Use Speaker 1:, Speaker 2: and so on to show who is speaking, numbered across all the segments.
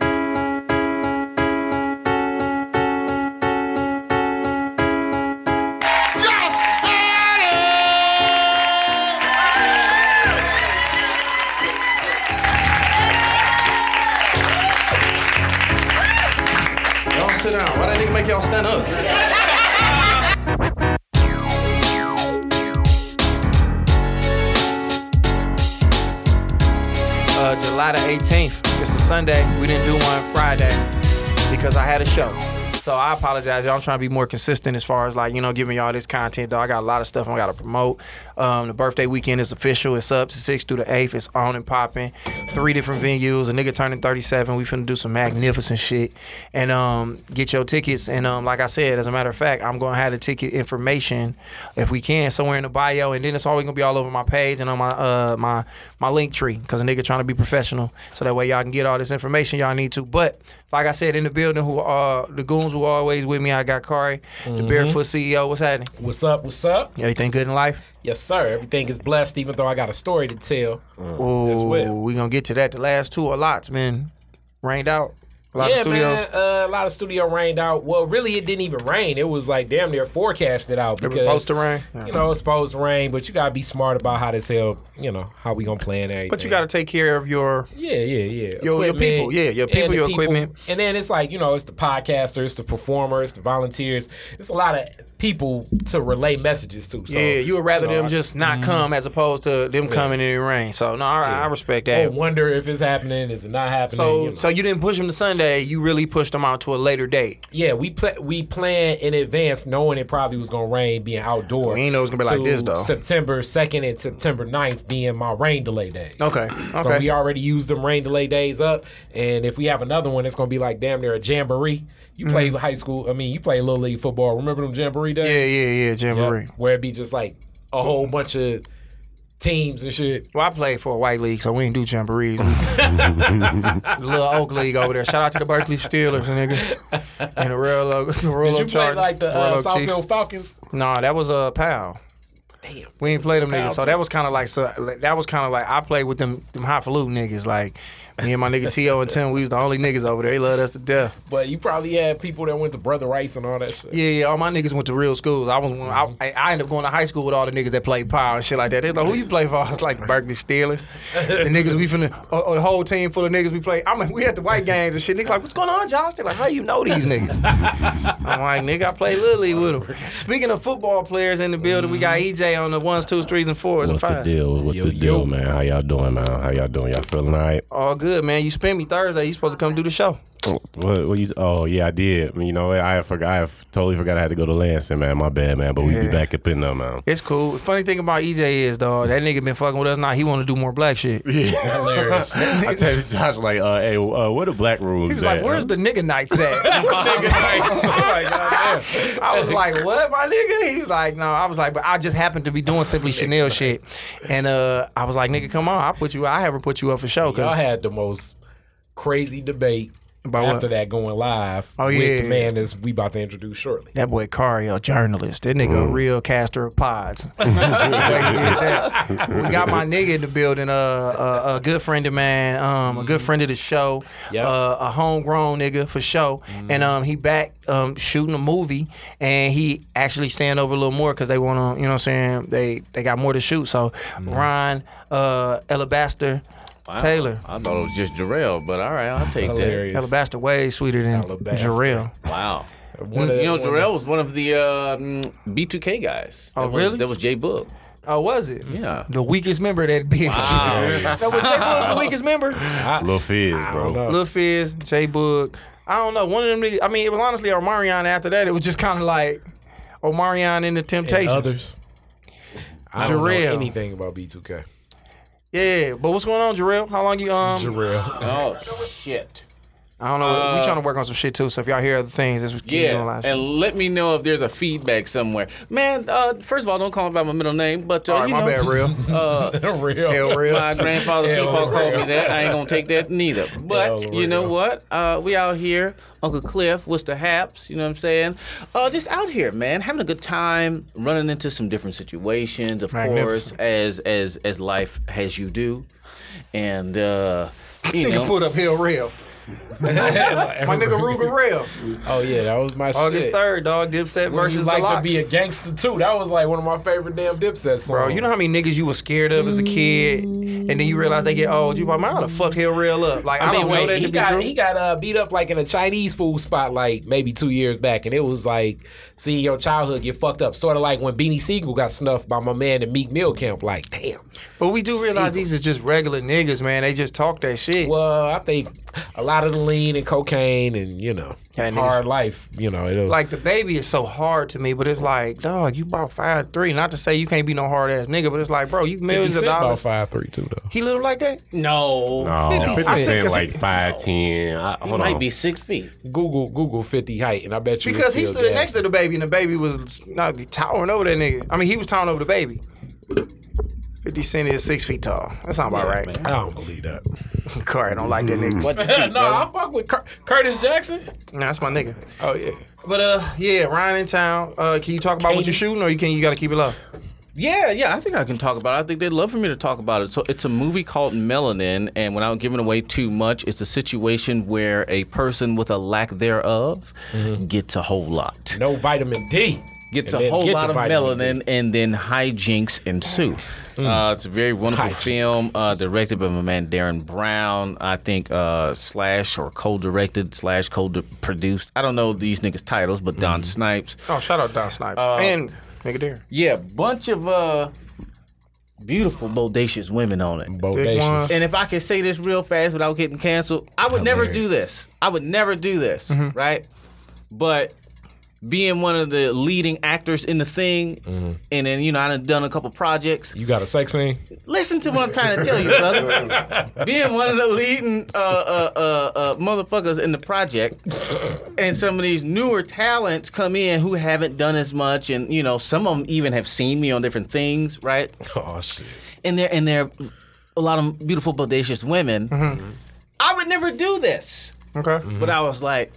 Speaker 1: now.
Speaker 2: Y'all sit down. Why that nigga make y'all stand up? Uh, July the 18th. It's a Sunday. We didn't do one Friday because I had a show. So I apologize, y'all. I'm trying to be more consistent as far as like you know giving y'all this content. Though I got a lot of stuff I got to promote. Um, the birthday weekend is official. It's up six through the eighth. It's on and popping. Three different venues. A nigga turning 37. We finna do some magnificent shit and um, get your tickets. And um, like I said, as a matter of fact, I'm gonna have the ticket information if we can somewhere in the bio, and then it's always gonna be all over my page and on my uh my my link tree because a nigga trying to be professional. So that way y'all can get all this information y'all need to. But like I said, in the building, who are the goons who always with me? I got Kari, the barefoot CEO. What's happening?
Speaker 3: What's up? What's up?
Speaker 2: Everything good in life?
Speaker 3: Yes, sir. Everything is blessed, even though I got a story to tell.
Speaker 2: Ooh,
Speaker 3: well.
Speaker 2: we gonna get to that. The last two are lots, man. Rained out. A lot
Speaker 3: yeah,
Speaker 2: of studios.
Speaker 3: man. Uh, a lot of studio rained out. Well, really, it didn't even rain. It was like damn near forecasted out
Speaker 2: It was
Speaker 3: because
Speaker 2: supposed to rain.
Speaker 3: You know, it's supposed to rain, but you gotta be smart about how this hell. You know how we gonna plan everything.
Speaker 2: But you gotta take care of your
Speaker 3: Yeah, yeah, yeah.
Speaker 2: Your- your
Speaker 3: Equipment,
Speaker 2: people, yeah, your
Speaker 3: and
Speaker 2: people,
Speaker 3: the
Speaker 2: your equipment.
Speaker 3: And then it's like, you know, it's the podcasters, the performers, the volunteers. It's a lot of people to relay messages to. So,
Speaker 2: yeah, you would rather
Speaker 3: know,
Speaker 2: them
Speaker 3: I- Mm-hmm.
Speaker 2: just not come as opposed to them coming in the rain. So no, I, I respect that.
Speaker 3: I wonder if it's happening, is it not happening?
Speaker 2: so
Speaker 3: you know.
Speaker 2: so you didn't push them to Sunday. You really pushed them out to a later date.
Speaker 3: Yeah, we pl- we planned in advance, knowing it probably was gonna rain, being outdoors.
Speaker 2: We ain't know it was gonna be like
Speaker 3: to
Speaker 2: this, though.
Speaker 3: September second and September 9th being my rain delay day.
Speaker 2: Okay.
Speaker 3: So
Speaker 2: okay.
Speaker 3: we already used them rain delay days up, and if we have another one, it's gonna be like damn near a jamboree. You play high school, I mean, you play little league football. Remember them jamboree
Speaker 2: Mm-hmm. yeah,
Speaker 3: days? Uh,
Speaker 2: yeah, yeah. Jamboree.
Speaker 3: Where it'd be just like a whole bunch of teams and shit.
Speaker 2: Well, I played for a white league, so we didn't do jamborees. Little Oak League over there. Shout out to the Berkeley Steelers, nigga. And the real Oak, the real
Speaker 3: Did you play
Speaker 2: Oak Chargers,
Speaker 3: like the
Speaker 2: Royal
Speaker 3: uh,
Speaker 2: Oak Chiefs.
Speaker 3: Southfield Falcons?
Speaker 2: Nah, that was a uh, pal. Damn. We ain't played them niggas, so that was kind of like so like, that was kind of like I played with them them highfalutin niggas. Like me and my nigga T.O. and Tim, we was the only niggas over there. They loved us to death.
Speaker 3: But you probably had people that went to Brother Rice and all that shit.
Speaker 2: Yeah, yeah. All my niggas went to real schools. I was one- I,
Speaker 4: Mm-hmm.
Speaker 2: I ended up going to high school with all the niggas that played power and shit like that. They like, who you play for? I was like Berkeley Steelers. The niggas we finna, or, or the whole team full of niggas we play. I'm like, we at the white games and shit. Niggas like, what's going on, Josh? They like, how you know these niggas? I'm like, nigga, I play Little League with them. Speaking of football players in the building, we got EJ on the ones, twos, threes, and fours.
Speaker 4: What's
Speaker 2: and
Speaker 4: the
Speaker 2: fives.
Speaker 4: deal? What's the
Speaker 3: yo.
Speaker 4: deal, man? How y'all doing, man? How y'all doing? Y'all feeling all right?
Speaker 2: All good, man. You spent me Thursday. You supposed to come do the show.
Speaker 4: What, what you, oh, yeah, I did. I mean, you know, what? I forgot. I f- totally forgot I had to go to Lansing, man. My bad, man. But we
Speaker 2: Yeah.
Speaker 4: be back up in there, man.
Speaker 2: It's cool. Funny thing about EJ is, dog, that nigga been fucking with us now. He want to do more black shit.
Speaker 3: Hilarious.
Speaker 4: I texted Josh like, uh, "Hey, uh, where the black rooms?"
Speaker 2: He was like,
Speaker 4: at?
Speaker 2: "Where's the nigga nights at?" I was like, "What, my nigga?" He was like, "No." I was like, "But I just happened to be doing simply Chanel shit," and uh, I was like, "Nigga, come on, I put you. I haven't put you up for show
Speaker 3: Y'all
Speaker 2: because
Speaker 3: had the most crazy debate
Speaker 2: About
Speaker 3: after
Speaker 2: what?
Speaker 3: that going live
Speaker 2: Oh,
Speaker 3: with
Speaker 2: yeah.
Speaker 3: the man that's we about to introduce shortly.
Speaker 2: that boy Kari, a journalist, that nigga a real caster of pods." The way he did that. We got my nigga in the building, uh, a, a good friend of mine, um, a good friend of the show,
Speaker 3: Mm. Yep. Mm.
Speaker 2: uh, a homegrown nigga for show, and um, he back um, shooting a movie, and he actually stand over a little more because they want to, you know, what I'm saying they they got more to shoot. So
Speaker 3: Mm.
Speaker 2: Ron, uh, Alabaster, Taylor,
Speaker 5: I thought it was just Jarrell, but all right, I'll take
Speaker 3: Hilarious.
Speaker 2: Alabaster way sweeter than
Speaker 3: Alabaster.
Speaker 2: Jarrell.
Speaker 5: that. Wow.
Speaker 3: One of
Speaker 5: You
Speaker 3: the-
Speaker 5: know,
Speaker 3: one of the-
Speaker 5: Jarrell was one of the uh, mm, B2K guys.
Speaker 2: Oh,
Speaker 5: That was-
Speaker 2: really?
Speaker 5: That was Jay Book.
Speaker 2: Oh, was it?
Speaker 5: Yeah.
Speaker 2: The weakest member of that bitch. that was J-Boog, the weakest member.
Speaker 4: Lil Fizz,
Speaker 3: don't
Speaker 4: bro?"
Speaker 3: know.
Speaker 2: Lil Fizz, J Boog. I don't know. One of them niggas. I mean, it was honestly Omarion. After that, it was just kind of like Omarion and the
Speaker 3: And
Speaker 2: Temptations.
Speaker 3: others. I don't know
Speaker 2: Jarrell.
Speaker 3: anything about B2K.
Speaker 2: Yeah, but what's going on, Jarrell? How long you um?
Speaker 3: Jarrell.
Speaker 5: Oh, shit.
Speaker 2: I I don't know. we
Speaker 5: Uh,
Speaker 2: trying to work on some shit too. So if y'all hear other things, this keep doing
Speaker 5: Yeah,
Speaker 2: live
Speaker 5: and
Speaker 2: shit.
Speaker 5: let me know if there's a feedback somewhere, man. Uh, first of all, don't call me by my middle name, but uh,
Speaker 2: All right,
Speaker 5: you
Speaker 2: my
Speaker 5: know,
Speaker 2: bad, real.
Speaker 5: Uh,
Speaker 3: real.
Speaker 2: Hell, real.
Speaker 5: My grandfather
Speaker 3: Hell,
Speaker 5: people called
Speaker 3: real.
Speaker 5: me that. I ain't gonna take that neither. But
Speaker 3: Hell,
Speaker 5: you know
Speaker 3: real.
Speaker 5: what? Uh, we out here, Uncle Cliff, what's the haps? You know what I'm saying? Uh, just out here, man, having a good time, running into some different situations, of course,
Speaker 2: Magnificent.
Speaker 5: as as as life has you do, and uh, you
Speaker 2: Nigga
Speaker 5: know,
Speaker 2: put up Hill Real. My nigga Ruger Real.
Speaker 3: Oh yeah, that was my
Speaker 2: August
Speaker 3: shit.
Speaker 2: third, dog. Dipset
Speaker 3: When
Speaker 2: versus
Speaker 3: you like
Speaker 2: the
Speaker 3: to
Speaker 2: Locks.
Speaker 3: be a gangster too. That was like one of my favorite damn Dipset songs.
Speaker 2: Bro, you know how many niggas you was scared of as a kid, and then you realize they get old. You like, man, I done fucked Hill Real up. Like I,
Speaker 3: I mean,
Speaker 2: don't
Speaker 3: wait,
Speaker 2: know that
Speaker 3: he
Speaker 2: to be
Speaker 3: got,
Speaker 2: true.
Speaker 3: He got uh, beat up like in a Chinese food spot like maybe two years back, and it was like, see, your childhood get fucked up. Sort of like when Beanie Siegel got snuffed by my man in Meek Mill camp. Like, damn.
Speaker 2: but we do realize these is just regular niggas, man. They just talk that shit.
Speaker 3: Well, I think a lot of the lean and cocaine and you know
Speaker 2: Yeah, niggas-
Speaker 3: hard life. You know, it'll,
Speaker 2: like the baby is so hard to me, but it's like, dog, you bought five three. Not to say you can't be no hard ass nigga, but it's like, bro, you
Speaker 3: 50
Speaker 2: millions of
Speaker 3: Cent about
Speaker 2: dollars.
Speaker 3: five three two though.
Speaker 2: He little like that?
Speaker 5: no,
Speaker 4: No,
Speaker 5: 50
Speaker 4: 50
Speaker 2: I said-
Speaker 4: Cent
Speaker 2: 'cause
Speaker 4: Oh, like
Speaker 2: he-
Speaker 4: 5'10". I, hold
Speaker 5: might
Speaker 4: on.
Speaker 5: be six feet.
Speaker 3: Google Google fifty height, and I bet you it's
Speaker 2: Because he
Speaker 3: still
Speaker 2: stood
Speaker 3: gas.
Speaker 2: next to the baby, and the baby was not towering over that nigga. I mean, he was towering over the baby. Fifty Cent is six feet tall. That sound about right.
Speaker 3: I don't believe that.
Speaker 2: Car, don't like that nigga.
Speaker 5: What the feet,
Speaker 3: no, I
Speaker 5: brother?
Speaker 3: fuck with Cur- Curtis Jackson.
Speaker 2: Nah, that's my nigga.
Speaker 3: Oh yeah.
Speaker 2: But uh, yeah, Ryan in town. Uh, can you talk about what
Speaker 3: Katie.
Speaker 2: you're shooting, or you can you gotta keep it low?
Speaker 5: Yeah, yeah, I think I can talk about it. I think they'd love for me to talk about it. So it's a movie called Melanin, and without giving away too much, it's a situation where a person with a lack thereof gets a whole lot.
Speaker 3: Mm-hmm. No vitamin D.
Speaker 5: Gets
Speaker 3: And
Speaker 5: a
Speaker 3: then
Speaker 5: whole
Speaker 3: get
Speaker 5: lot
Speaker 3: the
Speaker 5: of
Speaker 3: vitamin D.
Speaker 5: melanin, and then hijinks ensue. Uh, it's a very wonderful
Speaker 3: Mm. Hijinks.
Speaker 5: film uh, directed by my man Darren Brown. I think uh, slash or co-directed slash co-produced. I don't know these niggas' titles, but Don
Speaker 3: Mm-hmm.
Speaker 5: Snipes.
Speaker 2: Oh, shout out Don Snipes and nigga there.
Speaker 5: Yeah, bunch of uh, beautiful, bodacious women on it.
Speaker 3: Bodacious.
Speaker 5: And if I can say this real fast without getting canceled, I would never do
Speaker 3: Hilarious.
Speaker 5: this. I would never do this, right? But being one of the leading actors in the thing, and then you know I done done a couple projects.
Speaker 3: You got a sex scene?
Speaker 5: Listen to what I'm trying to tell you, brother. being one of the leading uh, uh, uh, uh, motherfuckers in the project, and some of these newer talents come in who haven't done as much, and you know some of them even have seen me on different things, right?
Speaker 3: Oh shit.
Speaker 5: and they're and they're a lot of beautiful bodacious women.
Speaker 3: Mm-hmm.
Speaker 5: I would never do this,
Speaker 2: Okay.
Speaker 5: but I was like,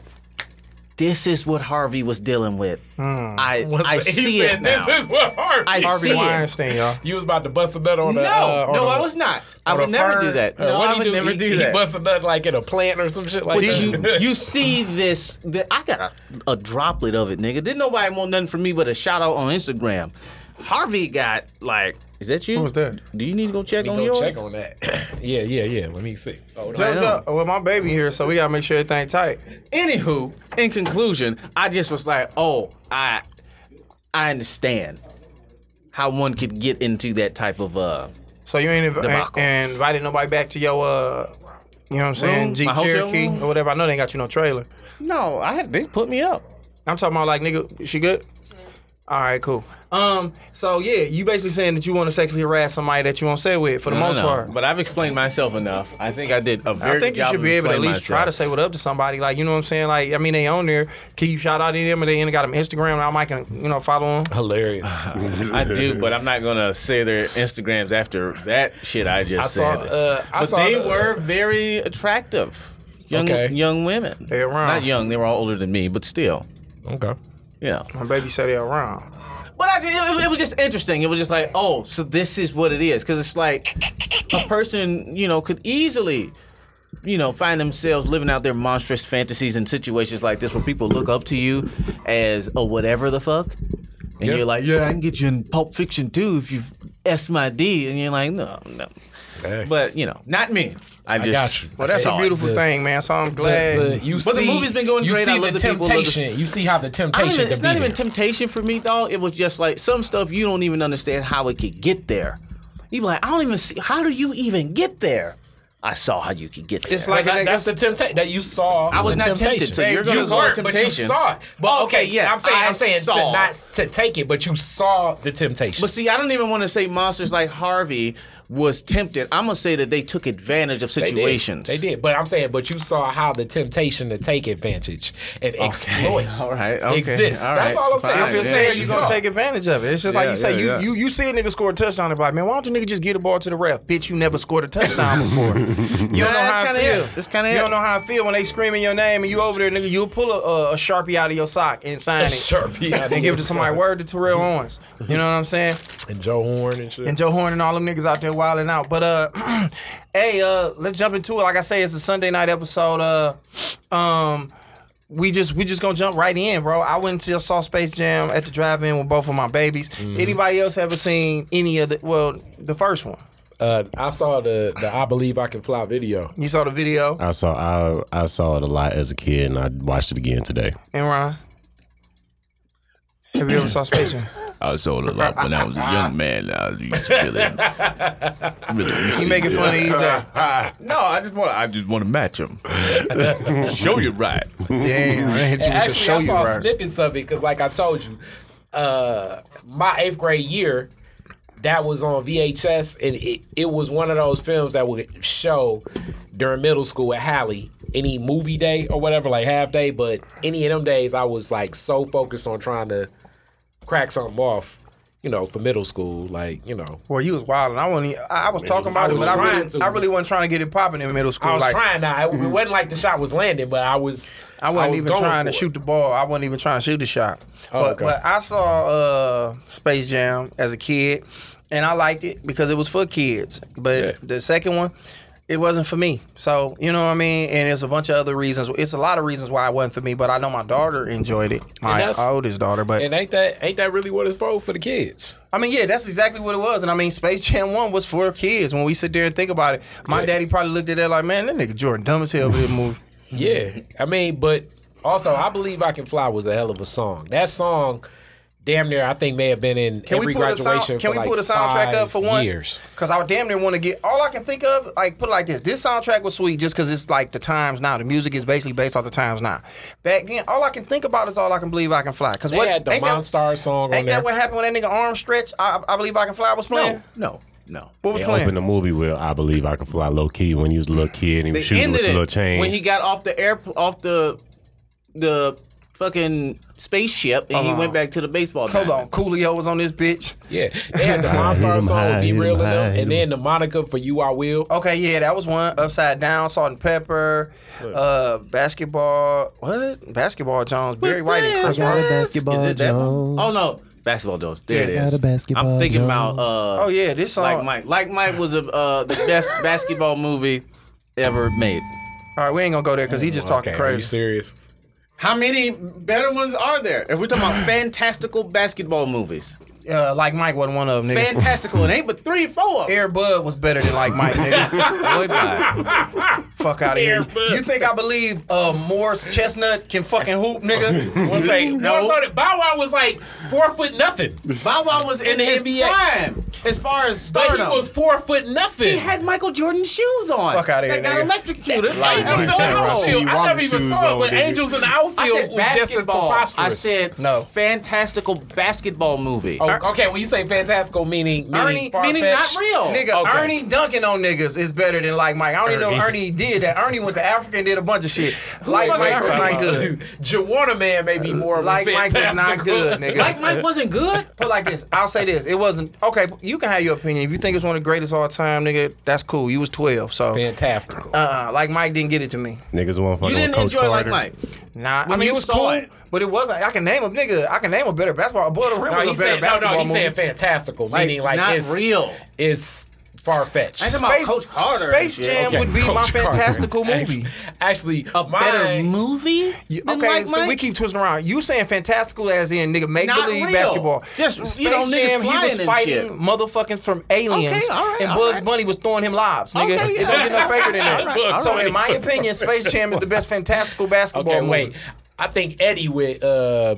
Speaker 5: this is what Harvey was dealing with.
Speaker 3: Mm.
Speaker 5: I I
Speaker 3: He
Speaker 5: see
Speaker 3: said,
Speaker 5: it now.
Speaker 3: This is what Harvey.
Speaker 5: I
Speaker 2: Harvey
Speaker 5: see it.
Speaker 2: Weinstein, y'all.
Speaker 3: You was about to bust a nut on
Speaker 5: No,
Speaker 3: a uh, on
Speaker 5: no,
Speaker 3: a-
Speaker 5: I was not. I
Speaker 3: on a
Speaker 5: would never do
Speaker 3: fern?
Speaker 5: that.
Speaker 3: Uh,
Speaker 5: No,
Speaker 3: what'd
Speaker 5: I
Speaker 3: he
Speaker 5: would
Speaker 3: do?
Speaker 5: never
Speaker 3: He-
Speaker 5: do
Speaker 3: He
Speaker 5: that.
Speaker 3: bust a nut like in a plant or some shit like
Speaker 5: But
Speaker 3: that.
Speaker 5: you you see this? That I got a, a droplet of it, nigga. Didn't nobody want nothing from me but a shout out on Instagram. Harvey got like, is that you? What
Speaker 2: was that?
Speaker 5: Do you need to go check
Speaker 3: Let
Speaker 5: on
Speaker 3: me go
Speaker 5: yours?
Speaker 3: check on that. yeah, yeah, yeah. Let me see. Oh, no.
Speaker 2: Judge up. Well, my baby here, so we gotta make sure everything tight.
Speaker 5: Anywho, in conclusion, I just was like, oh, I I understand how one could get into that type of uh
Speaker 2: So you ain't inv-
Speaker 5: Debacle.
Speaker 2: and, invited nobody back to your uh, you know what I'm saying,
Speaker 5: Room?
Speaker 2: Jeep
Speaker 5: My hotel
Speaker 2: Cherokee
Speaker 5: room?
Speaker 2: or whatever. I know they ain't got you no trailer.
Speaker 5: No, I had they put me up.
Speaker 2: I'm talking about like nigga, she good.
Speaker 5: Mm-hmm.
Speaker 2: All right, cool. Um, so yeah, you basically saying that you want to sexually harass somebody that you won't say with for the most part.
Speaker 5: But I've explained myself enough. I think I did a very
Speaker 2: I
Speaker 5: good
Speaker 2: think you
Speaker 5: job
Speaker 2: should
Speaker 5: of
Speaker 2: be able to at
Speaker 5: explaining
Speaker 2: least try to
Speaker 5: myself.
Speaker 2: say what up to somebody. Like, you know what I'm saying? Like, I mean, they own there. Can you shout out to them or they ain't got them Instagram? I might can, you know, follow them.
Speaker 3: Hilarious.
Speaker 5: Uh-huh. I do, but I'm not gonna say their Instagrams after that shit I just
Speaker 3: I saw.
Speaker 5: said.
Speaker 3: Uh, I
Speaker 5: but
Speaker 3: saw.
Speaker 5: they
Speaker 3: the-
Speaker 5: were very attractive. Young
Speaker 3: Okay.
Speaker 5: young women.
Speaker 2: They around.
Speaker 5: Not young, they were all older than me, but still.
Speaker 3: Okay.
Speaker 5: You know.
Speaker 2: My baby said they're around.
Speaker 5: But I, it, it was just interesting. It was just like, oh, so this is what it is, because it's like a person, you know, could easily, you know, find themselves living out their monstrous fantasies in situations like this, where people look up to you as a whatever the fuck, and
Speaker 3: Yeah.
Speaker 5: you're like, yeah, I can get you in Pulp Fiction too if you S my D, and you're like, no, no.
Speaker 3: Hey.
Speaker 5: But you know, not me. I just
Speaker 3: got you.
Speaker 2: Well, that's
Speaker 5: saw
Speaker 2: a
Speaker 5: it.
Speaker 2: beautiful
Speaker 3: The-
Speaker 2: thing, man. So I'm glad.
Speaker 3: But, you
Speaker 5: But the
Speaker 3: see,
Speaker 5: movie's been going
Speaker 3: you
Speaker 5: great.
Speaker 3: See
Speaker 5: I love
Speaker 3: the
Speaker 5: the people, love the-
Speaker 3: temptation. You see how the
Speaker 5: I don't
Speaker 3: temptation.
Speaker 5: even,
Speaker 3: to
Speaker 5: it's not
Speaker 3: be
Speaker 5: even
Speaker 3: there.
Speaker 5: temptation for me, dog. It was just like some stuff you don't even understand how it could get there. You be like, I don't even see how do you even get there? I saw how you could get there.
Speaker 2: It's like
Speaker 3: That-
Speaker 2: a nigga-
Speaker 3: that's the temptation that you saw.
Speaker 5: I was
Speaker 3: the
Speaker 5: not tempted,
Speaker 3: temptation.
Speaker 5: so you're gonna
Speaker 3: you
Speaker 5: call it
Speaker 3: weren't, But
Speaker 5: temptation.
Speaker 3: you saw it. But okay,
Speaker 5: Okay, yes,
Speaker 3: I'm saying
Speaker 5: I
Speaker 3: I'm saying to
Speaker 5: saw.
Speaker 3: not to take it, but you saw the temptation.
Speaker 5: but see, I don't even want to say monsters like Harvey was tempted. I'm gonna say that they took advantage of
Speaker 3: They did.
Speaker 5: situations.
Speaker 3: They did. But I'm saying, but you saw how the temptation to take advantage and exploit
Speaker 5: All right. Okay.
Speaker 3: exists.
Speaker 5: All
Speaker 3: That's
Speaker 5: right.
Speaker 3: all I'm saying.
Speaker 5: Fine.
Speaker 3: I'm
Speaker 2: If it's
Speaker 3: just
Speaker 5: Yeah.
Speaker 2: there,
Speaker 3: saying
Speaker 2: you're
Speaker 3: you
Speaker 2: gonna
Speaker 3: saw.
Speaker 2: take advantage of it. It's just like
Speaker 5: Yeah,
Speaker 2: you say,
Speaker 5: yeah,
Speaker 2: you,
Speaker 5: yeah.
Speaker 2: you you see a nigga score a touchdown, and be like, man, why don't you nigga just get the ball to the ref? Bitch, you never scored a touchdown before. you don't know
Speaker 5: that's
Speaker 2: how I
Speaker 5: kinda
Speaker 2: feel.
Speaker 5: it. That's kinda
Speaker 2: you
Speaker 5: it.
Speaker 2: don't know how I feel when they screaming your name and you over there, nigga. You'll pull a, a, a sharpie out of your sock and sign
Speaker 3: A
Speaker 2: it.
Speaker 3: Sharpie out of
Speaker 2: and
Speaker 3: your
Speaker 2: give it to somebody.
Speaker 3: sock.
Speaker 2: Word to Terrell Owens. You know what I'm saying?
Speaker 3: and Joe Horn and shit.
Speaker 2: and Joe Horn and all them niggas out there wilding out. But uh, hey, uh, let's jump into it. Like I say, it's a Sunday night episode. Uh, um, we just we just gonna jump right in, bro. I went to saw Space Jam at the drive-in with both of my babies. Anybody else ever seen any of the? Well, the first one.
Speaker 3: uh, I saw the the I believe I can fly video.
Speaker 2: You saw the video,
Speaker 4: I saw I I saw it a lot as a kid, and I watched it again today.
Speaker 2: and Ron. Have you ever saw Space Jam?
Speaker 6: I was sold a lot when I was a young man. I used to really, really. Used
Speaker 2: You making fun of EJ?
Speaker 6: No, I just want. I just want to match him. Show you right.
Speaker 2: Damn, I hit you with the
Speaker 3: Actually,
Speaker 2: show
Speaker 3: I
Speaker 2: you
Speaker 3: saw
Speaker 2: right.
Speaker 3: snippets of it because, like I told you, uh, my eighth grade year, that was on VHS, and it, it was one of those films that would show during middle school at Halley any movie day or whatever, like half day. But any of them days, I was like so focused on trying to crack something off, you know, for middle school, like you know.
Speaker 2: Well, you was wild, and I wasn't. Even, I I was talking about
Speaker 3: I
Speaker 2: it,
Speaker 3: was
Speaker 2: but I
Speaker 3: trying
Speaker 2: really,
Speaker 3: to.
Speaker 2: I really wasn't trying to get it popping in middle school.
Speaker 3: I was
Speaker 2: like, mm-hmm.
Speaker 3: trying now. It, it wasn't like the shot was landing, but I was.
Speaker 2: I wasn't
Speaker 3: was
Speaker 2: even
Speaker 3: going
Speaker 2: trying to
Speaker 3: for it.
Speaker 2: shoot the ball. I wasn't even trying to shoot the shot.
Speaker 3: Oh,
Speaker 2: but
Speaker 3: okay.
Speaker 2: but I saw uh, Space Jam as a kid, and I liked it because it was for kids. But the second one, it wasn't for me. So you know what I mean. And it's a bunch of other reasons. It's a lot of reasons why it wasn't for me. But I know my daughter enjoyed it. My
Speaker 3: that's-
Speaker 2: oldest daughter. But
Speaker 3: And ain't that ain't that really what it's for for the kids?
Speaker 2: I mean, yeah, that's exactly what it was. And I mean, Space Jam 1 was for kids when we sit there and think about it. My daddy probably looked at that like, man, that nigga Jordan dumb as hell for this movie.
Speaker 3: Yeah, I mean, but also, I believe I can fly was a hell of a song. That song, damn near, I think may have been in
Speaker 2: Can
Speaker 3: every
Speaker 2: we pull the
Speaker 3: graduation.
Speaker 2: sound, Can
Speaker 3: for
Speaker 2: we
Speaker 3: like
Speaker 2: pull the soundtrack up
Speaker 3: five
Speaker 2: for one?
Speaker 3: Years.
Speaker 2: Cause I damn near want to get all I can think of. Like put it like this: this soundtrack was sweet just because it's like the times now. The music is basically based off the times now. Back then, all I can think about is all I can believe I can fly. Cause
Speaker 3: They
Speaker 2: what
Speaker 3: had the
Speaker 2: ain't that-
Speaker 3: Monstar song on
Speaker 2: Ain't
Speaker 3: there.
Speaker 2: that what happened when that nigga arm stretch? I, I believe I can fly was playing.
Speaker 5: No, no, no.
Speaker 2: What was
Speaker 4: They
Speaker 2: playing?
Speaker 4: opened the movie with "I Believe I Can Fly" low key when he was a little kid and he
Speaker 5: They
Speaker 4: was shooting
Speaker 5: ended
Speaker 4: with the little
Speaker 5: it
Speaker 4: chain.
Speaker 5: when he got off the air off the the fucking spaceship and he went back to the baseball.
Speaker 2: Uh-huh. Hold
Speaker 5: diamond.
Speaker 2: on, Coolio was on this bitch.
Speaker 3: Yeah, they had the
Speaker 4: hit
Speaker 3: Monstar
Speaker 4: 'em
Speaker 3: song,
Speaker 4: high,
Speaker 3: "Be
Speaker 4: hit 'em
Speaker 3: Real" and
Speaker 4: high,
Speaker 3: them,
Speaker 4: hit 'em
Speaker 3: and then the Monica for "You I Will."
Speaker 2: Okay, yeah, that was one. Upside down, salt and pepper, uh, basketball. What basketball? Jones, Barry White, and Chris Rock.
Speaker 5: Is it that one? Oh no, basketball Jones. There it is. I'm thinking about. Uh,
Speaker 2: Oh yeah, this song.
Speaker 5: Like Mike. Like Mike was a, uh, the best basketball movie ever made.
Speaker 2: All right, we ain't gonna go there because he just talking
Speaker 3: Okay, Are you
Speaker 2: crazy.
Speaker 3: serious?
Speaker 5: How many better ones are there? If we're talking about fantastical basketball movies,
Speaker 2: Uh, like Mike wasn't one of them. Nigga.
Speaker 5: fantastical, it ain't but three, four of them.
Speaker 2: Air Bud was better than like Mike, nigga. Would I? Fuck out of here.
Speaker 3: Bud.
Speaker 2: You think I believe uh, Morris Chestnut can fucking hoop, nigga?
Speaker 3: One thing,
Speaker 5: No.
Speaker 3: no. Bow Wow was like four foot nothing,
Speaker 5: Bow Wow was in his
Speaker 3: NBA.
Speaker 5: prime as far as
Speaker 3: but he
Speaker 5: stardom.
Speaker 3: was four foot nothing.
Speaker 5: He had Michael Jordan shoes on.
Speaker 2: Fuck outta here,
Speaker 5: That got
Speaker 2: nigga.
Speaker 5: electrocuted.
Speaker 3: Like,
Speaker 5: I'm
Speaker 3: Angels
Speaker 5: so
Speaker 3: in the
Speaker 5: old.
Speaker 3: outfield. I never even saw it, but Angels in the
Speaker 5: I
Speaker 3: outfield
Speaker 5: said
Speaker 3: was just as
Speaker 5: basketball. I
Speaker 3: preposterous.
Speaker 5: said
Speaker 2: No.
Speaker 5: fantastical basketball movie.
Speaker 3: Oh, okay, when you say fantastical, meaning
Speaker 2: Ernie,
Speaker 3: meaning,
Speaker 5: Meaning
Speaker 3: far-fetched.
Speaker 5: not real.
Speaker 2: Nigga,
Speaker 3: Oh, Okay.
Speaker 2: Ernie dunking on niggas is better than like Mike. I don't even know if
Speaker 3: Ernie.
Speaker 2: Ernie did that. Ernie went to Africa and did a bunch of shit. Like
Speaker 5: fucking
Speaker 2: Mike was
Speaker 5: Ernie?
Speaker 2: not good.
Speaker 3: Jawana Man may be more of a
Speaker 2: Uh, Like Mike was not
Speaker 3: fantastical-
Speaker 2: good, nigga.
Speaker 5: Like Mike wasn't good.
Speaker 2: Put it like this, I'll say this. It wasn't okay. You can have your opinion. If you think it's one of the greatest of all time, nigga, that's cool. You was twelve, so uh,
Speaker 3: Fantastical.
Speaker 2: uh like Mike didn't get it to me.
Speaker 4: Niggas want fucking
Speaker 5: You
Speaker 4: with
Speaker 5: didn't
Speaker 4: Coach
Speaker 5: enjoy like
Speaker 4: Carter.
Speaker 5: Mike.
Speaker 2: Nah, I
Speaker 5: When
Speaker 2: mean
Speaker 5: you
Speaker 2: it was
Speaker 5: saw
Speaker 2: cool,
Speaker 5: it.
Speaker 2: but it wasn't. I can name a nigga. I can name a better basketball. Boy, the rim
Speaker 3: no,
Speaker 2: was a
Speaker 3: he
Speaker 2: better
Speaker 3: said, no,
Speaker 2: basketball
Speaker 3: no, he
Speaker 2: movie.
Speaker 3: said fantastical,
Speaker 5: Like,
Speaker 3: meaning like
Speaker 5: not
Speaker 3: it's
Speaker 5: real.
Speaker 3: It's far fetched.
Speaker 5: I talking about Coach Carter.
Speaker 2: Space
Speaker 5: and shit.
Speaker 2: Jam
Speaker 3: Okay.
Speaker 2: would be my
Speaker 3: Coach Carter.
Speaker 2: fantastical movie.
Speaker 3: Actually,
Speaker 5: A better
Speaker 3: mine-
Speaker 5: movie
Speaker 2: You-
Speaker 5: than
Speaker 2: okay,
Speaker 5: Like
Speaker 2: so we
Speaker 5: Mike?
Speaker 2: keep twisting around. You saying fantastical as in nigga make
Speaker 5: Not
Speaker 2: believe
Speaker 5: real.
Speaker 2: basketball.
Speaker 5: Just, you know, niggas
Speaker 2: he
Speaker 5: flying
Speaker 2: was
Speaker 5: and
Speaker 2: fighting
Speaker 5: shit.
Speaker 2: motherfucking from aliens,
Speaker 5: Okay, all right,
Speaker 2: and
Speaker 5: all
Speaker 2: Bugs
Speaker 5: right.
Speaker 2: Bunny was throwing him lobs, nigga.
Speaker 5: Okay,
Speaker 2: It don't get no faker than that.
Speaker 3: All right, all
Speaker 2: so
Speaker 3: right.
Speaker 2: in my opinion, Space Jam is the best fantastical basketball
Speaker 3: Okay,
Speaker 2: movie.
Speaker 3: wait. I think Eddie with uh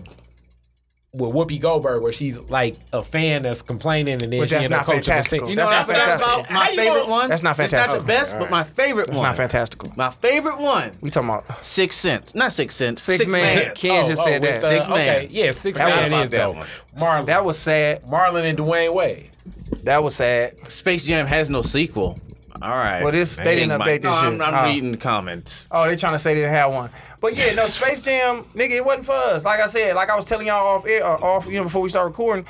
Speaker 3: with Whoopi Goldberg, where she's like a fan that's complaining and then
Speaker 2: But
Speaker 3: she
Speaker 2: that's
Speaker 3: end up
Speaker 2: not
Speaker 3: coaching the
Speaker 2: fantastical.
Speaker 3: team.
Speaker 5: You know
Speaker 2: That's
Speaker 5: what I
Speaker 2: not
Speaker 5: forgot
Speaker 2: fantastic.
Speaker 5: about? My
Speaker 3: How you
Speaker 5: favorite
Speaker 3: gonna-
Speaker 5: one.
Speaker 2: That's not
Speaker 5: It's not
Speaker 2: fantastical.
Speaker 5: the best, but my favorite
Speaker 2: It's
Speaker 5: one.
Speaker 2: not fantastical.
Speaker 5: My favorite one.
Speaker 2: We talking about
Speaker 5: Six cents. Not six cents.
Speaker 2: Six Man. Ken just said
Speaker 3: with,
Speaker 2: that.
Speaker 3: uh,
Speaker 5: Six Man.
Speaker 3: Okay, yeah, six
Speaker 2: That was
Speaker 3: man
Speaker 2: my
Speaker 3: is
Speaker 5: bad
Speaker 3: though.
Speaker 5: one.
Speaker 3: Marlon,
Speaker 2: that was sad.
Speaker 3: Marlon and Dwayne Wade.
Speaker 2: That was sad.
Speaker 5: Space Jam has no sequel. All right.
Speaker 2: Well, this- they didn't update
Speaker 5: King Mike.
Speaker 2: this
Speaker 5: No,
Speaker 2: shit.
Speaker 5: I'm, I'm
Speaker 2: Oh.
Speaker 5: reading the comment.
Speaker 2: Oh, they trying to say they didn't have one. But yeah, no, Space Jam, nigga, it wasn't for us. Like I said, like I was telling y'all off air, or off, you know, before we start recording.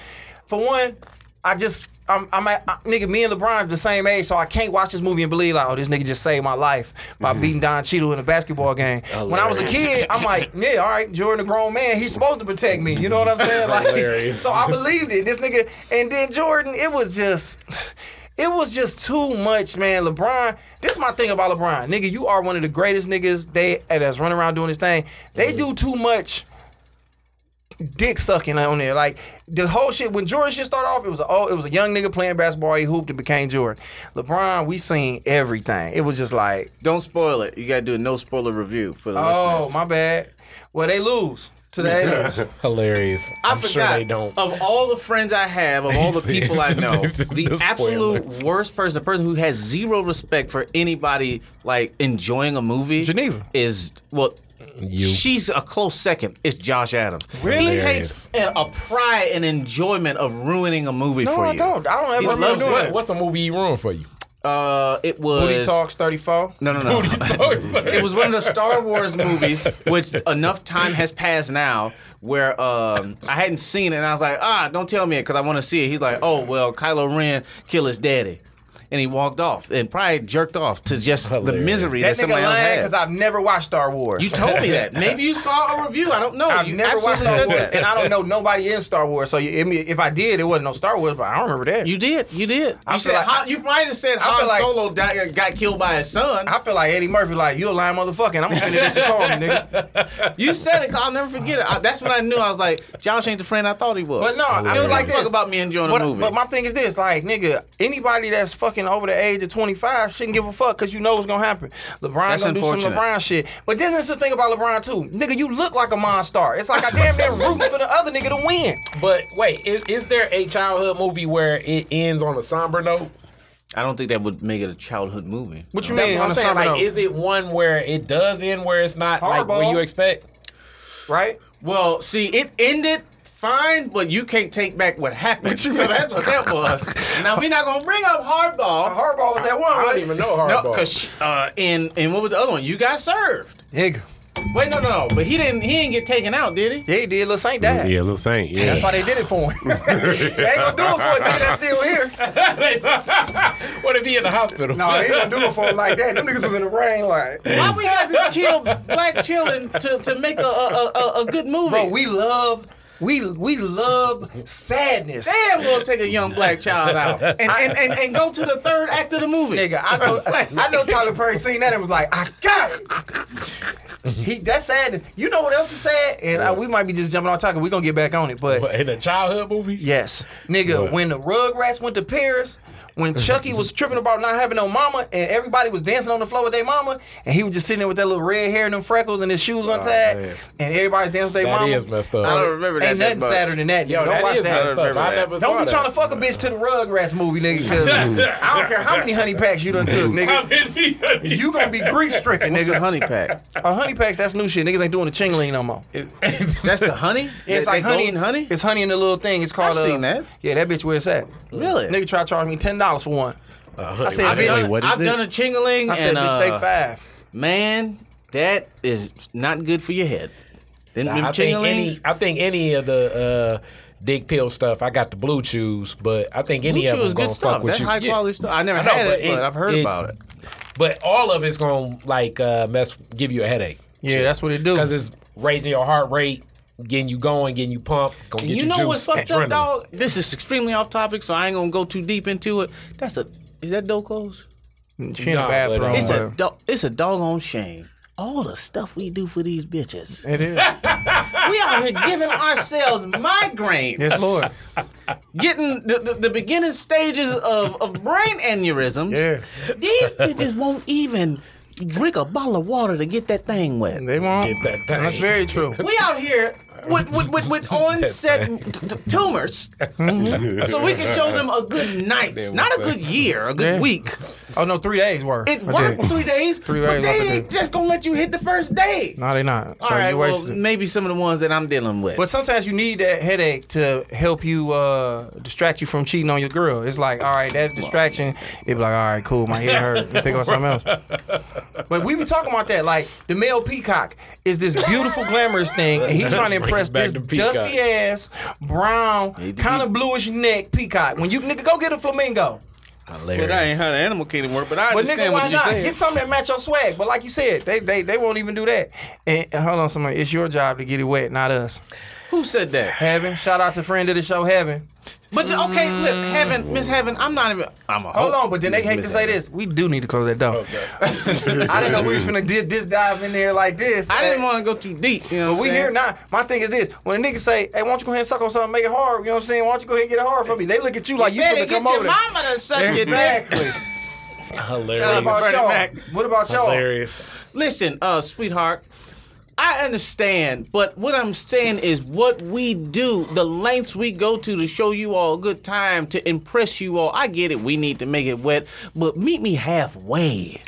Speaker 2: For one, I just, I'm, I'm, at, I- nigga, me and LeBron are the same age, so I can't watch this movie and believe, like, oh, this nigga just saved my life by beating Don Cheadle in a basketball game. When I was a kid, I'm like, yeah, all right, Jordan, a grown man, he's supposed to protect me. You know what I'm saying? Like,
Speaker 3: Hilarious.
Speaker 2: so I believed it. This nigga, and then Jordan, it was just, it was just too much, man. LeBron, this is my thing about LeBron, nigga. You are one of the greatest niggas they eh, that's running around doing this thing. They do too much dick sucking on there. Like the whole shit when Jordan shit started off, it was a oh, it was a young nigga playing basketball. He hooped and became Jordan. LeBron, we seen everything. It was just like,
Speaker 5: Don't spoil it. You gotta do a no spoiler review for the
Speaker 2: oh
Speaker 5: listeners.
Speaker 2: my bad. Well, they lose to the haters.
Speaker 3: Hilarious.
Speaker 5: I
Speaker 3: I'm sure
Speaker 5: forgot.
Speaker 3: they don't.
Speaker 2: Oh,
Speaker 5: Of all the friends I have, of all the people I know, the
Speaker 4: The
Speaker 5: absolute
Speaker 4: spoilers.
Speaker 5: worst person, the person who has zero respect for anybody like enjoying a movie,
Speaker 2: Geneva.
Speaker 5: is well. She's a close second. It's Josh Adams. Really he
Speaker 4: Hilarious.
Speaker 5: takes a, a pride and enjoyment of ruining a movie
Speaker 2: no,
Speaker 5: for you.
Speaker 2: I don't. I don't ever.
Speaker 5: He
Speaker 3: What's,
Speaker 2: see
Speaker 5: loves
Speaker 2: him
Speaker 3: a,
Speaker 2: doing
Speaker 5: it.
Speaker 2: that.
Speaker 3: what, what's a movie you ruined for you?
Speaker 5: Uh, it was
Speaker 2: Booty Talks 34.
Speaker 5: No, no, no. it was one of the Star Wars movies, which enough time has passed now where um, I hadn't seen it, and I was like, ah, don't tell me it because I want to see it. He's like, oh, well, Kylo Ren killed his daddy. And he walked off and probably jerked off to just the
Speaker 3: Hilarious.
Speaker 5: misery
Speaker 2: That
Speaker 5: that,
Speaker 2: nigga
Speaker 5: somebody else
Speaker 2: lying
Speaker 5: had.
Speaker 2: because I've never watched Star Wars.
Speaker 5: you told me that. Maybe you saw a review. I don't know.
Speaker 2: I've
Speaker 5: Oh, You
Speaker 2: never watched
Speaker 5: absolutely
Speaker 2: Star
Speaker 5: said
Speaker 2: Wars,
Speaker 5: that.
Speaker 2: and I don't know nobody in Star Wars. So you, I mean, if I did, it wasn't no Star Wars, but I don't remember that.
Speaker 5: You did. You did. You
Speaker 2: I feel
Speaker 5: said
Speaker 2: like-
Speaker 5: Han- you might have said
Speaker 2: feel
Speaker 5: Han
Speaker 2: like-
Speaker 5: Solo died, got killed by his son.
Speaker 2: I feel like Eddie Murphy, like you a lying motherfucker. And I'm gonna send it at your car, nigga.
Speaker 5: you said it. 'cause I'll never forget it. I, that's when I knew. I was like, Josh ain't the friend I thought he was.
Speaker 2: But no, I feel like
Speaker 5: Talk
Speaker 2: this.
Speaker 5: about me enjoying a
Speaker 2: But,
Speaker 5: movie.
Speaker 2: but my thing is this, like nigga, anybody that's fucking over the age of 25 shouldn't give a fuck because you know what's gonna happen. LeBron
Speaker 5: That's
Speaker 2: gonna do some
Speaker 5: unfortunate.
Speaker 2: LeBron shit. But then there's the thing about LeBron too, nigga. You look like a monster. It's like I damn near rooting for the other nigga to win.
Speaker 3: But wait, is, is there a childhood movie where it ends on a somber note?
Speaker 5: I don't think that would make it a childhood movie.
Speaker 2: What you
Speaker 3: That's
Speaker 2: mean?
Speaker 3: what
Speaker 2: on
Speaker 3: I'm
Speaker 2: a
Speaker 3: saying.
Speaker 2: summer
Speaker 3: Like,
Speaker 2: note,
Speaker 3: is it one where it does end where it's not like
Speaker 2: Hardball.
Speaker 3: what you expect?
Speaker 2: right?
Speaker 5: Well, see, it ended fine, but you can't take back what happened. so that's what that was. now we're not gonna bring up Hardball.
Speaker 2: Hardball was that one.
Speaker 3: I
Speaker 2: right?
Speaker 3: don't even know
Speaker 5: No,
Speaker 3: Hardball.
Speaker 5: because uh, and and what was the other one? You got served.
Speaker 2: Nigga.
Speaker 5: Wait, no, no, no. But he didn't. He didn't get taken out, did he?
Speaker 2: Yeah, he did. Lil Saint died.
Speaker 4: Yeah, Lil Saint.
Speaker 2: That's
Speaker 4: Yeah.
Speaker 2: why they did it for him. they ain't gonna do it for a nigga that's still here.
Speaker 3: what if he in the hospital?
Speaker 2: No, they ain't gonna do it for him like that. Them niggas was in the rain like.
Speaker 5: Why we got to kill black children to, to make a a, a- a, a good movie?
Speaker 2: Bro, we love, we we love sadness.
Speaker 5: damn well take a young black child out and and, and, and go to the third act of the movie.
Speaker 2: Nigga, I know, I know Tyler Perry seen that and was like, I got it. He that's sadness. You know what else is sad? And uh we might be just jumping on talking. We gonna get back on it, but
Speaker 3: But in a childhood movie?
Speaker 2: Yes, nigga.
Speaker 4: What?
Speaker 2: When the Rugrats went to Paris, when Chucky was tripping about not having no mama, and everybody was dancing on the floor with their mama, and he was just sitting there with that little red hair and them freckles and his shoes untied,
Speaker 3: Oh, man.
Speaker 2: and everybody's dancing with their
Speaker 3: That
Speaker 2: mama.
Speaker 3: is messed up.
Speaker 5: I don't remember that
Speaker 2: Ain't
Speaker 5: that
Speaker 2: nothing
Speaker 5: much.
Speaker 2: sadder than that. Nigga. don't watch that.
Speaker 3: messed up. I
Speaker 5: that.
Speaker 3: never
Speaker 2: Don't be
Speaker 3: saw
Speaker 2: trying to
Speaker 3: that.
Speaker 2: fuck a bitch to the Rugrats movie, nigga. 'cause I don't care how many honey packs you done took, nigga. You gonna be grief stricken,
Speaker 5: What's the
Speaker 2: nigga.
Speaker 5: honey pack?
Speaker 2: Uh, honey packs, that's new shit. Niggas ain't doing the chingling no more.
Speaker 5: That's the honey.
Speaker 2: It's
Speaker 5: That-
Speaker 2: like
Speaker 5: that
Speaker 2: honey
Speaker 5: golden honey.
Speaker 2: It's honey in the little thing. It's called.
Speaker 5: I've
Speaker 2: uh,
Speaker 5: seen that.
Speaker 2: Yeah, that bitch where it's at.
Speaker 5: Really?
Speaker 2: Nigga try to charge me ten dollars for one. I said,
Speaker 5: I've
Speaker 2: bitch.
Speaker 5: done,
Speaker 4: what is
Speaker 5: I've
Speaker 4: it?
Speaker 5: done a chingaling,
Speaker 2: I said,
Speaker 5: and
Speaker 2: bitch,
Speaker 5: uh,
Speaker 2: they five.
Speaker 5: man, that is not good for your head. Then them
Speaker 3: I think any
Speaker 5: chingalings.
Speaker 3: I think any of the uh dick pill stuff, I got the blue chews, but I think any
Speaker 5: Blue
Speaker 3: of
Speaker 5: Chew
Speaker 3: them
Speaker 5: is
Speaker 3: gonna
Speaker 5: good
Speaker 3: fuck
Speaker 5: stuff.
Speaker 3: with
Speaker 5: That's
Speaker 3: you.
Speaker 5: high
Speaker 3: Yeah.
Speaker 5: quality stuff. I never
Speaker 3: I know,
Speaker 5: had
Speaker 3: but
Speaker 5: it, but
Speaker 3: it-
Speaker 5: I've heard
Speaker 3: it-
Speaker 5: about it.
Speaker 3: But all of it's gonna like uh mess give you a headache.
Speaker 2: Yeah, that's what it do.
Speaker 3: Because it's raising your heart rate, getting you going, getting you pumped, gonna get
Speaker 5: you
Speaker 3: you
Speaker 5: know
Speaker 3: juice,
Speaker 5: what's fucked up,
Speaker 3: adrenaline.
Speaker 5: dog? This is extremely off topic, so I ain't gonna go too deep into it. That's a is that door closed?
Speaker 2: she in the
Speaker 3: Nah,
Speaker 2: bathroom.
Speaker 3: but, uh,
Speaker 5: It's a
Speaker 2: but-
Speaker 5: do- it's a doggone shame. All the stuff we do for these bitches.
Speaker 2: It is.
Speaker 5: We out here giving ourselves migraines.
Speaker 2: Yes, Lord.
Speaker 5: getting the, the, the beginning stages of, of brain aneurysms.
Speaker 2: Yeah.
Speaker 5: These bitches won't even drink a bottle of water to get that thing wet.
Speaker 2: They won't.
Speaker 3: Get that thing.
Speaker 2: That's very true.
Speaker 5: We out here with, with, with, with onset t- t-
Speaker 2: Mm-hmm.
Speaker 5: tumors so we can show them a good night, not a good year, a good
Speaker 2: Yeah.
Speaker 5: week.
Speaker 2: Oh no, three days worth.
Speaker 5: It
Speaker 2: I
Speaker 5: worked
Speaker 2: did.
Speaker 5: three days,
Speaker 2: Three
Speaker 5: but
Speaker 2: days
Speaker 5: they
Speaker 2: out the
Speaker 5: ain't
Speaker 2: day.
Speaker 5: just gonna let you hit the first day.
Speaker 2: No, they not. So
Speaker 5: All right,
Speaker 2: you
Speaker 5: well,
Speaker 2: wasted. it.
Speaker 5: maybe some of the ones that I'm dealing with.
Speaker 2: But sometimes you need that headache to help you uh, distract you from cheating on your girl. It's like, all right, that distraction. It be like, all right, cool, my head hurt. You think about something else. But we be talking about that. Like the male peacock is this beautiful, glamorous thing, and he's trying to
Speaker 3: Bring
Speaker 2: impress
Speaker 3: it back
Speaker 2: this
Speaker 3: to peacock.
Speaker 2: dusty ass, brown,
Speaker 5: to
Speaker 2: kind of bluish neck peacock. When you nigga go get a flamingo.
Speaker 3: Hilarious.
Speaker 5: That ain't how the animal kingdom work. But I
Speaker 2: But
Speaker 5: understand
Speaker 2: nigga, why
Speaker 5: what you're
Speaker 2: not?
Speaker 5: saying.
Speaker 2: Get something that match your swag. But like you said, they they, they won't even do that. And, and hold on, somebody, it's your job to get it wet, not us.
Speaker 5: Who said that?
Speaker 2: Heaven, shout out to friend of the show, Heaven.
Speaker 5: But the- okay, look, heaven, Miss Heaven, I'm not even. I'm a
Speaker 2: Hold
Speaker 5: hoe.
Speaker 2: on, but then they hate to say this. We do need to close that door. I didn't know we was finna dip this dive in there like this.
Speaker 5: I didn't
Speaker 2: Hey,
Speaker 5: want to go too deep. You know,
Speaker 2: But
Speaker 5: what
Speaker 2: we
Speaker 5: I'm saying?
Speaker 2: here now. My thing is this: when a nigga say, "Hey, why don't you go ahead and suck on something, make it hard?" You know what I'm saying? Why don't you go ahead and get it hard for me? They look at you like you
Speaker 5: Better
Speaker 2: supposed to
Speaker 5: get your
Speaker 2: come over. there.
Speaker 5: mama to suck your dick.
Speaker 2: Exactly. what
Speaker 3: Hilarious.
Speaker 2: about
Speaker 5: Mac.
Speaker 2: y'all? What about y'all?
Speaker 3: Hilarious.
Speaker 5: Listen, uh, sweetheart, I understand, but what I'm saying is what we do, the lengths we go to to show you all a good time, to impress you all. I get it, we need to make it wet, but meet me halfway.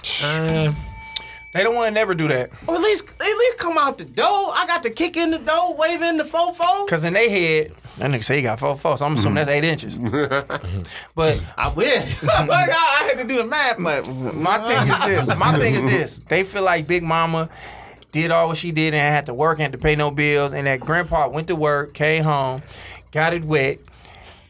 Speaker 2: They don't want to never do that
Speaker 5: Or at least at least come out the door. I got to kick in the door, wave in the fofo.
Speaker 2: because in their head, that nigga say he got four four. So I'm assuming that's eight inches. but
Speaker 5: I wish. Like, I, I had to do the math, but Uh,
Speaker 2: My thing is this. My thing is this. They feel like Big Mama did all what she did and had to work and had to pay no bills, and that Grandpa went to work, came home, got it wet.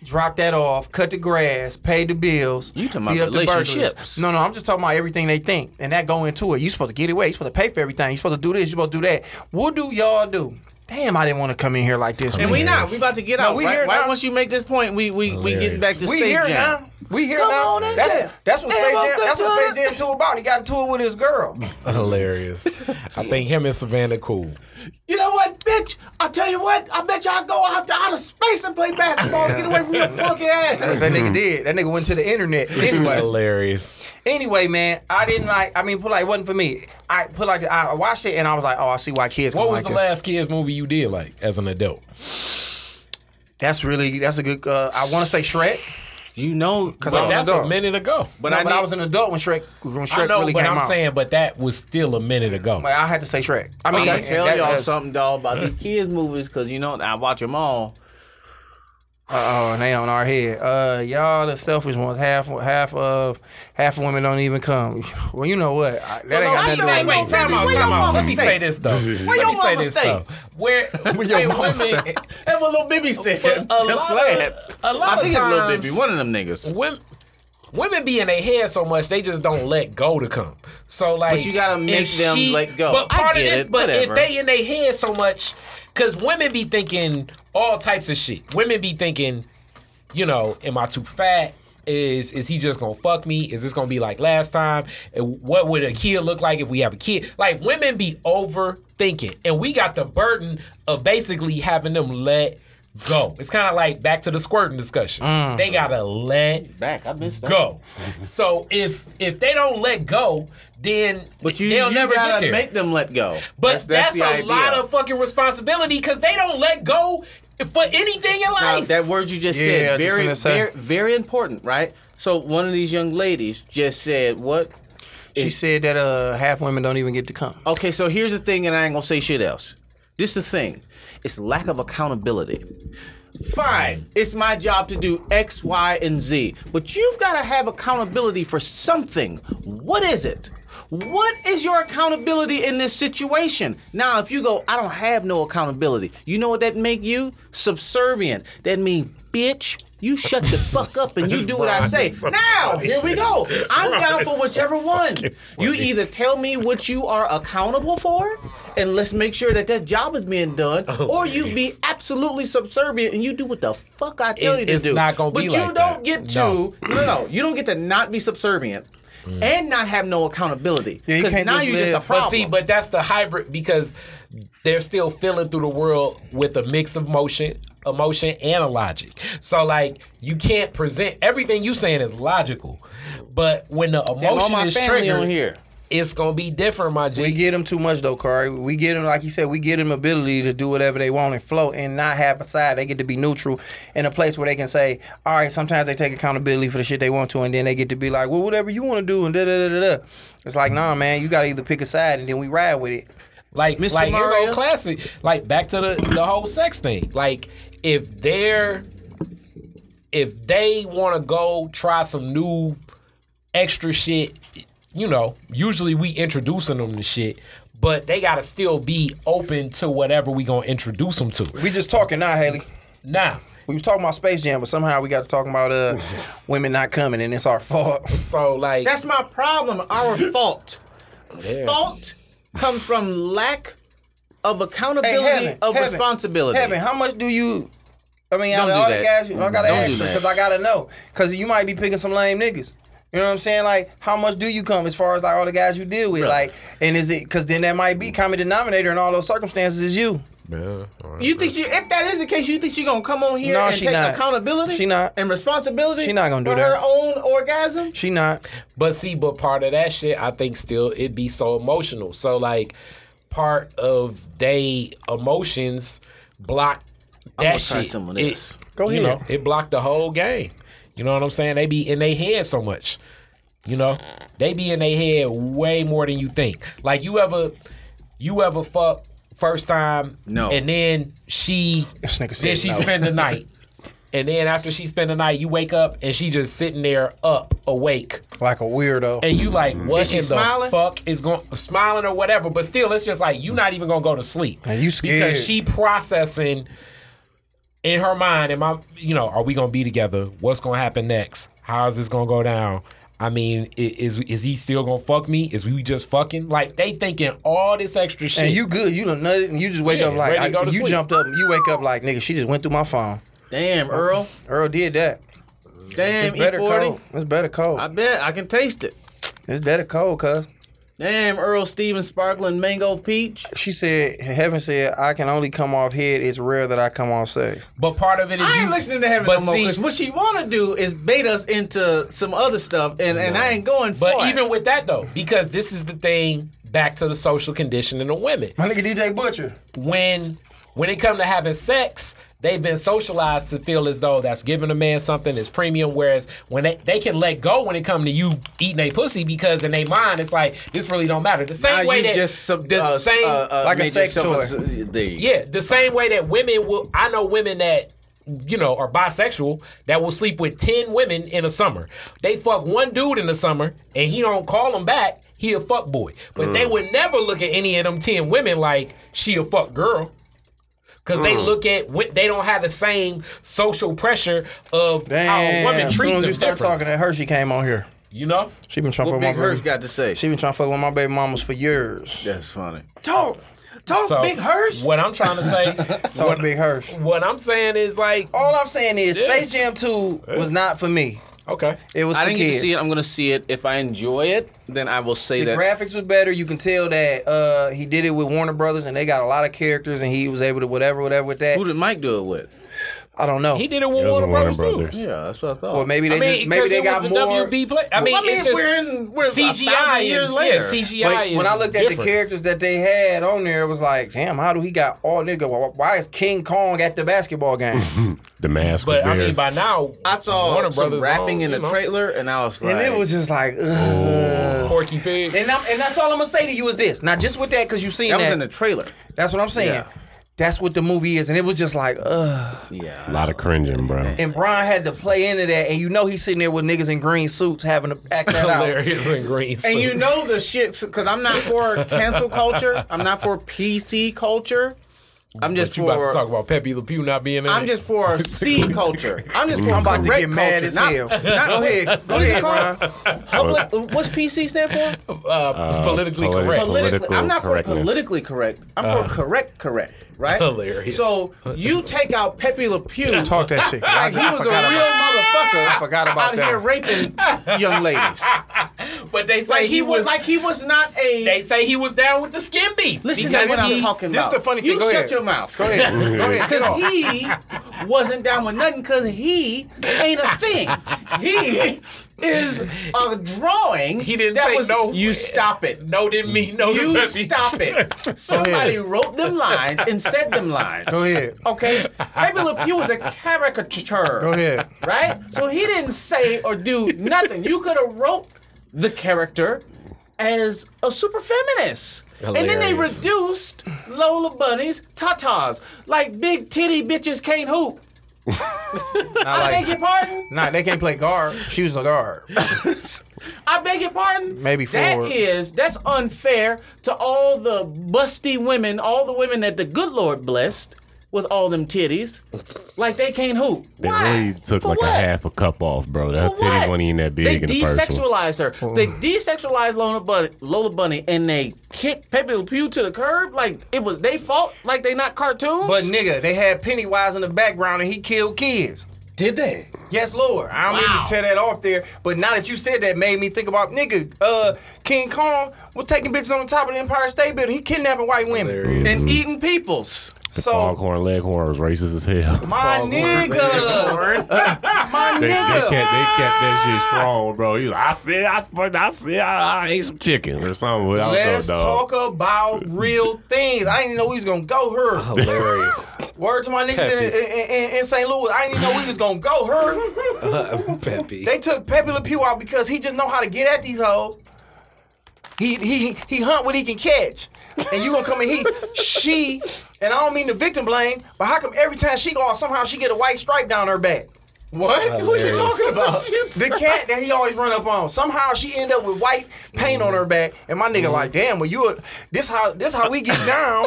Speaker 2: dropped that off, cut the grass, paid the bills.
Speaker 5: You talking about
Speaker 2: beat up the burglars.
Speaker 5: relationships.
Speaker 2: No, no, I'm just talking about everything they think, and that go into it. You supposed to get away. You supposed to pay for everything. You supposed to do this. You supposed to do that. What do y'all do? Damn, I didn't want to come in here like this.
Speaker 5: and
Speaker 2: man.
Speaker 5: we not. We about to get
Speaker 2: No,
Speaker 5: out.
Speaker 2: we
Speaker 5: right,
Speaker 2: here
Speaker 5: right
Speaker 2: now.
Speaker 5: once you make this point, we we we getting back to
Speaker 2: We
Speaker 5: Space
Speaker 2: here
Speaker 5: Jam.
Speaker 2: now. We here
Speaker 5: Come
Speaker 2: now.
Speaker 5: on in
Speaker 2: that's
Speaker 5: there.
Speaker 2: that's what
Speaker 5: Hey,
Speaker 2: Space Jam.
Speaker 5: welcome
Speaker 2: That's
Speaker 5: to
Speaker 2: what Space Jam two about. He got into it with his girl.
Speaker 3: Hilarious. I think him and Savannah cool.
Speaker 5: You know what, bitch? I tell you what. I bet y'all go out to outer space and play basketball to get away from your fucking
Speaker 2: That's
Speaker 5: ass.
Speaker 2: what that nigga did. That nigga went to the internet. Anyway,
Speaker 3: Hilarious.
Speaker 2: anyway, man, I didn't like. I mean, put like it wasn't for me. I put like I watched it and I was like, oh, I see why kids.
Speaker 3: What
Speaker 2: gonna
Speaker 3: was
Speaker 2: like
Speaker 3: the
Speaker 2: this.
Speaker 3: last kids movie you did like as an adult?
Speaker 2: That's really that's a good. Uh, I want to say Shrek
Speaker 5: You know,
Speaker 2: because
Speaker 3: But
Speaker 2: I'm an
Speaker 3: that's a
Speaker 2: adult.
Speaker 3: minute ago.
Speaker 2: but, I, but I was an adult when Shrek when Shrek
Speaker 3: I know,
Speaker 2: really
Speaker 3: but
Speaker 2: came
Speaker 3: I'm
Speaker 2: out.
Speaker 3: saying, but that was still a minute ago.
Speaker 2: But I had to say Shrek. I mean,
Speaker 5: I'm gonna tell
Speaker 2: that-
Speaker 5: y'all
Speaker 2: that's-
Speaker 5: something, dog, about these kids movies because you know I watch them all.
Speaker 2: Uh-oh, and oh, they on our head. Uh, y'all the selfish ones. Half, half of, half of women don't even come. Well, you know what? I, that ain't got
Speaker 3: Wait,
Speaker 2: nothing to do
Speaker 3: wait,
Speaker 2: with
Speaker 3: wait,
Speaker 2: it.
Speaker 3: time out,
Speaker 5: Where your
Speaker 3: time out.
Speaker 5: mama
Speaker 3: Let me
Speaker 5: stay?
Speaker 3: say this though. Let me
Speaker 5: your
Speaker 3: say
Speaker 5: mama
Speaker 3: this
Speaker 5: stay?
Speaker 3: though. Where, where women, eh,
Speaker 5: That's what little Bibby said.
Speaker 3: But a
Speaker 5: to
Speaker 3: lot
Speaker 5: Vlad.
Speaker 3: of- a lot
Speaker 5: I think
Speaker 3: of
Speaker 5: it's little
Speaker 3: times-
Speaker 5: Bibby, one of them niggas.
Speaker 3: women, women be in their head so much they just don't let go to come. So like,
Speaker 5: But you gotta make
Speaker 3: if
Speaker 5: them let go.
Speaker 3: But
Speaker 5: I
Speaker 3: part of
Speaker 5: get
Speaker 3: this,
Speaker 5: it,
Speaker 3: but
Speaker 5: whatever.
Speaker 3: if they in their head so much, because women be thinking all types of shit. Women be thinking, you know, am I too fat? Is is he just gonna fuck me? Is this gonna be like last time? And what would a kid look like if we have a kid? Like women be overthinking, and we got the burden of basically having them let go. It's kind of like back to the squirting discussion.
Speaker 5: Mm.
Speaker 3: They gotta let
Speaker 5: Back, I missed that.
Speaker 3: go. So if if they don't let go, then
Speaker 5: But you,
Speaker 3: they'll
Speaker 5: you
Speaker 3: never
Speaker 5: gotta
Speaker 3: get there.
Speaker 5: make them let go.
Speaker 3: but that's,
Speaker 5: the
Speaker 3: a
Speaker 5: idea.
Speaker 3: lot of fucking responsibility because they don't let go for anything in
Speaker 5: Now,
Speaker 3: life.
Speaker 5: that word you just
Speaker 2: Yeah, I
Speaker 5: said
Speaker 2: was
Speaker 5: very,
Speaker 2: finna say.
Speaker 5: very, very important, right? So one of these young ladies just said, "What
Speaker 2: She said that uh, half women don't even get to come.
Speaker 5: Okay, so here's the thing, and I ain't gonna say shit else. This is the thing. It's lack of accountability. Fine, it's my job to do X, Y, and Z, but you've got to have accountability for something. What is it? What is your accountability in this situation? Now, if you go, I don't have no accountability. You know what that make you? Subservient. That means, bitch, you shut the fuck up and you do what I say. Now, here we go. I'm down for whichever one. You either tell me what you are accountable for, and let's make sure that that job is being done,
Speaker 3: Oh,
Speaker 5: or you be absolutely subservient and you do what the fuck I tell
Speaker 3: It-
Speaker 5: you to
Speaker 3: it's
Speaker 5: do.
Speaker 3: not gonna
Speaker 5: but
Speaker 3: be
Speaker 5: you
Speaker 3: like that.
Speaker 5: don't get to
Speaker 3: No. Mm.
Speaker 5: no. no you don't get to not be subservient and not have no accountability
Speaker 2: you
Speaker 5: because
Speaker 2: can't
Speaker 5: now
Speaker 2: just
Speaker 5: you're just a
Speaker 2: live-
Speaker 5: problem.
Speaker 3: But see, but that's the hybrid because they're still feeling through the world with a mix of motion, emotion, and a logic. So like you can't present everything you saying is logical, but when the
Speaker 5: Damn, all
Speaker 3: emotion
Speaker 5: my
Speaker 3: is
Speaker 5: family
Speaker 3: triggered,
Speaker 5: on here.
Speaker 3: it's gonna be different, my G.
Speaker 2: We get him too much though, Kari. We get him, like he said, we get him ability to do whatever they want and float and not have a side. They get to be neutral in a place where they can say, all right, sometimes they take accountability for the shit they want to, and then they get to be like, well, whatever you want to do, and da da da da. da. It's like, nah, man, you gotta either pick a side and then we ride with it.
Speaker 3: Like
Speaker 5: Miss
Speaker 3: like
Speaker 5: Samaria?
Speaker 3: here go classic. Like back to the the whole sex thing. Like if they're if they want to go try some new extra shit, you know, usually we introducing them to shit, but they gotta still be open to whatever we gonna introduce them to.
Speaker 2: We just talking now, Haley.
Speaker 3: Now,
Speaker 2: We was talking about Space Jam, but somehow we got to talking about uh, women not coming, and it's our fault.
Speaker 3: so like
Speaker 5: That's my problem. Our fault. Fault comes from lack of accountability of responsibility.
Speaker 2: Heaven, how much do you? I mean, out
Speaker 5: Don't
Speaker 2: of
Speaker 5: do
Speaker 2: all
Speaker 5: that.
Speaker 2: the guys, I gotta
Speaker 5: Don't
Speaker 2: ask
Speaker 5: do that.
Speaker 2: because I gotta know because you might be picking some lame niggas. You know what I'm saying? Like, how much do you come as far as like all the guys you deal with? Like, and is it because then that might be common denominator in all those circumstances is you.
Speaker 5: You think she? If that is the case, you think she gonna come on here
Speaker 2: No,
Speaker 5: and
Speaker 2: she
Speaker 5: take
Speaker 2: not.
Speaker 5: accountability?
Speaker 2: She not.
Speaker 5: and responsibility.
Speaker 2: She not gonna do
Speaker 5: for
Speaker 2: that.
Speaker 5: Her own orgasm.
Speaker 2: She not.
Speaker 3: But see, but part of that shit, I think still it be so emotional. So like part of they emotions block that
Speaker 5: gonna try
Speaker 3: shit.
Speaker 5: some of
Speaker 3: It-
Speaker 5: this.
Speaker 2: Go
Speaker 3: you
Speaker 2: ahead.
Speaker 3: know, it blocked the whole game. You know what I'm saying? They be in their head so much. You know? They be in their head way more than you think. Like you ever you ever fuck first time
Speaker 5: No.
Speaker 3: and then she
Speaker 2: This nigga
Speaker 3: then
Speaker 2: said
Speaker 3: she
Speaker 2: no.
Speaker 3: spend the night. And then after she spend the night, you wake up and she just sitting there up, awake
Speaker 2: Like a weirdo.
Speaker 3: and you like what
Speaker 5: Mm-hmm. she
Speaker 3: in
Speaker 5: smiling?
Speaker 3: the fuck is going smiling or whatever but still it's just like you not even gonna go to sleep
Speaker 2: And you scared.
Speaker 3: because she processing in her mind am i you know are we gonna be together what's gonna happen next how is this gonna go down i mean i- is is he still gonna fuck me is we just fucking like they thinking all this extra shit
Speaker 2: and you good, you done nutted, and you just wake
Speaker 3: Yeah,
Speaker 2: up like
Speaker 3: ready to go
Speaker 2: I-
Speaker 3: to
Speaker 2: you
Speaker 3: sleep.
Speaker 2: jumped up, and you wake up like nigga. She just went through my phone.
Speaker 5: Damn, Earl.
Speaker 2: Earl did that.
Speaker 5: Damn,
Speaker 2: It's better
Speaker 5: E40.
Speaker 2: cold. It's better cold.
Speaker 5: I bet I can taste it.
Speaker 2: It's better cold, cuz.
Speaker 5: Damn, Earl Steven sparkling mango peach.
Speaker 2: She said, Heaven said, I can only come off head. It's rare that I come off sex.
Speaker 3: but part of it is
Speaker 5: I
Speaker 3: you
Speaker 5: ain't listening to heaven
Speaker 3: but
Speaker 5: no more.
Speaker 3: see-
Speaker 5: 'cause what she wanna do is bait us into some other stuff, and, and I ain't going for
Speaker 3: but
Speaker 5: it.
Speaker 3: even with that though because this is the thing back to the social conditioning of women
Speaker 2: My nigga DJ Butcher.
Speaker 3: when when it comes to having sex, they've been socialized to feel as though that's giving a man something is premium. Whereas when they, they can let go when it comes to you eating a pussy because in their mind it's like this really don't matter. The same
Speaker 5: Now
Speaker 3: way
Speaker 5: you
Speaker 3: that
Speaker 5: just sub-
Speaker 3: the
Speaker 5: uh,
Speaker 3: same
Speaker 5: uh, uh,
Speaker 2: Like a
Speaker 5: made
Speaker 2: sex
Speaker 5: yourself
Speaker 2: toy.
Speaker 5: s- there you go.
Speaker 3: yeah the same way that women will. I know women that you know are bisexual that will sleep with ten women in a summer. They fuck one dude in the summer and he don't call them back. He a fuck boy, but they
Speaker 2: Mm.
Speaker 3: would never look at any of them ten women like she a fuck girl. Cause
Speaker 2: Mm.
Speaker 3: they look at what they don't have the same social pressure of
Speaker 2: Damn.
Speaker 5: Oh,
Speaker 3: how a woman
Speaker 2: as soon
Speaker 3: treats
Speaker 2: as
Speaker 3: them
Speaker 2: you start
Speaker 3: different.
Speaker 2: talking to her, she came on here.
Speaker 3: you know,
Speaker 2: She been trying to fuck
Speaker 5: What
Speaker 2: my
Speaker 5: Big
Speaker 2: baby.
Speaker 5: Hirsch got to say?
Speaker 2: She been trying to fuck with my baby mamas for years.
Speaker 5: That's funny. Talk, talk,
Speaker 3: so
Speaker 5: Big Hirsch.
Speaker 3: what I'm trying to say,
Speaker 2: Oh, Talk
Speaker 3: what,
Speaker 2: Big Hirsch.
Speaker 3: what I'm saying is like,
Speaker 2: All I'm saying is Space Jam 2 was not for me.
Speaker 3: okay,
Speaker 2: It was
Speaker 5: I
Speaker 2: for
Speaker 5: didn't
Speaker 2: kids.
Speaker 5: get to see it. I'm gonna see it. If I enjoy it, then I will say
Speaker 2: The
Speaker 5: that.
Speaker 2: graphics was better. You can tell that uh, he did it with Warner Brothers, and they got a lot of characters, and he was able to whatever, whatever with that.
Speaker 5: Who did Mike do it with?
Speaker 2: I don't know.
Speaker 3: he did it with
Speaker 4: It was
Speaker 3: Warner
Speaker 4: on Warner
Speaker 3: Brothers,
Speaker 4: Brothers.
Speaker 3: too.
Speaker 5: Yeah, that's what I thought.
Speaker 2: Or maybe they
Speaker 3: I mean,
Speaker 2: just maybe they got
Speaker 3: was
Speaker 2: more.
Speaker 3: more WB play. I mean,
Speaker 5: I mean,
Speaker 3: it's just
Speaker 5: we're in we're a
Speaker 3: CGI
Speaker 5: thousand years
Speaker 3: is
Speaker 5: later.
Speaker 3: yeah, CGI
Speaker 2: But
Speaker 3: is
Speaker 2: when I looked at
Speaker 3: different.
Speaker 2: the characters that they had on there, it was like, damn, how do he got all nigga? wh- Why is King Kong at the basketball game?
Speaker 4: The mask was
Speaker 3: but I
Speaker 4: there.
Speaker 3: mean, by now
Speaker 5: I saw
Speaker 3: Warner
Speaker 5: some
Speaker 3: Brothers
Speaker 5: rapping
Speaker 3: on,
Speaker 5: in the
Speaker 3: you know,
Speaker 5: trailer, and I was like,
Speaker 2: and it was just like,
Speaker 5: Oh.
Speaker 2: ugh.
Speaker 3: Porky Pig.
Speaker 2: And, I'm, and that's all I'm gonna say to you is this. Not just with that, cause you seen
Speaker 5: that
Speaker 2: that.
Speaker 5: was in the trailer.
Speaker 2: that's what I'm saying.
Speaker 5: Yeah.
Speaker 2: That's what the movie is, and it was just like, ugh.
Speaker 4: a
Speaker 5: Yeah,
Speaker 4: lot of cringing, bro.
Speaker 2: And Brian had to play into that, and you know he's sitting there with niggas in green suits having to act that out.
Speaker 3: hilarious and green.
Speaker 5: and you
Speaker 3: suit.
Speaker 5: know the shit because I'm not for cancel culture. I'm not for PC culture. I'm just
Speaker 3: But you about to talk
Speaker 5: for.
Speaker 3: about Pepe Le Pew not being in
Speaker 5: I'm
Speaker 3: it.
Speaker 5: just for C culture. I'm just for
Speaker 2: I'm about to
Speaker 5: correct
Speaker 2: get mad
Speaker 5: culture,
Speaker 2: as
Speaker 5: not-
Speaker 2: hell.
Speaker 5: not-
Speaker 2: go ahead, go
Speaker 5: What is
Speaker 2: ahead,
Speaker 5: it called?
Speaker 2: Brian.
Speaker 5: Public, what's PC stand for?
Speaker 3: uh, politically
Speaker 4: politi-
Speaker 3: correct.
Speaker 4: Polit-
Speaker 5: politically.
Speaker 4: Political
Speaker 5: I'm not for
Speaker 4: correctness.
Speaker 5: politically correct. I'm
Speaker 2: Uh.
Speaker 5: for correct, correct, right?
Speaker 3: Hilarious.
Speaker 5: So you take out Pepe Le Pew.
Speaker 2: Talk that shit.
Speaker 5: Like he was a real motherfucker. I
Speaker 2: forgot about
Speaker 5: out
Speaker 2: that.
Speaker 5: here raping young ladies.
Speaker 3: but they say
Speaker 5: Like he was, like he was not a.
Speaker 3: They say he was down with the skin beef.
Speaker 5: listen to
Speaker 3: because
Speaker 5: what
Speaker 3: he-
Speaker 5: I'm talking
Speaker 2: This
Speaker 5: about.
Speaker 2: the funny
Speaker 5: You
Speaker 2: thing. Go
Speaker 5: shut
Speaker 2: ahead.
Speaker 5: your mouth.
Speaker 2: Go ahead. Go ahead. Get
Speaker 5: Because
Speaker 2: off.
Speaker 5: he wasn't down with nothing because he ain't a thing. He is a drawing.
Speaker 3: He didn't
Speaker 5: that
Speaker 3: take
Speaker 5: was
Speaker 3: no-
Speaker 5: You stop it.
Speaker 3: No, didn't mean no. to
Speaker 5: You
Speaker 3: nothing.
Speaker 5: stop it. Somebody wrote them lines and said them lines.
Speaker 2: Go ahead.
Speaker 5: Okay? Baby Le Pew was a caricature.
Speaker 2: Go ahead.
Speaker 5: Right? So he didn't say or do nothing. You could have wrote the character as a super feminist. And then they
Speaker 3: Hilarious.
Speaker 5: reduced Lola Bunny's tatas. Like big titty bitches can't hoop.
Speaker 2: Not
Speaker 5: I
Speaker 2: like-
Speaker 5: beg your pardon.
Speaker 2: Nah, they can't play guard. She was a guard.
Speaker 5: I beg your pardon.
Speaker 2: Maybe
Speaker 5: That
Speaker 2: forward.
Speaker 5: is that's unfair to all the busty women, all the women that the good Lord blessed with all them titties. Like they can't hoop.
Speaker 4: They
Speaker 5: Why?
Speaker 4: really took
Speaker 5: For
Speaker 4: like
Speaker 5: what?
Speaker 4: a half a cup off, bro. Her
Speaker 5: For
Speaker 4: titties
Speaker 5: what?
Speaker 4: wasn't even that big
Speaker 5: They
Speaker 4: in the first one. Mm.
Speaker 5: desexualized her. They desexualized Lola Bunny, Lola Bunny, and they kicked Pepe Le Pew to the curb. Like it was their fault. Like they not cartoons.
Speaker 2: But nigga, they had Pennywise in the background and he killed kids.
Speaker 5: did they?
Speaker 2: Yes, Lord. I don't mean to tear that off there, but now that you said that, made me think about nigga. Uh, King Kong was taking bitches on the top of the Empire State Building. He kidnapping white women and eating peoples. So
Speaker 4: Foghorn Leghorn was racist as hell.
Speaker 2: my nigga, my
Speaker 4: They, they kept, they kept
Speaker 2: nigga.
Speaker 4: that shit strong, bro. You, I said, I fucked, I said, I, I ate some chicken or something. I don't
Speaker 2: Let's
Speaker 4: know, dog.
Speaker 2: talk about real things. I didn't even know we was gonna go her.
Speaker 3: Hilarious.
Speaker 2: Word to my niggas in, in, in, in St. Louis. I didn't even know we was gonna go her.
Speaker 3: Uh, Peppy.
Speaker 2: They took Pepe Le Pew out because he just know how to get at these hoes. He he he hunt what he can catch. And you gonna come and he she and I don't mean the victim blame, but how come every time she go out somehow she get a white stripe down her back? What? What you talking about? the cat that he always run up on. Somehow she end up with white paint on her back, and my nigga like, damn, well you a, this how this how we get down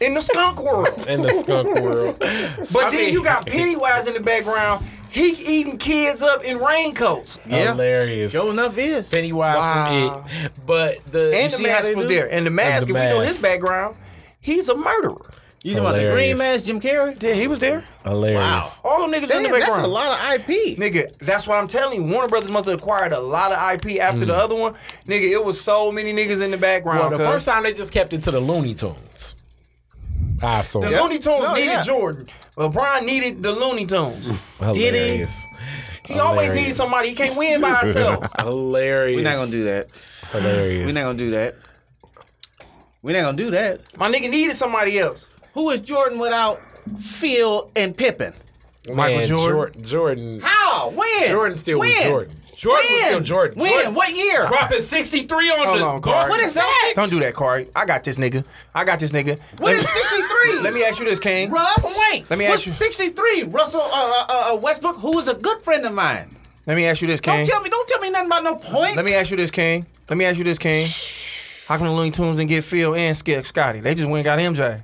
Speaker 2: in the skunk world.
Speaker 3: In the skunk world.
Speaker 2: But then you got Pennywise in the background. He eating kids up in raincoats.
Speaker 3: Hilarious.
Speaker 5: Sure enough is.
Speaker 3: Pennywise
Speaker 2: Wow.
Speaker 3: from it. But the you
Speaker 2: and the
Speaker 3: see how
Speaker 2: mask
Speaker 3: they
Speaker 2: was
Speaker 3: do?
Speaker 2: there. And the mask,
Speaker 3: the
Speaker 2: if you know his
Speaker 3: mask.
Speaker 2: background, he's a murderer.
Speaker 5: You talking about the green
Speaker 3: Hilarious.
Speaker 5: mask, Jim Carrey?
Speaker 2: Yeah, he was there.
Speaker 3: Hilarious.
Speaker 2: All them niggas in the
Speaker 5: Damn,
Speaker 2: background.
Speaker 5: that's a lot of IP.
Speaker 2: Nigga, that's what I'm telling you. Warner Brothers must have acquired a lot of IP after the other one. Nigga, it was so many niggas in the
Speaker 3: Well,
Speaker 2: background.
Speaker 3: the
Speaker 2: cuz.
Speaker 3: first time they just kept it to the Looney Tunes. I saw
Speaker 2: the
Speaker 3: it.
Speaker 2: Looney Tunes
Speaker 5: No,
Speaker 2: needed
Speaker 5: yeah.
Speaker 2: Jordan. LeBron needed the Looney Tunes.
Speaker 3: Hilarious.
Speaker 2: He always
Speaker 3: Hilarious.
Speaker 2: needs somebody. He can't win by himself.
Speaker 3: Hilarious.
Speaker 5: We're not gonna do that.
Speaker 3: Hilarious.
Speaker 5: We're not gonna do that. We're not gonna do that.
Speaker 2: My nigga needed somebody else.
Speaker 5: Who is Jordan without Phil and Pippen?
Speaker 2: Michael
Speaker 3: Man,
Speaker 2: Jordan.
Speaker 3: Jor- Jordan.
Speaker 5: How? When?
Speaker 3: Jordan still
Speaker 5: when?
Speaker 3: was Jordan. Jordan
Speaker 5: when?
Speaker 3: was still Jordan.
Speaker 5: When?
Speaker 3: Jordan.
Speaker 5: What year?
Speaker 3: Dropping 63 on
Speaker 2: Hold
Speaker 3: the
Speaker 2: on, Carl.
Speaker 3: Boston
Speaker 2: What
Speaker 5: is that?
Speaker 3: Celtics.
Speaker 2: Don't do that, Corey. I got this nigga. I got this nigga.
Speaker 5: When
Speaker 2: Let
Speaker 5: is
Speaker 2: me-
Speaker 5: 63?
Speaker 2: Let me ask you this, King.
Speaker 5: Russ?
Speaker 3: Wait.
Speaker 2: Let me
Speaker 5: was
Speaker 2: ask you-
Speaker 5: 63. Russell uh, uh, uh, Westbrook, who was a good friend of mine.
Speaker 2: Let me ask you this, King.
Speaker 5: Don't tell me, don't tell me nothing about no point.
Speaker 2: Let me ask you this, King. Let me ask you this, King. How come the Looney Tunes didn't get Phil and Sk- Scotty? They just went and got MJ.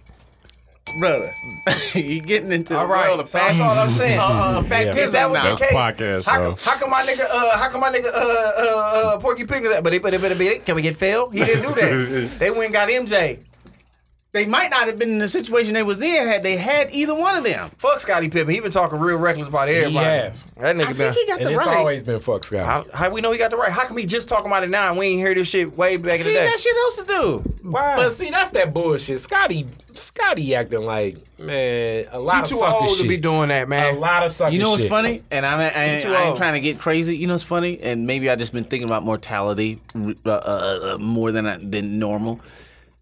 Speaker 5: brother. you getting into the
Speaker 2: All right,
Speaker 5: world of
Speaker 2: so that's
Speaker 5: fact-
Speaker 2: all I'm saying.
Speaker 5: Uh, uh, fact
Speaker 2: If that was
Speaker 4: That's
Speaker 2: the case,
Speaker 4: podcast,
Speaker 2: how,
Speaker 4: bro.
Speaker 2: come, how come my nigga, uh, how come my nigga, uh, uh, uh, Porky Pig, that, but it, but it, but it, but it, can we get Phil? He didn't do that. they went and got MJ.
Speaker 5: they might not have been in the situation they was in had they had either one of them.
Speaker 2: Fuck Scotty Pippen. He been talking real reckless about everybody.
Speaker 3: has.
Speaker 2: That nigga done.
Speaker 5: got
Speaker 3: And it's always been fuck Scott.
Speaker 2: how, how we know he got the right? How come he just talking about it now and we ain't hear this shit way back in the
Speaker 5: He
Speaker 2: day?
Speaker 5: got shit else to do.
Speaker 2: Why?
Speaker 3: But see, that's that bullshit. Scotty, Scotty acting like man, a
Speaker 2: He
Speaker 3: lot
Speaker 2: too
Speaker 3: of sucker
Speaker 2: old
Speaker 3: shit.
Speaker 2: to be doing that,
Speaker 3: a
Speaker 2: man.
Speaker 3: lot of sucker.
Speaker 5: You know what's
Speaker 3: shit.
Speaker 5: funny? And I'm, I, ain't-
Speaker 2: too
Speaker 5: I ain't
Speaker 2: old.
Speaker 5: trying to get crazy. You know what's funny? And maybe I just been thinking about mortality uh, uh, uh, more than I, than normal.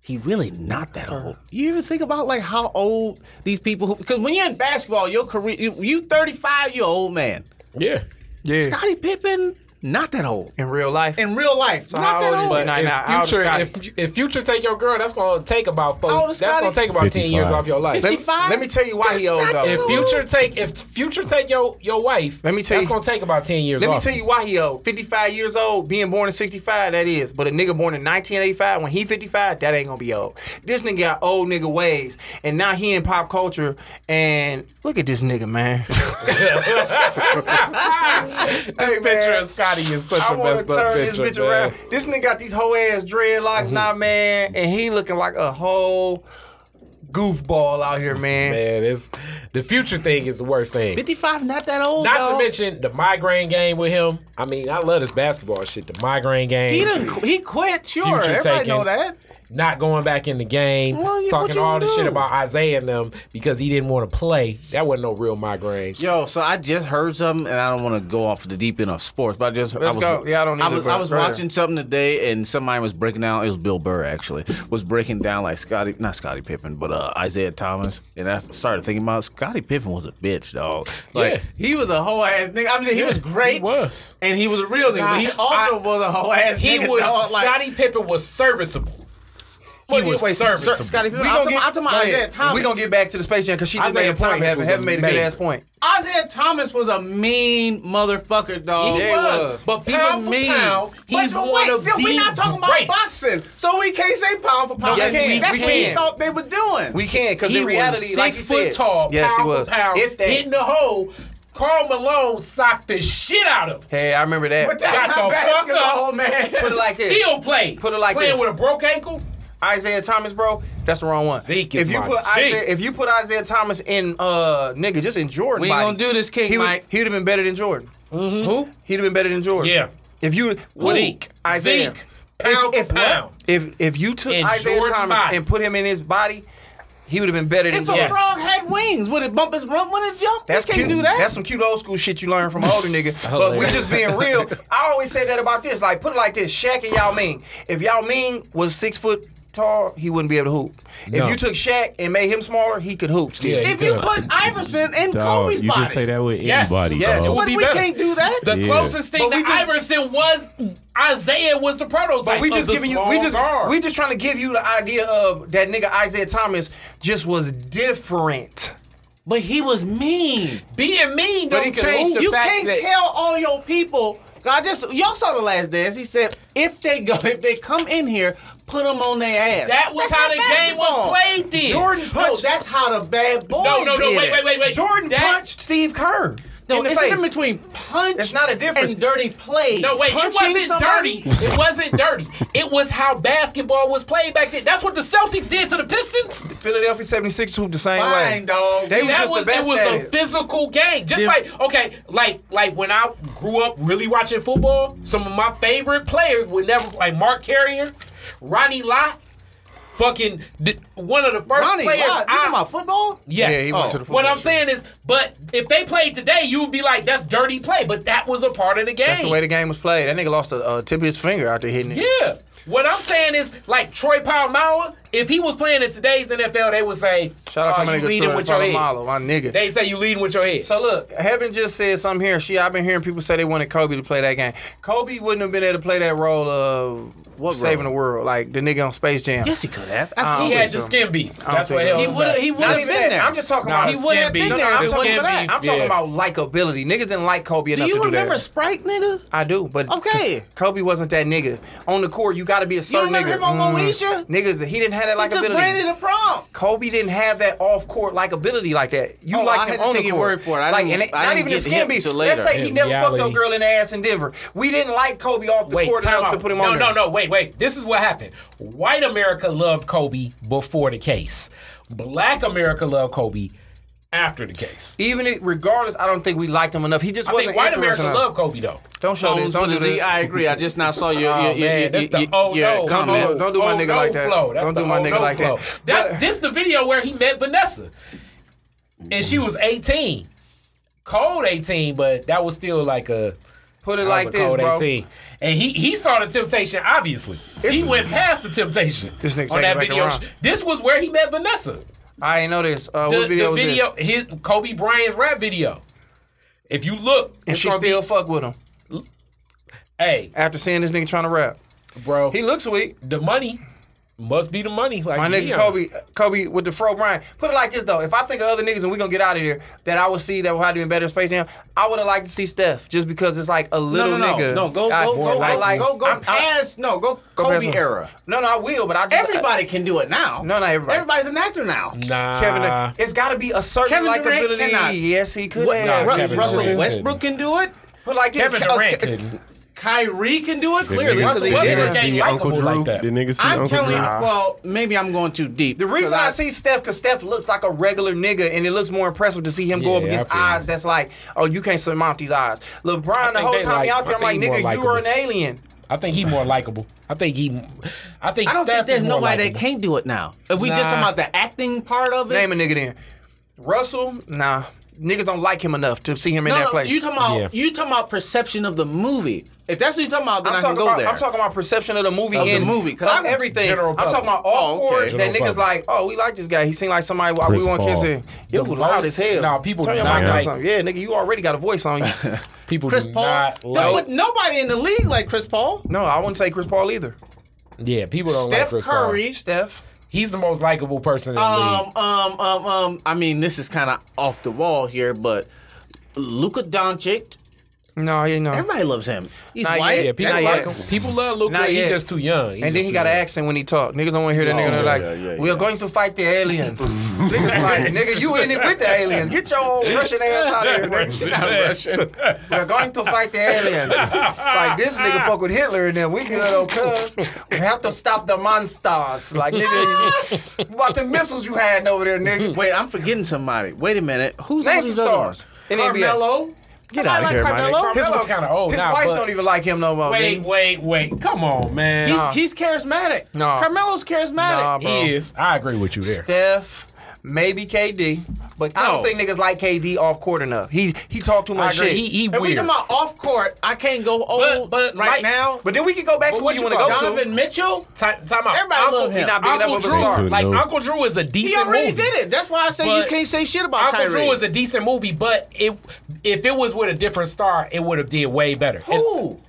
Speaker 5: He really not that old. You even think about like how old these people? who Because when you're in basketball, your career, you, you 35, you're an old man.
Speaker 3: Yeah.
Speaker 2: yeah.
Speaker 5: Scottie Pippen, not that old.
Speaker 2: in real life.
Speaker 5: In real life,
Speaker 2: how
Speaker 5: not that
Speaker 2: old is
Speaker 5: old.
Speaker 2: he now? Nah, nah, how
Speaker 3: if
Speaker 2: old is
Speaker 3: future,
Speaker 2: Scotty?
Speaker 3: if, if future take your girl, that's gonna take about four.
Speaker 5: How old
Speaker 3: That's
Speaker 5: is Scotty?
Speaker 3: gonna take about ten years
Speaker 4: 55.
Speaker 3: off your life.
Speaker 2: Let me-
Speaker 5: 55?
Speaker 2: Let me tell you why he
Speaker 5: That's
Speaker 2: old
Speaker 5: not
Speaker 2: though.
Speaker 5: that
Speaker 3: If future take if future take your your wife,
Speaker 2: Let me tell
Speaker 3: that's
Speaker 2: you-
Speaker 3: gonna take about ten years.
Speaker 2: Let me
Speaker 3: off.
Speaker 2: tell you why he old. 55 years old, being born in 65, that is. But a nigga born in 1985, when he 55, that ain't gonna be old. This nigga got old nigga ways, and now he in pop culture. And look at this nigga, man.
Speaker 3: This
Speaker 2: Hey,
Speaker 3: picture
Speaker 2: man.
Speaker 3: of Scotty is such
Speaker 2: I
Speaker 3: a
Speaker 2: wanna
Speaker 3: messed up
Speaker 2: turn
Speaker 3: picture.
Speaker 2: this bitch
Speaker 3: man. Mm-hmm.
Speaker 2: around. This nigga got these whole ass dreadlocks now, man, and he looking like a whole goofball out here, man.
Speaker 3: Man, it's the future thing is the worst thing.
Speaker 5: 55, not that old.
Speaker 3: Not to
Speaker 5: dog.
Speaker 3: mention the migraine game with him. I mean, I love this basketball shit. The migraine game.
Speaker 5: he didn't. qu- He quit. Sure,
Speaker 3: Future
Speaker 5: everybody
Speaker 3: taking-
Speaker 5: know that.
Speaker 3: not going back in the game,
Speaker 5: Well, you- what
Speaker 3: talking
Speaker 5: you
Speaker 3: all this
Speaker 5: do?
Speaker 3: shit about Isaiah and them because he didn't want to play. That wasn't no real migraines.
Speaker 5: Yo, so I just heard something, and I don't want to go off the deep end of sports, but I just I
Speaker 2: Let's
Speaker 5: was,
Speaker 2: go. Yeah, I don't
Speaker 5: I
Speaker 2: either,
Speaker 5: was,
Speaker 2: but
Speaker 5: I was
Speaker 2: go ahead.
Speaker 5: watching something today, and somebody was breaking down. It was Bill Burr actually was breaking down like Scotty, not Scotty Pippen, but uh, Isaiah Thomas, and I started thinking about Scotty Pippen was a bitch, dog. Like
Speaker 3: Yeah.
Speaker 5: he was a whole ass nigga. I mean, he was great,
Speaker 3: he was.
Speaker 5: and he was a real nigga. but he
Speaker 3: I-
Speaker 5: also
Speaker 3: I-
Speaker 5: was a whole ass.
Speaker 3: He
Speaker 5: nigga,
Speaker 3: was
Speaker 5: dog, like,
Speaker 3: Scotty Pippen was serviceable. He
Speaker 5: Wait,
Speaker 3: was
Speaker 5: wait, Sir-
Speaker 3: serviceable.
Speaker 5: Scottie Pippen.
Speaker 2: We
Speaker 5: I'm
Speaker 2: gonna
Speaker 5: talking-
Speaker 2: get,
Speaker 5: I'm talking about
Speaker 2: go
Speaker 5: Isaiah
Speaker 2: ahead.
Speaker 5: Thomas.
Speaker 2: We gonna get back to the Space Jam because she just
Speaker 3: Isaiah
Speaker 2: made a point.
Speaker 3: Thomas
Speaker 2: Haven't,
Speaker 3: was
Speaker 2: haven't made a good
Speaker 3: amazing.
Speaker 2: ass point.
Speaker 5: Isaiah Thomas was a mean motherfucker, dog.
Speaker 3: He Yeah, he was. was. But pound for pound, he's
Speaker 5: but, but
Speaker 3: one
Speaker 5: wait,
Speaker 3: of
Speaker 5: then
Speaker 3: the
Speaker 5: We're not talking about
Speaker 3: greats.
Speaker 5: boxing, so we can't say pound for pound.
Speaker 2: we
Speaker 5: That's-
Speaker 2: can't.
Speaker 5: That's
Speaker 2: We
Speaker 5: what he
Speaker 2: can't.
Speaker 5: thought they were doing.
Speaker 2: We can because
Speaker 3: He
Speaker 2: in reality,
Speaker 3: was
Speaker 2: like
Speaker 3: six
Speaker 2: you
Speaker 3: foot
Speaker 2: said,
Speaker 3: tall,
Speaker 2: yes,
Speaker 3: pound
Speaker 2: he was.
Speaker 3: for pound,
Speaker 2: If that,
Speaker 3: hitting the hole. Carl Malone socked the shit out of him.
Speaker 2: hey, I remember that.
Speaker 5: but that's
Speaker 3: Got
Speaker 5: not
Speaker 3: the fuck
Speaker 5: basketball,
Speaker 3: up.
Speaker 5: man.
Speaker 2: Put it like this.
Speaker 3: Still played.
Speaker 2: Put it like
Speaker 3: playing
Speaker 2: this.
Speaker 3: with a broke ankle.
Speaker 2: Isaiah Thomas, bro, that's the wrong one.
Speaker 3: Zeke is
Speaker 2: if you
Speaker 3: my
Speaker 2: put
Speaker 3: Zeke.
Speaker 2: Isaiah, if you put Isaiah Thomas in uh nigga, just in Jordan.
Speaker 5: We ain't
Speaker 2: body,
Speaker 5: gonna do this, King
Speaker 2: he would,
Speaker 5: Mike. Mm-hmm.
Speaker 2: He would have been better than Jordan.
Speaker 3: Who?
Speaker 2: He'd have been better than Jordan.
Speaker 3: Yeah.
Speaker 2: If you Ooh,
Speaker 3: Zeke.
Speaker 2: Isaiah,
Speaker 3: Zeke. Pound
Speaker 2: if,
Speaker 3: for
Speaker 2: what?
Speaker 3: pound.
Speaker 2: if if you took
Speaker 3: In
Speaker 2: Isaiah
Speaker 3: Jordan
Speaker 2: Thomas
Speaker 3: body.
Speaker 2: and put him in his body, he would have been better than
Speaker 5: If a
Speaker 3: Yes.
Speaker 2: Jordan.
Speaker 5: frog had wings, would it bump his rump when it jumped?
Speaker 2: That's
Speaker 5: You can't
Speaker 2: cute.
Speaker 5: do that.
Speaker 2: That's some cute old school shit you learn from an older nigga. But we just being real. I always say that about this. Like, put it like this: Shaq and Yao Ming. If Yao Ming was six foot tall, he wouldn't be able to hoop.
Speaker 3: No.
Speaker 2: If you took Shaq and made him smaller, he could hoop. Still.
Speaker 3: Yeah.
Speaker 5: if you
Speaker 3: Good.
Speaker 5: put Iverson in
Speaker 4: Dog,
Speaker 5: Kobe's
Speaker 4: you
Speaker 5: body,
Speaker 4: can say that with
Speaker 3: Yes,
Speaker 4: anybody,
Speaker 2: yes.
Speaker 4: dog.
Speaker 5: But
Speaker 3: Be
Speaker 5: we
Speaker 3: better.
Speaker 5: can't do that.
Speaker 3: The
Speaker 4: Yeah.
Speaker 3: closest thing
Speaker 2: But we
Speaker 3: to
Speaker 2: just-
Speaker 3: Iverson was Isaiah was the prototype.
Speaker 2: But we just
Speaker 3: of the
Speaker 2: giving you.
Speaker 3: small
Speaker 2: We just
Speaker 3: guard.
Speaker 2: we just trying to give you the idea of that nigga Isaiah Thomas just was different.
Speaker 5: but he was mean.
Speaker 3: being mean
Speaker 2: But he
Speaker 3: don't
Speaker 2: can
Speaker 3: change
Speaker 2: hoop.
Speaker 3: the
Speaker 5: you
Speaker 3: fact
Speaker 5: can't
Speaker 3: that
Speaker 5: tell all your people. I just y'all saw the last dance. He said if they go, if they come in here, put them on their ass.
Speaker 3: that was
Speaker 5: That's
Speaker 3: how
Speaker 5: not
Speaker 3: the game was
Speaker 5: basketball.
Speaker 3: played. Then
Speaker 2: Jordan
Speaker 5: No,
Speaker 2: punched.
Speaker 5: that's how the bad boys
Speaker 3: no, no, no,
Speaker 5: did
Speaker 3: wait,
Speaker 5: it.
Speaker 3: wait, wait, wait.
Speaker 2: Jordan
Speaker 3: That-
Speaker 2: punched Steve Kerr.
Speaker 5: No,
Speaker 2: in the
Speaker 5: it's
Speaker 2: face.
Speaker 5: in between punch.
Speaker 2: It's not a difference.
Speaker 5: And dirty play.
Speaker 3: No, wait, it
Speaker 2: punching
Speaker 3: wasn't
Speaker 2: somebody?
Speaker 3: dirty. It wasn't dirty. It was how basketball was played back then. That's what the Celtics did to the Pistons.
Speaker 2: Philadelphia 76 hooped the same way.
Speaker 5: Fine, dog.
Speaker 2: They was
Speaker 3: that
Speaker 2: just
Speaker 3: was
Speaker 2: the best
Speaker 3: it was
Speaker 2: at
Speaker 3: a
Speaker 2: it.
Speaker 3: physical game. Just
Speaker 5: Yeah.
Speaker 3: like okay, like like when I grew up really watching football, some of my favorite players were never like Mark Carrier, Ronnie Lott, fucking th- one of the first
Speaker 5: Ronnie,
Speaker 3: players.
Speaker 5: Lott, you
Speaker 3: I,
Speaker 5: talking about football?
Speaker 3: yes.
Speaker 2: Yeah, he went to the
Speaker 3: what
Speaker 2: football
Speaker 3: I'm
Speaker 2: shoot.
Speaker 3: saying is, but if they played today, you would be like, that's dirty play. But that was a part of the game.
Speaker 2: That's the way the game was played. That nigga lost a, a tip of his finger out there hitting it.
Speaker 3: Yeah. What I'm saying is, like Troy Polamalu, if he was playing in today's NFL, they would say,
Speaker 2: Shout out
Speaker 3: "Oh,
Speaker 2: to my
Speaker 3: you
Speaker 2: nigga
Speaker 3: leading
Speaker 2: Troy
Speaker 3: with your head."
Speaker 2: Polamalu, my nigga.
Speaker 3: They say you leading with your head.
Speaker 2: so look, Heaven just said something here. She, I've been hearing people say they wanted Kobe to play that game. Kobe wouldn't have been able to play that role of
Speaker 5: What
Speaker 2: saving
Speaker 5: role?
Speaker 2: the world, like the nigga on Space Jam.
Speaker 5: Yes, he could have.
Speaker 3: he
Speaker 5: Absolutely.
Speaker 3: had
Speaker 2: think
Speaker 3: your
Speaker 2: so.
Speaker 3: skin beef.
Speaker 2: don't
Speaker 3: That's what
Speaker 2: think
Speaker 3: held
Speaker 2: so.
Speaker 5: He
Speaker 3: him
Speaker 5: would have.
Speaker 3: back.
Speaker 5: He would
Speaker 2: Not
Speaker 5: have
Speaker 2: even
Speaker 5: been
Speaker 2: that.
Speaker 5: there.
Speaker 2: I'm just talking
Speaker 3: Nah,
Speaker 2: about.
Speaker 5: He would have
Speaker 3: skin
Speaker 5: been
Speaker 3: beef.
Speaker 5: there.
Speaker 2: I'm,
Speaker 5: if it
Speaker 3: just
Speaker 5: wasn't
Speaker 3: skin
Speaker 5: for that.
Speaker 3: beef.
Speaker 2: I'm talking
Speaker 3: Yeah.
Speaker 2: about likability. Niggas didn't like Kobe
Speaker 5: Do
Speaker 2: enough to
Speaker 5: you
Speaker 2: do
Speaker 5: remember
Speaker 2: that.
Speaker 5: Sprite, nigga?
Speaker 2: I do, but
Speaker 5: Okay.
Speaker 2: Kobe wasn't that nigga. On the court, you got to be a certain
Speaker 5: remember
Speaker 2: nigga. Mm.
Speaker 5: him on Moesha?
Speaker 2: Niggas, he didn't have that
Speaker 5: He took
Speaker 2: likability.
Speaker 5: Brandon to prom.
Speaker 2: Kobe didn't have that off court likability like that. You
Speaker 5: Oh,
Speaker 2: like
Speaker 5: I
Speaker 2: him
Speaker 5: had to
Speaker 2: on the
Speaker 5: take your
Speaker 2: court.
Speaker 5: word for it. I
Speaker 2: like,
Speaker 5: didn't-
Speaker 2: and it-
Speaker 5: I
Speaker 2: not
Speaker 5: didn't
Speaker 2: even the
Speaker 5: get to
Speaker 2: skin
Speaker 5: him
Speaker 2: beef.
Speaker 5: till
Speaker 2: Let's
Speaker 5: later.
Speaker 2: say he
Speaker 3: In
Speaker 2: never fucked
Speaker 3: reality.
Speaker 2: up girl in the ass in Denver. We didn't like Kobe off the
Speaker 3: Wait,
Speaker 2: court
Speaker 3: time
Speaker 2: enough
Speaker 3: out.
Speaker 2: to put him
Speaker 3: no,
Speaker 2: on
Speaker 3: no,
Speaker 2: there.
Speaker 3: no. Wait, wait. This is what happened. White America loved Kobe before the case. Black America loved Kobe after the case.
Speaker 2: Even if, regardless, I don't think we liked him enough. He just
Speaker 3: I
Speaker 2: wasn't
Speaker 3: think white
Speaker 2: interesting
Speaker 3: America loved
Speaker 2: enough.
Speaker 3: Kobe though.
Speaker 2: Don't show this.
Speaker 5: Jones
Speaker 2: Don't
Speaker 5: with
Speaker 2: do
Speaker 5: a Z.
Speaker 2: this.
Speaker 5: I agree. I just now saw your,
Speaker 3: Oh
Speaker 5: your, your,
Speaker 3: man,
Speaker 5: your,
Speaker 3: that's the
Speaker 5: your,
Speaker 3: oh
Speaker 5: your
Speaker 3: no,
Speaker 5: comment.
Speaker 2: on.
Speaker 3: oh,
Speaker 2: Don't do my
Speaker 3: oh,
Speaker 2: nigga
Speaker 3: no
Speaker 2: like that.
Speaker 3: Flow. That's
Speaker 2: Don't
Speaker 3: the
Speaker 2: do my
Speaker 3: oh,
Speaker 2: nigga
Speaker 3: no
Speaker 2: like that.
Speaker 3: flow. That's
Speaker 2: But-
Speaker 3: this the video where he met Vanessa, and she was eighteen, cold eighteen, but that was still like a
Speaker 2: Put it
Speaker 3: that was
Speaker 2: like
Speaker 3: a
Speaker 2: this,
Speaker 3: cold
Speaker 2: bro.
Speaker 3: 18. And he he saw the temptation. Obviously, he went past the temptation.
Speaker 2: This nigga
Speaker 3: on
Speaker 2: taking
Speaker 3: that
Speaker 2: back
Speaker 3: video.
Speaker 2: around.
Speaker 3: This was where he met Vanessa.
Speaker 2: I ain't know this. Uh,
Speaker 3: The
Speaker 2: what video
Speaker 3: the
Speaker 2: was
Speaker 3: video,
Speaker 2: this?
Speaker 3: his Kobe Bryant's rap video. If you look,
Speaker 2: And
Speaker 3: it's
Speaker 2: she
Speaker 3: gonna be-
Speaker 2: still fuck with him
Speaker 3: hey,
Speaker 2: after seeing this nigga trying to rap.
Speaker 3: bro,
Speaker 2: He looks sweet.
Speaker 3: the money must be the money. Like
Speaker 2: My nigga
Speaker 3: Dion.
Speaker 2: Kobe, Kobe with the fro Bryant. Put it like this though: if I think of other niggas and we gonna get out of here, that I would see that would have been better in Space Jam. I would have liked to see Steph just because it's like a little
Speaker 5: no, no,
Speaker 2: nigga.
Speaker 5: No, go, go,
Speaker 2: I-
Speaker 5: go, go,
Speaker 2: I like-
Speaker 5: go, go
Speaker 2: I'm- I-
Speaker 5: past. no, go,
Speaker 2: go past
Speaker 5: Kobe
Speaker 2: one.
Speaker 5: era.
Speaker 2: No, no, I will, but I just
Speaker 5: Everybody can do it now.
Speaker 2: No, not everybody.
Speaker 5: Everybody's an actor now.
Speaker 3: Nah,
Speaker 2: uh, Kevin, it's got to be a certain
Speaker 5: Kevin Durant
Speaker 2: likability.
Speaker 5: cannot.
Speaker 2: Yes, he could.
Speaker 5: What,
Speaker 2: have.
Speaker 5: Ru-
Speaker 3: Kevin
Speaker 5: Russell
Speaker 3: Durant
Speaker 5: Westbrook can do it.
Speaker 2: Put it like this.
Speaker 3: Kevin Durant
Speaker 5: okay.
Speaker 3: couldn't.
Speaker 5: Kyrie can do it. Clearly,
Speaker 3: niggas-
Speaker 5: because he
Speaker 3: the
Speaker 5: did
Speaker 3: niggas-
Speaker 5: it.
Speaker 3: ain't
Speaker 4: see
Speaker 3: likable
Speaker 4: Uncle Drew?
Speaker 3: like that.
Speaker 4: Did niggas see
Speaker 5: I'm
Speaker 4: Uncle
Speaker 5: telling
Speaker 4: Drew?
Speaker 5: you. Well, maybe I'm going too deep.
Speaker 2: The reason
Speaker 5: 'cause
Speaker 2: I, see Steph because Steph looks like a regular nigga, and it looks more impressive to see him go
Speaker 3: Yeah,
Speaker 2: up against
Speaker 3: I feel
Speaker 2: eyes that's like, oh, you can't surmount these eyes. LeBron, the
Speaker 3: think
Speaker 2: whole
Speaker 3: they
Speaker 2: time
Speaker 3: like-
Speaker 2: he out there,
Speaker 3: I
Speaker 2: I'm like,
Speaker 3: think he more
Speaker 2: nigga, you
Speaker 3: likable.
Speaker 2: are an alien.
Speaker 3: I think he more likable. I think he. I think
Speaker 5: I don't
Speaker 3: Steph
Speaker 5: think there's
Speaker 3: is more
Speaker 5: nobody that
Speaker 3: likable.
Speaker 5: can't do it now. If we just
Speaker 2: Nah.
Speaker 5: talking about the acting part of it,
Speaker 2: Name a nigga then. Russell, nah. Niggas don't like him enough to see him in
Speaker 5: no,
Speaker 2: that
Speaker 5: no,
Speaker 2: place.
Speaker 5: you talking about
Speaker 3: Yeah.
Speaker 5: you talking about perception of the movie. If that's what you talking about, then
Speaker 2: I'm
Speaker 5: i
Speaker 2: talking
Speaker 5: can go
Speaker 2: about
Speaker 5: there.
Speaker 2: I'm talking about perception of the movie
Speaker 5: Of the
Speaker 2: and
Speaker 5: movie, 'cause
Speaker 2: fuck
Speaker 5: I'm
Speaker 2: everything.
Speaker 3: general
Speaker 2: I'm talking about off
Speaker 5: public. Oh, okay.
Speaker 2: court that
Speaker 4: General
Speaker 2: niggas like, oh, we like this guy. He seemed like somebody why we
Speaker 4: Chris
Speaker 2: want to kiss
Speaker 4: Paul.
Speaker 2: him. You
Speaker 3: The
Speaker 2: loud
Speaker 3: voice-
Speaker 2: as hell.
Speaker 3: nah, people
Speaker 2: Turn your
Speaker 3: not
Speaker 2: mic down
Speaker 3: like-
Speaker 2: something. Yeah, nigga, you already got a voice on you.
Speaker 3: People
Speaker 5: Chris
Speaker 3: do
Speaker 5: Paul.
Speaker 3: not
Speaker 5: There
Speaker 3: like-
Speaker 5: would- nobody in the league like Chris Paul.
Speaker 2: no, I wouldn't say Chris Paul either.
Speaker 3: yeah, people don't like
Speaker 5: Steph
Speaker 3: Chris Paul.
Speaker 5: Curry.
Speaker 2: Steph.
Speaker 3: He's the most likable person in the league.
Speaker 5: Um, um, um, um. I mean, this is kind of off the wall here, but Luka Doncic.
Speaker 2: No, you know.
Speaker 5: Everybody loves him. He's
Speaker 2: Not
Speaker 5: white.
Speaker 2: yet.
Speaker 3: Yeah, people
Speaker 2: Not
Speaker 3: like
Speaker 2: yet.
Speaker 3: him. People love Luka.
Speaker 2: Not
Speaker 3: He's
Speaker 2: yet.
Speaker 3: just too young. He's
Speaker 2: And then
Speaker 3: just
Speaker 2: he
Speaker 3: too
Speaker 2: got an
Speaker 3: young.
Speaker 2: accent when he talk. Niggas don't want to hear that nigga. They're
Speaker 5: yeah,
Speaker 2: like,
Speaker 5: yeah, yeah,
Speaker 2: we're
Speaker 5: yeah.
Speaker 2: going to fight the aliens. niggas like, nigga, you in it with the aliens. Get your old Russian ass out of here, nigga. We're going to fight the aliens. It's like this nigga fuck with Hitler and then we good old cuz. We have to stop the monsters. Like nigga, about the missiles you had over there, nigga.
Speaker 5: Wait, I'm forgetting somebody. Wait a minute. Who's
Speaker 2: Name
Speaker 5: all these
Speaker 2: some
Speaker 5: other
Speaker 2: stars
Speaker 5: ones?
Speaker 2: in the NBA.
Speaker 5: Carmelo.
Speaker 2: Get out
Speaker 5: Nobody
Speaker 2: of here, man.
Speaker 5: like Carmelo.
Speaker 2: His,
Speaker 3: Carmelo kinda old
Speaker 2: his
Speaker 3: now,
Speaker 2: wife
Speaker 3: but-
Speaker 2: don't even like him no more.
Speaker 3: Wait,
Speaker 2: nigga.
Speaker 3: wait, wait. Come on, man. Uh,
Speaker 5: He's, he's charismatic.
Speaker 2: Nah.
Speaker 5: Carmelo's charismatic.
Speaker 2: Nah, bro.
Speaker 3: he is. I agree with you there.
Speaker 2: Steph, maybe KD, but I don't
Speaker 5: No.
Speaker 2: think niggas like KD off court enough. He he talked too
Speaker 3: I
Speaker 2: much
Speaker 3: agree.
Speaker 2: shit.
Speaker 3: He, he
Speaker 5: If we
Speaker 3: weird.
Speaker 5: talking about off court, I can't go old
Speaker 3: but
Speaker 5: right
Speaker 3: like-
Speaker 5: now.
Speaker 2: but then we can go back to where
Speaker 3: what
Speaker 2: you
Speaker 3: you
Speaker 2: want to go
Speaker 3: about?
Speaker 5: Donovan
Speaker 2: to.
Speaker 5: Mitchell,
Speaker 3: Time, time out.
Speaker 5: Everybody
Speaker 3: Uncle,
Speaker 5: love him.
Speaker 3: He
Speaker 5: He
Speaker 3: not
Speaker 2: not big enough
Speaker 3: Uncle
Speaker 2: of a
Speaker 3: Drew,
Speaker 4: star.
Speaker 3: like
Speaker 4: Me too, no.
Speaker 3: Uncle Drew is a
Speaker 5: he
Speaker 3: decent
Speaker 5: already
Speaker 3: movie.
Speaker 5: did it. That's why I say you
Speaker 3: But
Speaker 5: can't say shit about
Speaker 3: Uncle
Speaker 5: Kyrie.
Speaker 3: Drew is a decent movie, but it, if it was with a different star, it would have did way better. If,
Speaker 5: Who?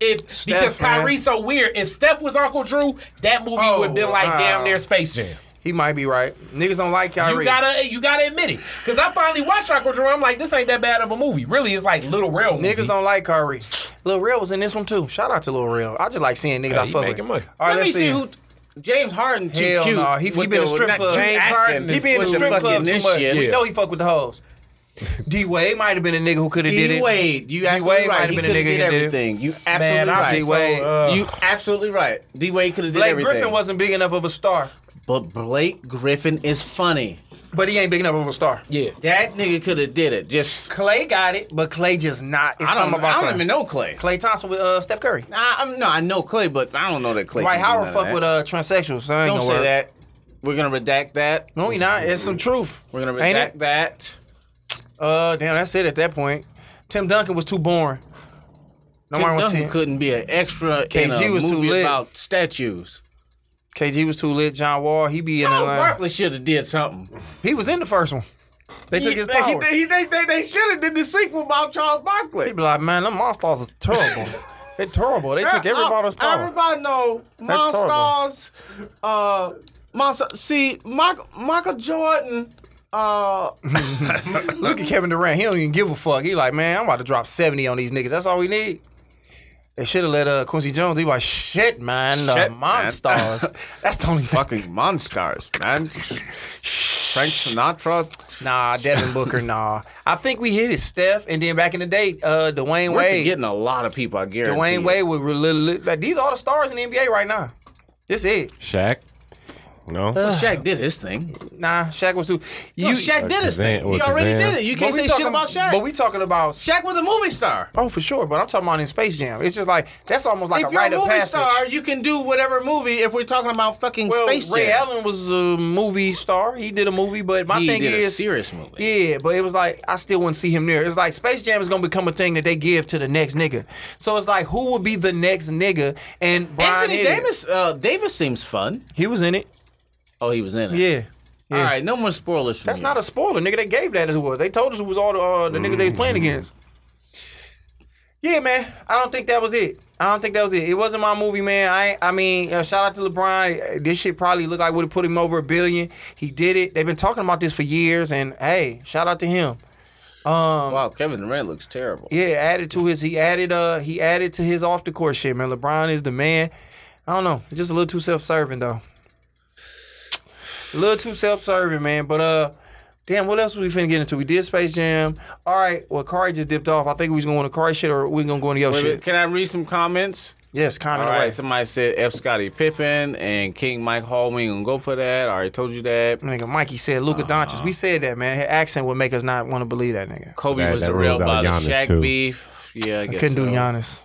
Speaker 3: if- because
Speaker 2: man.
Speaker 3: Kyrie's so weird, if Steph was Uncle Drew, that movie
Speaker 2: Oh,
Speaker 3: would have been like damn
Speaker 2: wow.
Speaker 3: near Space Jam.
Speaker 2: He might be right. Niggas don't like
Speaker 3: You
Speaker 2: Kyrie.
Speaker 3: gotta, you gotta admit it, because I finally watched Uncle Drew. I'm like, this ain't that bad of a movie. Really, it's like Little Rail. Movie.
Speaker 2: Niggas don't like Kyrie. Lil Real was in this one too. Shout out to Lil Real. I just like seeing niggas I
Speaker 3: he
Speaker 2: fuck
Speaker 3: making money.
Speaker 2: with. All right,
Speaker 5: Let me
Speaker 2: let's
Speaker 5: see who. James Harden too
Speaker 2: Hell
Speaker 5: cute.
Speaker 2: nah, he- he
Speaker 5: with
Speaker 2: been
Speaker 5: the-
Speaker 2: in strip
Speaker 5: not
Speaker 2: club.
Speaker 5: cute
Speaker 3: James
Speaker 5: acting,
Speaker 3: Harden
Speaker 2: He
Speaker 3: is
Speaker 2: be in the
Speaker 5: with
Speaker 2: strip club
Speaker 5: fucking
Speaker 2: too
Speaker 5: this
Speaker 2: much.
Speaker 5: shit.
Speaker 2: We know he fuck with the hoes. D Wade might have been a nigga who could have did it.
Speaker 5: D Wade, you absolutely
Speaker 2: D-Wade might
Speaker 5: right.
Speaker 2: have
Speaker 5: He
Speaker 2: been
Speaker 5: could
Speaker 2: a
Speaker 5: have
Speaker 2: nigga
Speaker 5: did
Speaker 2: that did it.
Speaker 5: everything. You
Speaker 3: Man,
Speaker 5: absolutely
Speaker 3: I'm
Speaker 5: right.
Speaker 2: D-Wade.
Speaker 3: So, uh,
Speaker 5: you absolutely right. D Wade could have did
Speaker 2: Blake
Speaker 5: everything.
Speaker 2: Griffin wasn't big enough of a star,
Speaker 5: but Blake Griffin is funny.
Speaker 2: but he ain't big enough of a star.
Speaker 3: yeah.
Speaker 5: That nigga could have did it. Just
Speaker 2: Clay got it, but Clay just not. It's
Speaker 5: I don't.
Speaker 2: something about
Speaker 5: I don't
Speaker 2: Clay.
Speaker 5: even know Clay.
Speaker 2: Clay Thompson with uh, Steph Curry.
Speaker 5: Nah, I'm, no, I know Clay, but I don't know that Clay.
Speaker 2: Right,
Speaker 5: can do
Speaker 2: Howard
Speaker 5: none of
Speaker 2: fuck
Speaker 5: that.
Speaker 2: with uh transsexuals. So
Speaker 5: Don't say that. We're gonna redact that.
Speaker 2: No, we not. It's some truth.
Speaker 5: We're gonna
Speaker 2: Ain't
Speaker 5: redact
Speaker 2: it?
Speaker 5: that.
Speaker 2: Uh, damn, that's it at that point. Tim Duncan was too boring. Nobody
Speaker 5: Tim
Speaker 2: was
Speaker 5: Duncan
Speaker 2: seeing.
Speaker 5: couldn't be an extra
Speaker 2: KG
Speaker 5: in a
Speaker 2: was too
Speaker 5: movie
Speaker 2: lit.
Speaker 5: about statues.
Speaker 2: KG was too lit. John Wall, he be in.
Speaker 5: Charles
Speaker 2: the line.
Speaker 5: Barkley should have did something.
Speaker 2: He was in the first one. They took his
Speaker 5: He-
Speaker 2: power.
Speaker 5: He, he- they they, they should have did the sequel about Charles Barkley.
Speaker 2: They be like, man, them monsters are terrible. They're terrible. They took
Speaker 5: oh,
Speaker 2: everybody's power.
Speaker 5: Everybody know
Speaker 2: horrible.
Speaker 5: Monstars. Uh, Monster. See, Michael, Michael Jordan. Uh,
Speaker 2: Look at Kevin Durant. He don't even give a fuck. He like, man, I'm about to drop 70 on these niggas. That's all we need. They should have let uh, Quincy Jones. He like, shit, man, the
Speaker 5: Shit, man.
Speaker 2: monsters. That's the only fuck.
Speaker 5: fucking monsters, man. Frank Sinatra.
Speaker 2: Nah, Devin Booker, nah. I think we hit it, Steph. And then back in the day, uh, Dwayne
Speaker 5: We're
Speaker 2: Wade.
Speaker 5: forgetting a lot of people. I guarantee.
Speaker 2: Dwayne
Speaker 5: you.
Speaker 2: Wade would really, like, these are the stars in the NBA right now. This it.
Speaker 4: Shaq. No.
Speaker 5: Well, Shaq did his thing.
Speaker 2: Nah, Shaq was too. You,
Speaker 5: You Shaq did his thing.
Speaker 4: Kazan- or
Speaker 5: He already
Speaker 4: Kazan.
Speaker 5: did it. You can't
Speaker 2: we
Speaker 5: say
Speaker 2: talking-
Speaker 5: shit about Shaq.
Speaker 2: But we talking about
Speaker 5: Shaq was a movie star.
Speaker 2: Oh, for sure. But I'm talking about in Space Jam. It's just like that's almost like
Speaker 5: if
Speaker 2: a
Speaker 5: you're a
Speaker 2: rite
Speaker 5: movie
Speaker 2: of passage.
Speaker 5: star, you can do whatever movie. If we're talking about fucking
Speaker 2: well,
Speaker 5: Space Jam,
Speaker 2: Ray Allen was a movie star. He did a movie, but my
Speaker 5: he
Speaker 2: thing
Speaker 5: did a
Speaker 2: is
Speaker 5: serious movie.
Speaker 2: Yeah, but it was like I still wouldn't see him near. It's like Space Jam is gonna become a thing that they give to the next nigga. So it's like who would be the next nigga? And Brian
Speaker 5: Anthony
Speaker 2: Elliott.
Speaker 5: Davis. Uh, Davis seems fun.
Speaker 2: he was in it.
Speaker 5: Oh, he was in it.
Speaker 2: Yeah.
Speaker 5: All right, no more spoilers. From
Speaker 2: That's not a spoiler, nigga. They gave that as it was. They told us it was all the, uh, the niggas they was playing against. Yeah, man. I don't think that was it. I don't think that was it. It wasn't my movie, man. I ain't- I mean, uh, shout out to LeBron. Uh, This shit probably looked like would have put him over a billion. He did it. They've been talking about this for years, and hey, shout out to him.
Speaker 5: wow. Kevin Durant looks terrible.
Speaker 2: Yeah, added to his. He added. Uh, he added to his off the court shit, man. LeBron is the man. I don't know. Just a little too self serving though. A little too self serving, man. But uh, damn, what else we finna get into? We did Space Jam. All right. Well, Kari just dipped off. I think we was going to Kari shit, or we gonna go into your
Speaker 5: Wait a
Speaker 2: shit.
Speaker 5: minute, Can I read some comments?
Speaker 2: Yes, comment
Speaker 5: All right,
Speaker 2: away.
Speaker 5: somebody said F. Scotty Pippen and King Mike Hall. We ain't gonna go for that. I already told you that.
Speaker 2: Nigga, Mikey said Luka
Speaker 5: Uh-huh.
Speaker 2: Doncic. We said that, man. Her accent would make us not want to believe that nigga.
Speaker 5: Kobe
Speaker 4: That-
Speaker 5: was
Speaker 4: that
Speaker 5: derailed
Speaker 4: rules
Speaker 5: by
Speaker 4: out
Speaker 5: the
Speaker 4: Giannis,
Speaker 5: Shaq
Speaker 4: too.
Speaker 5: beef. Yeah, I guess
Speaker 2: Couldn't do
Speaker 5: so.
Speaker 2: Giannis.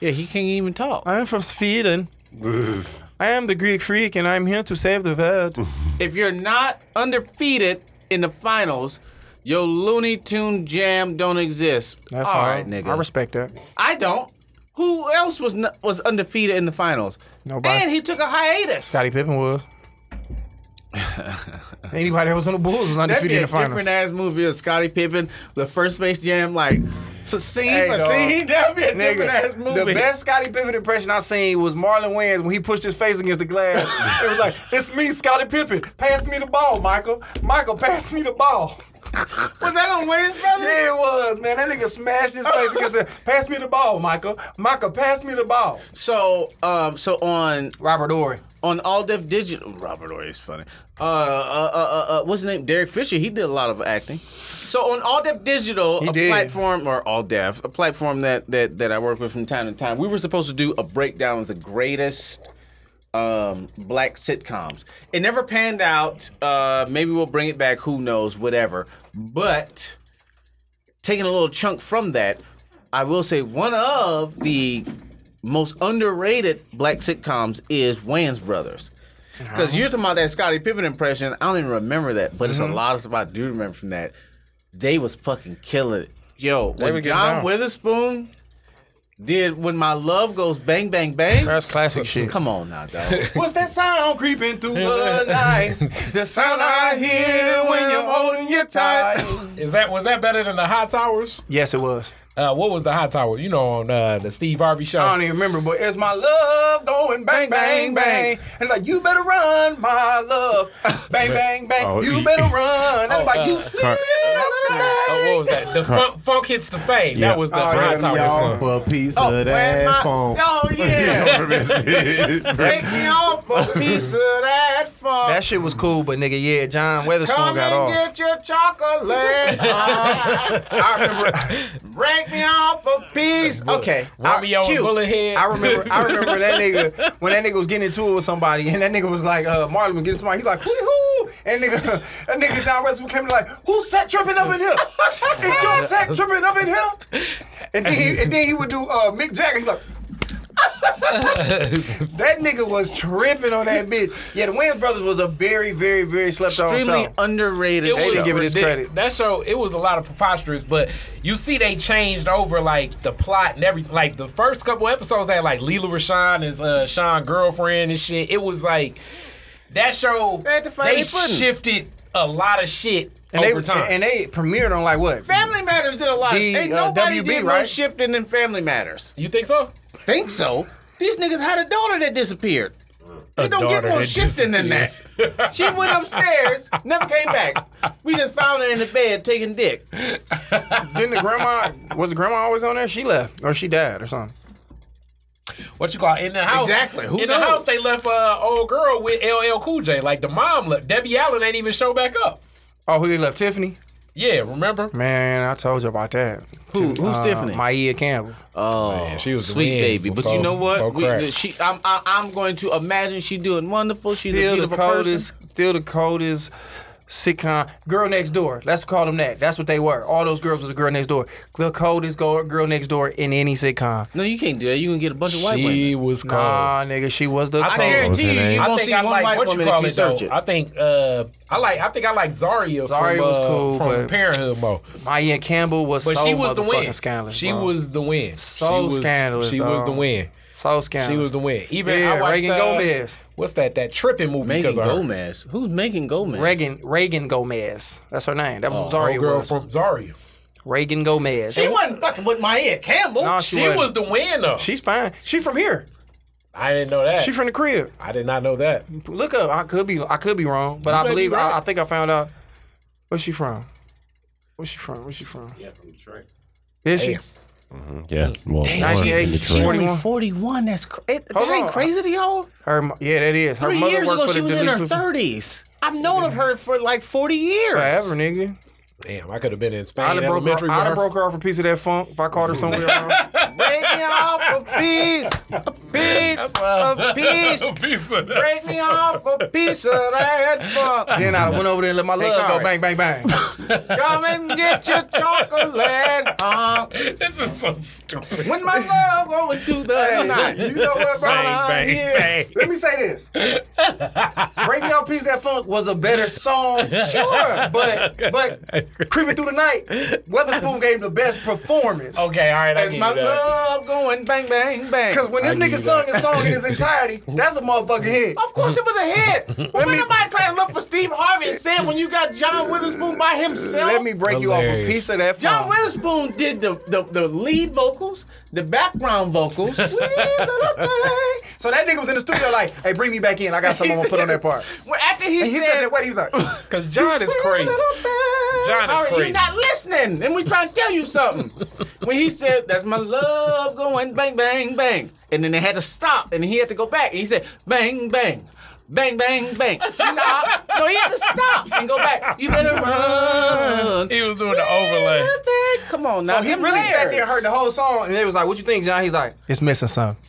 Speaker 5: Yeah, he can't even talk.
Speaker 2: I am from Sweden. I am the Greek freak, and I'm here to save the world.
Speaker 5: If you're not undefeated in the finals, your Looney Tune jam don't exist.
Speaker 2: That's
Speaker 5: all
Speaker 2: all
Speaker 5: right, nigga.
Speaker 2: I respect that.
Speaker 5: I don't. Who else was n- was undefeated in the finals?
Speaker 2: Nobody.
Speaker 5: And he took a hiatus.
Speaker 2: Scottie Pippen was. Anybody that was on the Bulls was
Speaker 5: That'd
Speaker 2: undefeated
Speaker 5: be
Speaker 2: in
Speaker 5: a
Speaker 2: the finals.
Speaker 5: different ass movie of Scottie Pippen, the first Space Jam, like for scene
Speaker 2: Hey,
Speaker 5: for
Speaker 2: dog.
Speaker 5: scene. That'd be a different ass
Speaker 2: Nigga,
Speaker 5: movie.
Speaker 2: the best Scottie Pippen impression I seen was Marlon Wayans when he pushed his face against the glass. it was like, "It's me, Scottie Pippen. Pass me the ball, Michael. Michael, pass me the ball."
Speaker 5: was that on Wayne's Brothers?
Speaker 2: Yeah, it was, man. That nigga smashed his face against the. Pass me the ball, Michael. Michael, pass me the ball.
Speaker 5: So, um, so on
Speaker 2: Robert Ory.
Speaker 5: on All Def Digital, Robert Ory is funny. Uh, uh, uh, uh, uh, what's his name? Derek Fisher. He did a lot of acting. So on All Def Digital,
Speaker 2: He
Speaker 5: a
Speaker 2: did.
Speaker 5: platform or All Def, a platform that that that I work with from time to time. We were supposed to do a breakdown of the greatest um black sitcoms. It never panned out. Uh, maybe we'll bring it back. Who knows? Whatever. But taking a little chunk from that, I will say one of the most underrated black sitcoms is Wayans Brothers.
Speaker 2: Uh-huh.
Speaker 5: Because you're talking about that Scottie Pippen impression. I don't even remember that, but
Speaker 2: Mm-hmm.
Speaker 5: it's a lot of stuff I do remember from that. They was fucking killing it. Yo,
Speaker 2: were
Speaker 5: when
Speaker 2: getting
Speaker 5: John
Speaker 2: down.
Speaker 5: Witherspoon did When My Love Goes Bang Bang Bang.
Speaker 2: That's classic shit.
Speaker 5: Come on now, dog.
Speaker 2: What's that sound creeping through the night? The sound I hear when you're holding your tight.
Speaker 3: Is that was that better than the High Towers?
Speaker 2: Yes, it was.
Speaker 3: Uh, what was the High Tower? You know, on uh, the Steve Harvey show.
Speaker 2: I don't even remember, but it's my love going bang, bang, bang. And it's like, you better run, my love. Bang, bang, bang.
Speaker 4: Oh,
Speaker 2: you
Speaker 4: he-
Speaker 2: better run. And it's like,
Speaker 3: uh,
Speaker 2: you sweet.
Speaker 4: Car-
Speaker 3: Oh, what was that? The funk, funk hits the fame. That was the
Speaker 2: Oh,
Speaker 3: High
Speaker 2: yeah,
Speaker 3: Tower
Speaker 2: y'all.
Speaker 3: song.
Speaker 4: For a piece
Speaker 5: Oh,
Speaker 4: of that
Speaker 5: my,
Speaker 4: phone.
Speaker 5: oh yeah. Break me off a piece of that phone.
Speaker 2: That shit was cool, but nigga, yeah, John Weatherspoon
Speaker 5: Come
Speaker 2: got
Speaker 5: and
Speaker 2: off.
Speaker 5: get your chocolate. I remember. Break me off a piece. Okay.
Speaker 3: Romeo and
Speaker 5: cute.
Speaker 3: Bullethead.
Speaker 2: I remember, I remember that nigga when that nigga was getting into it with somebody, and that nigga was like, uh, Marlon was getting somebody. He's like, who who? And nigga, that nigga John Weatherspoon came like, who's set tripping up in here? Is your set tripping up in here? And then he, and then he would do uh, Mick Jagger. He's like. that nigga was tripping on that bitch. Yeah, the Wayans brothers was a very, very, very slept on
Speaker 5: Extremely
Speaker 2: show.
Speaker 5: underrated.
Speaker 2: should
Speaker 5: show.
Speaker 2: give it his
Speaker 3: ridic-
Speaker 2: credit.
Speaker 3: That show, it was a lot of preposterous, but you see they changed over like the plot and everything. Like the first couple episodes had like Leela Rashawn as uh Sean girlfriend and shit. It was like that show
Speaker 5: They had to find
Speaker 3: they
Speaker 5: their footing.
Speaker 3: shifted a lot of shit
Speaker 2: and
Speaker 3: over
Speaker 2: they,
Speaker 3: time.
Speaker 2: and they premiered on like what?
Speaker 5: Family Matters did a lot. of
Speaker 2: The,
Speaker 5: Ain't
Speaker 2: uh,
Speaker 5: nobody
Speaker 2: WB,
Speaker 5: did more
Speaker 2: right?
Speaker 5: shifting than Family Matters.
Speaker 3: you think so?
Speaker 5: Think so? These niggas had a daughter that disappeared. They don't get
Speaker 3: daughter
Speaker 5: more
Speaker 3: that
Speaker 5: shifting than that. She went upstairs, never came back. We just found her in the bed taking dick.
Speaker 2: Didn't the grandma was the grandma always on there? She left or she died or something.
Speaker 3: What you call it? in the house?
Speaker 5: Exactly. Who
Speaker 3: in
Speaker 5: knows?
Speaker 3: the house they left uh old girl with LL Cool J. Like the mom left. Debbie Allen ain't even show back up.
Speaker 2: Oh, who they left? Tiffany.
Speaker 3: Yeah, remember?
Speaker 2: Man, I told you about that.
Speaker 5: Who? Who's Tiffany?
Speaker 2: Maia Campbell.
Speaker 5: Oh,
Speaker 3: Uh, Man, she was the
Speaker 5: sweet
Speaker 3: wig
Speaker 5: baby. But
Speaker 3: before-
Speaker 5: you know what?
Speaker 3: before
Speaker 5: We,
Speaker 3: crack.
Speaker 5: she, I'm, I, I'm going to imagine she doing wonderful. She's a
Speaker 2: Still the
Speaker 5: beautiful
Speaker 2: coldest.
Speaker 5: person.
Speaker 2: Still the coldest. Sitcom girl next door. Let's call them that. That's what they were. All those girls were the girl next door. The coldest girl, girl next door in any sitcom.
Speaker 5: No, you can't do that. You gonna get a bunch of white
Speaker 3: She
Speaker 5: women.
Speaker 3: was cold.
Speaker 2: Nah, nigga, she was the
Speaker 3: I
Speaker 2: coldest.
Speaker 4: What's
Speaker 5: guarantee you,
Speaker 4: her
Speaker 5: you
Speaker 4: name?
Speaker 3: I
Speaker 5: gonna
Speaker 3: think
Speaker 5: see
Speaker 3: I
Speaker 5: one
Speaker 3: like
Speaker 5: white
Speaker 3: what you
Speaker 5: woman
Speaker 3: call
Speaker 5: if you
Speaker 3: it though.
Speaker 5: search it.
Speaker 3: I think uh, I like I think I like Zaria.
Speaker 2: Zaria
Speaker 3: from,
Speaker 2: was
Speaker 3: uh,
Speaker 2: cool,
Speaker 3: from
Speaker 2: but-
Speaker 3: Parenthood mode.
Speaker 2: Maia Campbell was
Speaker 3: But
Speaker 2: so
Speaker 3: she was the
Speaker 2: motherfucking
Speaker 3: win.
Speaker 2: scandalous.
Speaker 3: she
Speaker 2: bro.
Speaker 3: was the win.
Speaker 2: So
Speaker 3: she was,
Speaker 2: scandalous,
Speaker 3: She was
Speaker 2: dog.
Speaker 3: the win.
Speaker 2: so scandalous.
Speaker 3: She was the win. Even
Speaker 2: Yeah,
Speaker 3: I watched
Speaker 2: Reagan
Speaker 3: uh,
Speaker 2: Gomez.
Speaker 3: What's that? That tripping movie
Speaker 5: Megan
Speaker 3: because of her.
Speaker 5: Gomez. Who's Megan Gomez?
Speaker 2: Reagan Reagan Gomez. That's her name. That was what
Speaker 3: Oh, Old
Speaker 2: Zaria
Speaker 3: girl
Speaker 2: was.
Speaker 3: from Zaria.
Speaker 2: Reagan Gomez.
Speaker 5: She wasn't fucking with Maya Campbell.
Speaker 2: Nah,
Speaker 3: She,
Speaker 2: she, wasn't.
Speaker 3: was the win though.
Speaker 2: She's fine. She from here.
Speaker 3: I didn't know that.
Speaker 2: She from the crib.
Speaker 3: I did not know that.
Speaker 2: Look up. I could be. I could be wrong, but I
Speaker 3: may be
Speaker 2: believe.
Speaker 3: right.
Speaker 2: I, I think I found out. Where's she from? Where's she from? Where's she from? Yeah, from Detroit. Is she?
Speaker 3: Damn.
Speaker 4: Yeah. Well,
Speaker 2: Damn.
Speaker 4: in
Speaker 2: She-
Speaker 5: She
Speaker 4: Detroit.
Speaker 5: only
Speaker 2: 41.
Speaker 5: 41. That's cra- it, that
Speaker 2: Hold
Speaker 5: ain't
Speaker 2: on.
Speaker 5: crazy to y'all.
Speaker 2: Her. mo- Yeah, that is. Her
Speaker 5: Three
Speaker 2: mother
Speaker 5: years
Speaker 2: worked
Speaker 5: ago,
Speaker 2: for
Speaker 5: she
Speaker 2: the
Speaker 5: was in her
Speaker 2: Duluth-
Speaker 5: 30s. I've known of her for like 40 years.
Speaker 2: Forever, nigga.
Speaker 3: Damn, I could have been in Spain
Speaker 2: I'd have broke her.
Speaker 3: elementary.
Speaker 2: I'd have
Speaker 3: with her.
Speaker 2: broke her off a piece of that funk if I caught her somewhere. around.
Speaker 5: Break me off a piece, a piece a piece.
Speaker 3: Pizza.
Speaker 5: Break me off a piece of that fuck. Then I went over there and let my
Speaker 7: Hey,
Speaker 5: love
Speaker 7: Kari.
Speaker 5: go bang, bang, bang. Come and get your chocolate. Uh,
Speaker 3: This is so stupid.
Speaker 5: when my love going through the night.
Speaker 2: you know what, bro?
Speaker 3: Bang,
Speaker 5: I'm
Speaker 3: bang,
Speaker 5: here.
Speaker 3: bang.
Speaker 2: Let me say this. Break Me Off Piece of That Funk was a better song, sure, but but Creeping Through the Night, Weatherspoon gave the best performance.
Speaker 3: Okay, all right, I
Speaker 5: As
Speaker 3: give
Speaker 5: my
Speaker 3: you that.
Speaker 5: love going bang, bang, bang.
Speaker 2: Because when this nigga sung the song in its entirety, that's a motherfucking hit.
Speaker 5: Of course it was a hit. But when nobody trying to look for Steve Harvey and said when you got John Witherspoon by himself.
Speaker 2: Let me break you off a
Speaker 3: Hilarious.
Speaker 2: piece of that
Speaker 5: John
Speaker 2: funk.
Speaker 5: Witherspoon did the, the, the lead vocals, the background vocals. Sweet little thing.
Speaker 2: So that nigga was in the studio like, hey, bring me back in. I got something I'm gonna put on that part.
Speaker 5: Well, after he,
Speaker 2: And he said that, what? He was like,
Speaker 3: Because John is crazy. John is
Speaker 5: Alright,
Speaker 3: crazy.
Speaker 5: You're not listening, and we trying to tell you something. when he said, "That's my love going bang bang bang," and then they had to stop, and he had to go back, and he said, "Bang bang." Bang, bang, bang. Stop. No, he had to stop and go back. You better run.
Speaker 3: He was doing the overlay.
Speaker 5: Sweet thing. Come on now.
Speaker 2: so he
Speaker 5: them
Speaker 2: really sat
Speaker 5: layers.
Speaker 2: there and heard the whole song, and they was like, what you think, John? He's like, it's missing something.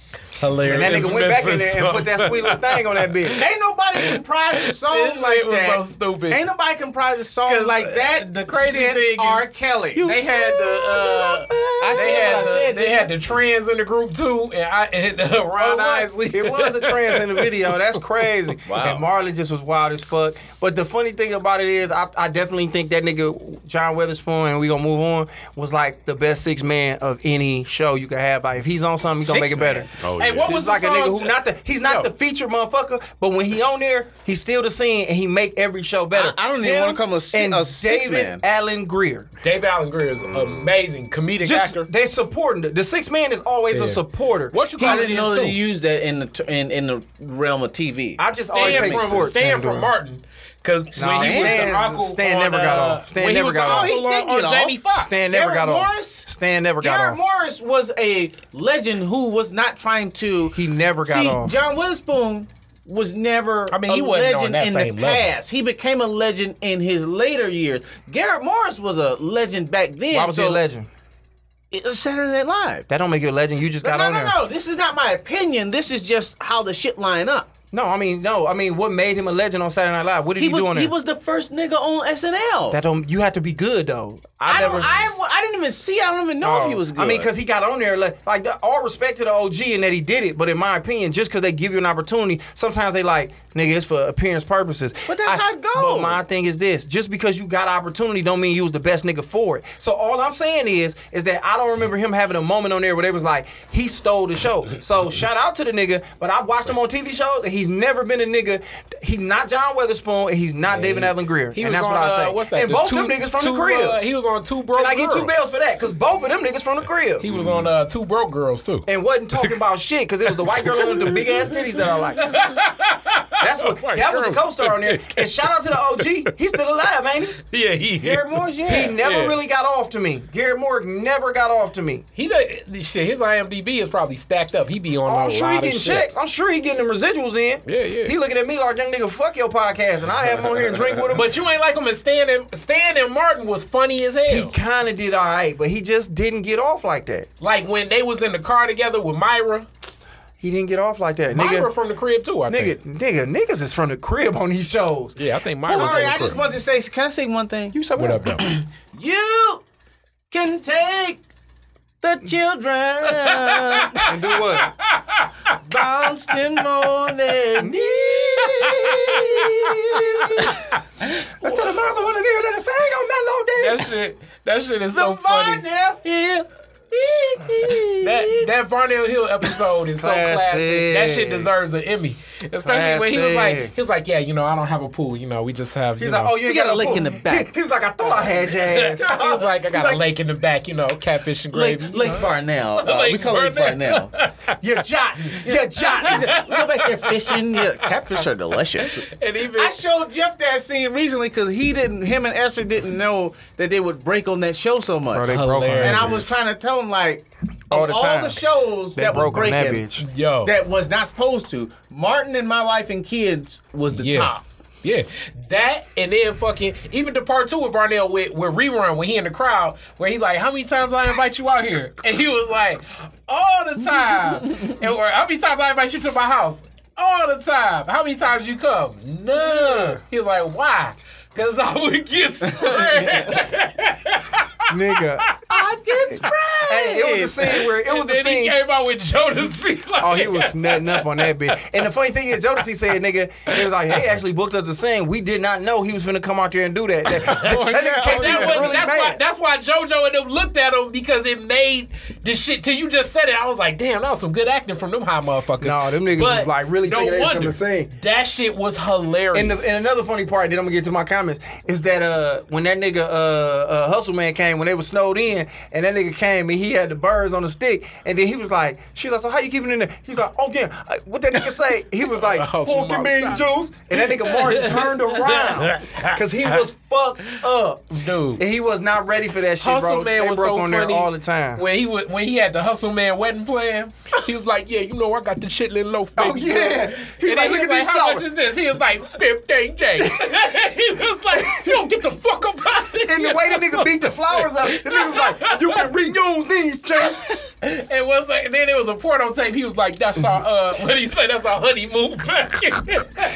Speaker 3: Hilarious.
Speaker 2: And that nigga went back in there and put that sweet little thing on that bitch.
Speaker 5: Ain't nobody can prize a song
Speaker 3: This shit
Speaker 5: like
Speaker 3: was
Speaker 5: that.
Speaker 3: so stupid.
Speaker 5: Ain't nobody can prize a song
Speaker 3: 'Cause,
Speaker 5: like
Speaker 3: uh,
Speaker 5: that.
Speaker 3: the crazy
Speaker 5: since
Speaker 3: thing is-
Speaker 5: R. Kelly.
Speaker 3: They had the uh,
Speaker 5: I
Speaker 3: they
Speaker 5: said
Speaker 3: had
Speaker 5: what I
Speaker 3: the,
Speaker 5: said,
Speaker 3: they had the trends in the group too, and I and uh, Ron Isley.
Speaker 2: Oh, It was a trance in the video. That's crazy. And Marlon just was wild as fuck. But the funny thing about it is, I, I definitely think that nigga John Witherspoon, and we gonna move on, was like the best six man of any show you could have. Like if he's on something, he's gonna make it better.
Speaker 4: Oh,
Speaker 3: hey,
Speaker 4: yeah.
Speaker 3: what
Speaker 2: This
Speaker 3: was
Speaker 2: is like
Speaker 3: the
Speaker 2: a
Speaker 3: song?
Speaker 2: nigga who not the he's not
Speaker 3: Yo.
Speaker 2: the feature motherfucker, but when he on there, he's still the scene and he make every show better.
Speaker 5: I- I don't even
Speaker 2: Him
Speaker 5: wanna call him a si-
Speaker 2: and
Speaker 5: a six
Speaker 2: David
Speaker 5: man.
Speaker 2: Allen Greer.
Speaker 3: Dave Allen Greer is
Speaker 5: Mm.
Speaker 3: an amazing comedic
Speaker 2: Just
Speaker 3: actor.
Speaker 2: they supporting the, the six man is always a supporter.
Speaker 3: What you
Speaker 2: He's
Speaker 3: call
Speaker 5: I
Speaker 3: it
Speaker 5: didn't
Speaker 3: is,
Speaker 5: know
Speaker 3: too.
Speaker 5: they used that in the t- in, in the realm of TV.
Speaker 2: I just always
Speaker 3: Stan
Speaker 2: take
Speaker 3: from
Speaker 2: sports.
Speaker 3: Stan from
Speaker 2: Duran.
Speaker 3: Martin. Because
Speaker 2: Nah,
Speaker 3: when he was
Speaker 2: Stan-
Speaker 3: the uncle
Speaker 2: Stan
Speaker 3: on,
Speaker 2: never got
Speaker 3: uh,
Speaker 2: off. Stan
Speaker 3: when
Speaker 2: never
Speaker 3: he was
Speaker 2: got
Speaker 3: the
Speaker 2: off.
Speaker 5: He uh,
Speaker 3: uncle
Speaker 5: did
Speaker 3: on,
Speaker 5: get
Speaker 3: on Jamie
Speaker 5: off.
Speaker 3: Foxx.
Speaker 2: Stan never
Speaker 5: Garrett
Speaker 2: got off.
Speaker 5: Morris?
Speaker 2: Stan never got
Speaker 5: Garrett
Speaker 2: off.
Speaker 5: Morris was a legend who was not trying to.
Speaker 2: He never got
Speaker 5: See,
Speaker 2: off.
Speaker 5: John Witherspoon was never
Speaker 3: I mean, he
Speaker 5: a
Speaker 3: wasn't on
Speaker 5: legend
Speaker 3: that
Speaker 5: in
Speaker 3: same
Speaker 5: the
Speaker 3: level.
Speaker 5: past. He became a legend in his later years. Garrett Morris was a legend back then.
Speaker 2: Why was he
Speaker 5: so
Speaker 2: a legend?
Speaker 5: It was Saturday Night Live.
Speaker 2: That don't make you a legend. You just got
Speaker 5: no,
Speaker 2: on
Speaker 5: no,
Speaker 2: there.
Speaker 5: no. This is not my opinion. This is just how the shit line up.
Speaker 2: No, I mean, no. I mean, what made him a legend on Saturday Night Live? What did
Speaker 5: He
Speaker 2: he, do
Speaker 5: was
Speaker 2: on
Speaker 5: he
Speaker 2: there?
Speaker 5: was the first nigga on SNL.
Speaker 2: that don't. You have to be good though.
Speaker 5: I don't. I, I didn't even see. it. Oh, I don't even know
Speaker 3: Oh.
Speaker 5: if he was good.
Speaker 2: I mean, because he got on there. Like, like all respect to the OG and that he did it. But in my opinion, just because they give you an opportunity, sometimes they like, nigga, it's for appearance purposes.
Speaker 5: But that's
Speaker 2: I-
Speaker 5: how it
Speaker 2: But
Speaker 5: goes.
Speaker 2: my thing is this: just because you got opportunity, don't mean you was the best nigga for it. So all I'm saying is, is that I don't remember him having a moment on there where they was like, he stole the show. So shout out to the nigga. But I've watched him on TV shows, and he's never been a nigga. He's not John Weatherspoon, and he's not David Allen Greer.
Speaker 3: He
Speaker 2: and
Speaker 3: was
Speaker 2: that's
Speaker 3: on,
Speaker 2: what I say.
Speaker 3: Uh, what's that?
Speaker 2: and
Speaker 3: The
Speaker 2: both
Speaker 3: two,
Speaker 2: them niggas from
Speaker 3: two,
Speaker 2: the crib.
Speaker 3: Uh, he was on Two Broke
Speaker 2: and I get
Speaker 3: Girls.
Speaker 2: two bells for that, cause both of them niggas from the crib
Speaker 3: He was on uh, Two Broke Girls, too.
Speaker 2: and wasn't talking about shit because it was the white girl with the big ass titties that I like. That's what
Speaker 3: White
Speaker 2: that was the
Speaker 3: girl.
Speaker 2: co-star on there. And shout out to the OG. He's still alive, ain't he?
Speaker 3: yeah, he.
Speaker 5: Garrett Morris, yeah.
Speaker 2: He never
Speaker 3: Yeah.
Speaker 2: really got off to me. Garrett Morgan never got off to me.
Speaker 3: He done- this shit. His IMDb is probably stacked up. He be on
Speaker 2: Oh,
Speaker 3: a
Speaker 2: I'm sure
Speaker 3: lot
Speaker 2: he
Speaker 3: of
Speaker 2: getting
Speaker 3: shit.
Speaker 2: checks. I'm sure he getting the residuals in.
Speaker 3: Yeah, yeah.
Speaker 2: He looking at me like young nigga, fuck your podcast, and I have him on here and drink with him.
Speaker 3: But you ain't like him as Stan and Stan and Martin was funny as
Speaker 2: he
Speaker 3: hell.
Speaker 2: kind of did all right, but he just didn't get off like that.
Speaker 3: like when they was in the car together with Myra.
Speaker 2: He didn't get off like that,
Speaker 3: Myra
Speaker 2: nigga.
Speaker 3: from the crib too, I
Speaker 2: Nigga,
Speaker 3: think.
Speaker 2: nigga, niggas is from the crib on these shows.
Speaker 3: Yeah, I think Myra. from
Speaker 5: Sorry,
Speaker 3: the
Speaker 5: I just
Speaker 3: crib.
Speaker 5: wanted to say. Can I say one thing?
Speaker 2: You said
Speaker 3: What
Speaker 2: what
Speaker 3: up, though?
Speaker 5: You can take the children,
Speaker 2: And do what?
Speaker 5: bounced in more than
Speaker 2: That's to the minds of one of nigga that is saying on Mellow Day.
Speaker 3: That shit. That shit is so funny.
Speaker 5: funny.
Speaker 3: That that Varnell Hill episode is so classic.
Speaker 2: Classic.
Speaker 3: That shit deserves an Emmy, especially when he was like,
Speaker 2: Classic.
Speaker 3: he was like, yeah, you know, I don't have a pool. You know, we just have. You
Speaker 2: He's
Speaker 3: know.
Speaker 2: like, oh, you
Speaker 5: We
Speaker 2: ain't
Speaker 5: got a
Speaker 2: no
Speaker 5: lick
Speaker 2: pool.
Speaker 5: in the back.
Speaker 2: He, he was like, I thought I had your ass.
Speaker 3: I was like, I got
Speaker 2: Like-
Speaker 3: a lake in the back, you know, catfish and
Speaker 5: Lake,
Speaker 3: gravy.
Speaker 5: Lake Barnell. Uh, we
Speaker 3: Lake
Speaker 5: call it Lake
Speaker 3: Barnell.
Speaker 5: Barnell.
Speaker 2: You're jotting. You're jotting.
Speaker 5: we go back there fishing. Yeah, catfish are delicious.
Speaker 3: and even
Speaker 5: I showed Jeff that scene recently because he didn't, him and Esther didn't know that they would break on that show so much.
Speaker 3: broke her.
Speaker 5: and I was trying to tell him like
Speaker 2: All
Speaker 5: of
Speaker 2: the
Speaker 5: all
Speaker 2: time.
Speaker 5: the shows
Speaker 2: They
Speaker 5: that were
Speaker 2: broke on that
Speaker 5: breaking
Speaker 2: bitch.
Speaker 3: yo,
Speaker 5: that was not supposed to. Martin and my wife and kids was the
Speaker 3: Yeah.
Speaker 5: top.
Speaker 3: Yeah, that and then fucking even the part two with Varnell with with rerun when he in the crowd where he like how many times I invite you out here and he was like all the time and or how many times I invite you to my house all the time how many times you come none he was like why because I would get spread
Speaker 2: nigga. I get sprayed. Hey, it was a scene where it was
Speaker 3: and
Speaker 2: a
Speaker 3: then he
Speaker 2: scene.
Speaker 3: came out with Jodeci like
Speaker 2: Oh, he was nutting up on that bitch. And the funny thing is, Jodeci said, nigga, it was like, they actually booked up the scene. We did not know he was finna come out there and do that. That, that nigga Casey
Speaker 3: Oh, That
Speaker 2: was
Speaker 3: was-
Speaker 2: really
Speaker 3: that's, why,
Speaker 2: mad.
Speaker 3: that's why JoJo and them looked at him because it made the shit. Till you just said it, I was like, damn, that was some good acting from them high motherfuckers.
Speaker 2: Nah, them niggas was, like, really
Speaker 3: no
Speaker 2: thinking they was
Speaker 3: wonder.
Speaker 2: gonna sing.
Speaker 3: That shit was hilarious.
Speaker 2: And, the, and another funny part, then I'm gonna get to my comments, is that uh when that nigga uh, uh hustle man came when they was snowed in, and that nigga came and he had the birds on the stick, and then he was like, she's like, so how you keeping it in there? He's like, oh yeah, uh, what that nigga say? He was like,
Speaker 3: Hustle
Speaker 2: porky
Speaker 3: Mark.
Speaker 2: bean juice, and that nigga Martin turned around because he was fucked up,
Speaker 3: Dude.
Speaker 2: and he was not ready for that shit,
Speaker 3: Hustle
Speaker 2: bro.
Speaker 3: Man
Speaker 2: they
Speaker 3: was
Speaker 2: broke
Speaker 3: so
Speaker 2: on
Speaker 3: funny
Speaker 2: there all the time.
Speaker 3: When he wa- when he had the Hustle Man wedding plan, he was like, "Yeah, you know, I got the chitlin loaf."
Speaker 2: Oh,
Speaker 3: baby."
Speaker 2: yeah. He
Speaker 3: and
Speaker 2: was like,
Speaker 3: then he
Speaker 2: "Look at
Speaker 3: was
Speaker 2: these
Speaker 3: like, "How much
Speaker 2: flowers."
Speaker 3: is this?" He was like, 15 days." he was like, "You don't get the fuck up out of
Speaker 2: and the
Speaker 3: here."
Speaker 2: way the nigga beat the flowers up, the nigga was like, you can reuse these, Jay.
Speaker 3: It was like, and then there was a porno tape. He was like, "That's our uh, what he say? That's our honeymoon."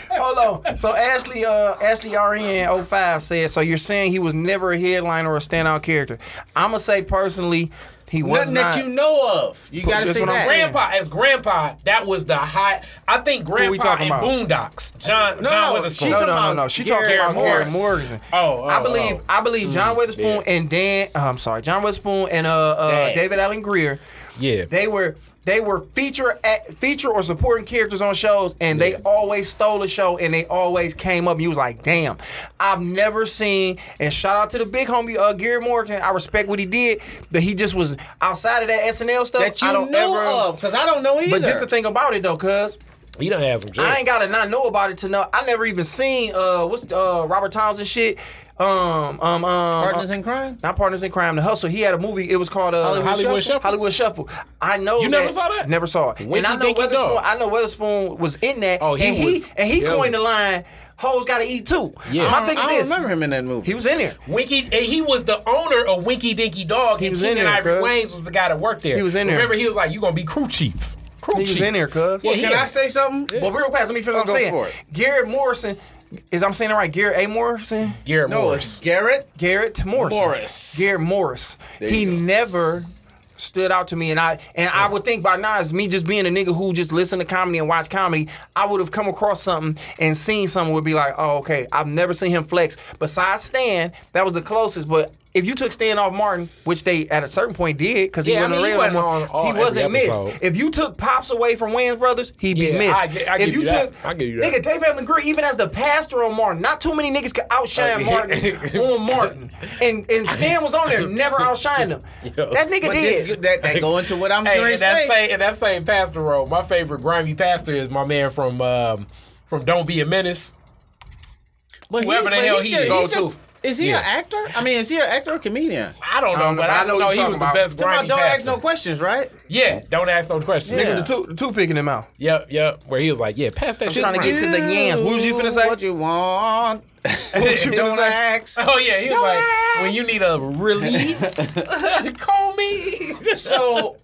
Speaker 2: Hold on. So Ashley, uh, Ashley RN 05 said, so you're saying he was never a headliner or a standout character. I'm gonna say personally, he was
Speaker 5: Nothing
Speaker 2: not.
Speaker 5: that you know of. You gotta
Speaker 2: that's
Speaker 5: say
Speaker 2: what I'm
Speaker 5: that.
Speaker 2: saying.
Speaker 3: grandpa, as grandpa, that was the high. I think
Speaker 2: we
Speaker 3: grandpa
Speaker 2: talking
Speaker 3: and Boondocks, John,
Speaker 5: No,
Speaker 3: John
Speaker 5: no,
Speaker 3: Witherspoon.
Speaker 5: she
Speaker 2: no, no, no,
Speaker 5: talking
Speaker 2: no.
Speaker 5: about
Speaker 2: She talking
Speaker 5: Garrett
Speaker 2: about Garrett
Speaker 5: Morris.
Speaker 2: Morrison.
Speaker 3: Oh, oh,
Speaker 2: I believe,
Speaker 3: oh.
Speaker 2: I
Speaker 5: Mm,
Speaker 2: believe John Witherspoon and Dan. uh, I'm sorry, John Witherspoon and uh, uh
Speaker 5: Dad.
Speaker 2: David Allen Greer.
Speaker 3: Yeah.
Speaker 2: they were they were feature at, feature or supporting characters on shows, and they always stole a show, and they always came up. And you was like, damn, I've never seen. And shout out to the big homie uh, Gary Morgan. I respect what he did, but he just was outside of that SNL stuff.
Speaker 5: That you
Speaker 2: I don't
Speaker 5: know
Speaker 2: ever.
Speaker 5: of, because I don't know either.
Speaker 2: But just the thing about it though, cuz
Speaker 3: He done had some.
Speaker 2: I ain't gotta not know about it to know. I never even seen uh what's uh Robert Townsend shit. Um um um
Speaker 5: Partners
Speaker 2: uh,
Speaker 5: in crime?
Speaker 2: not partners in crime. The hustle. He had a movie. It was called uh,
Speaker 5: Hollywood Hollywood
Speaker 3: Shuffle?
Speaker 2: Hollywood Shuffle. I know
Speaker 3: You
Speaker 2: that,
Speaker 3: never saw that?
Speaker 2: Never saw it.
Speaker 3: What
Speaker 2: and
Speaker 3: you
Speaker 2: I know
Speaker 3: think you
Speaker 2: Weatherspoon.
Speaker 3: know?
Speaker 2: I know Weatherspoon was in that.
Speaker 3: Oh, he
Speaker 2: and
Speaker 3: was-
Speaker 2: he and he
Speaker 3: yeah.
Speaker 2: coined the line. Hoes gotta eat too.
Speaker 3: Yeah.
Speaker 2: My thing
Speaker 5: I
Speaker 2: is
Speaker 5: don't
Speaker 2: this.
Speaker 5: remember him in that movie.
Speaker 2: He was in there.
Speaker 3: Winky, and he was the owner of Winky Dinky Dog, and
Speaker 2: was
Speaker 3: King
Speaker 2: in
Speaker 3: and
Speaker 2: there,
Speaker 3: Ivory
Speaker 2: cuz.
Speaker 3: Waynes was the guy that worked there.
Speaker 2: He was in there.
Speaker 3: Remember, he was like, "You gonna be crew chief." Crew
Speaker 2: He
Speaker 3: chief.
Speaker 2: was in there, cuz.
Speaker 3: Yeah,
Speaker 5: Can
Speaker 3: yeah.
Speaker 5: I say something?
Speaker 2: But real fast, let me finish what
Speaker 5: Go
Speaker 2: I'm saying.
Speaker 5: for it.
Speaker 2: Garrett Morrison. Is I'm saying it right? Garrett A. Morrison.
Speaker 3: Garrett
Speaker 5: No, it's
Speaker 3: Morris.
Speaker 5: Garrett.
Speaker 2: Garrett Morris.
Speaker 5: Morris.
Speaker 2: Garrett Morris. He
Speaker 5: you go.
Speaker 2: never stood out to me, and I and I would think by now, as me just being a nigga who just listened to comedy and watched comedy, I would have come across something and seen something would be like, oh okay, I've never seen him flex. Besides Stan, that was the closest, but. If you took Stan off Martin, which they at a certain point did, because he
Speaker 3: Yeah, I
Speaker 2: wasn't
Speaker 3: mean, he
Speaker 2: around
Speaker 3: wasn't
Speaker 2: no more,
Speaker 3: on all
Speaker 2: he
Speaker 3: every
Speaker 2: wasn't missed.
Speaker 3: episode.
Speaker 2: If you took Pops away from Wayans Brothers, he'd be
Speaker 3: Yeah,
Speaker 2: missed.
Speaker 3: I gi- I
Speaker 2: if
Speaker 3: give
Speaker 2: you
Speaker 3: you that.
Speaker 2: took,
Speaker 3: I give you that.
Speaker 2: nigga, Dave Allen Greer, even as the pastor on Martin, not too many niggas could outshine Martin on Martin. And and Stan was on there, never outshined him. That nigga
Speaker 5: But this,
Speaker 2: did.
Speaker 5: that, that go into what I'm
Speaker 3: Hey,
Speaker 5: going
Speaker 3: and
Speaker 5: to
Speaker 3: that
Speaker 5: say.
Speaker 3: same and that same pastor role. My favorite grimy pastor is my man from um, from Don't Be a Menace.
Speaker 5: But he-
Speaker 3: whoever the
Speaker 5: but
Speaker 3: hell
Speaker 5: he
Speaker 3: he
Speaker 5: just-
Speaker 3: go
Speaker 5: he's just-
Speaker 3: to.
Speaker 5: Is he
Speaker 3: Yeah.
Speaker 5: an actor? I mean, is he an actor or comedian?
Speaker 3: I don't know,
Speaker 2: don't know,
Speaker 3: but, I know,
Speaker 2: you're
Speaker 3: he
Speaker 2: talking
Speaker 3: was
Speaker 2: about.
Speaker 3: the best
Speaker 5: Come
Speaker 3: grimy
Speaker 5: on, don't
Speaker 3: pastor.
Speaker 5: ask no questions, right?
Speaker 3: Yeah, don't ask no questions.
Speaker 5: Yeah.
Speaker 2: two, the two pig in him out.
Speaker 3: Yep, yep. Where he was like, "Yeah, pass that shit."
Speaker 2: trying to get to the yams. What was you finna say?
Speaker 5: What you want?
Speaker 3: What you finna
Speaker 5: Don't
Speaker 2: say?
Speaker 5: ask.
Speaker 3: Oh yeah, he was
Speaker 5: Don't
Speaker 3: like,
Speaker 5: ask.
Speaker 3: "When you need a release, call me."
Speaker 5: So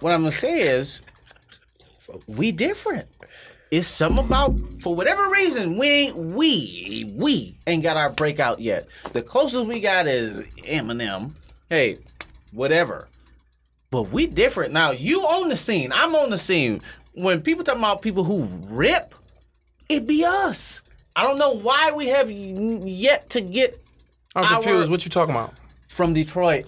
Speaker 5: what I'm gonna say is, we different. It's something about for whatever reason we ain't we we ain't got our breakout yet. The closest we got is Eminem. Hey, whatever. But we different now. You on the scene. I'm on the scene. When people talk about people who rip, it be us. I don't know why we have yet to get
Speaker 2: I'm
Speaker 5: Our-
Speaker 2: confused. What you talking about?
Speaker 5: from Detroit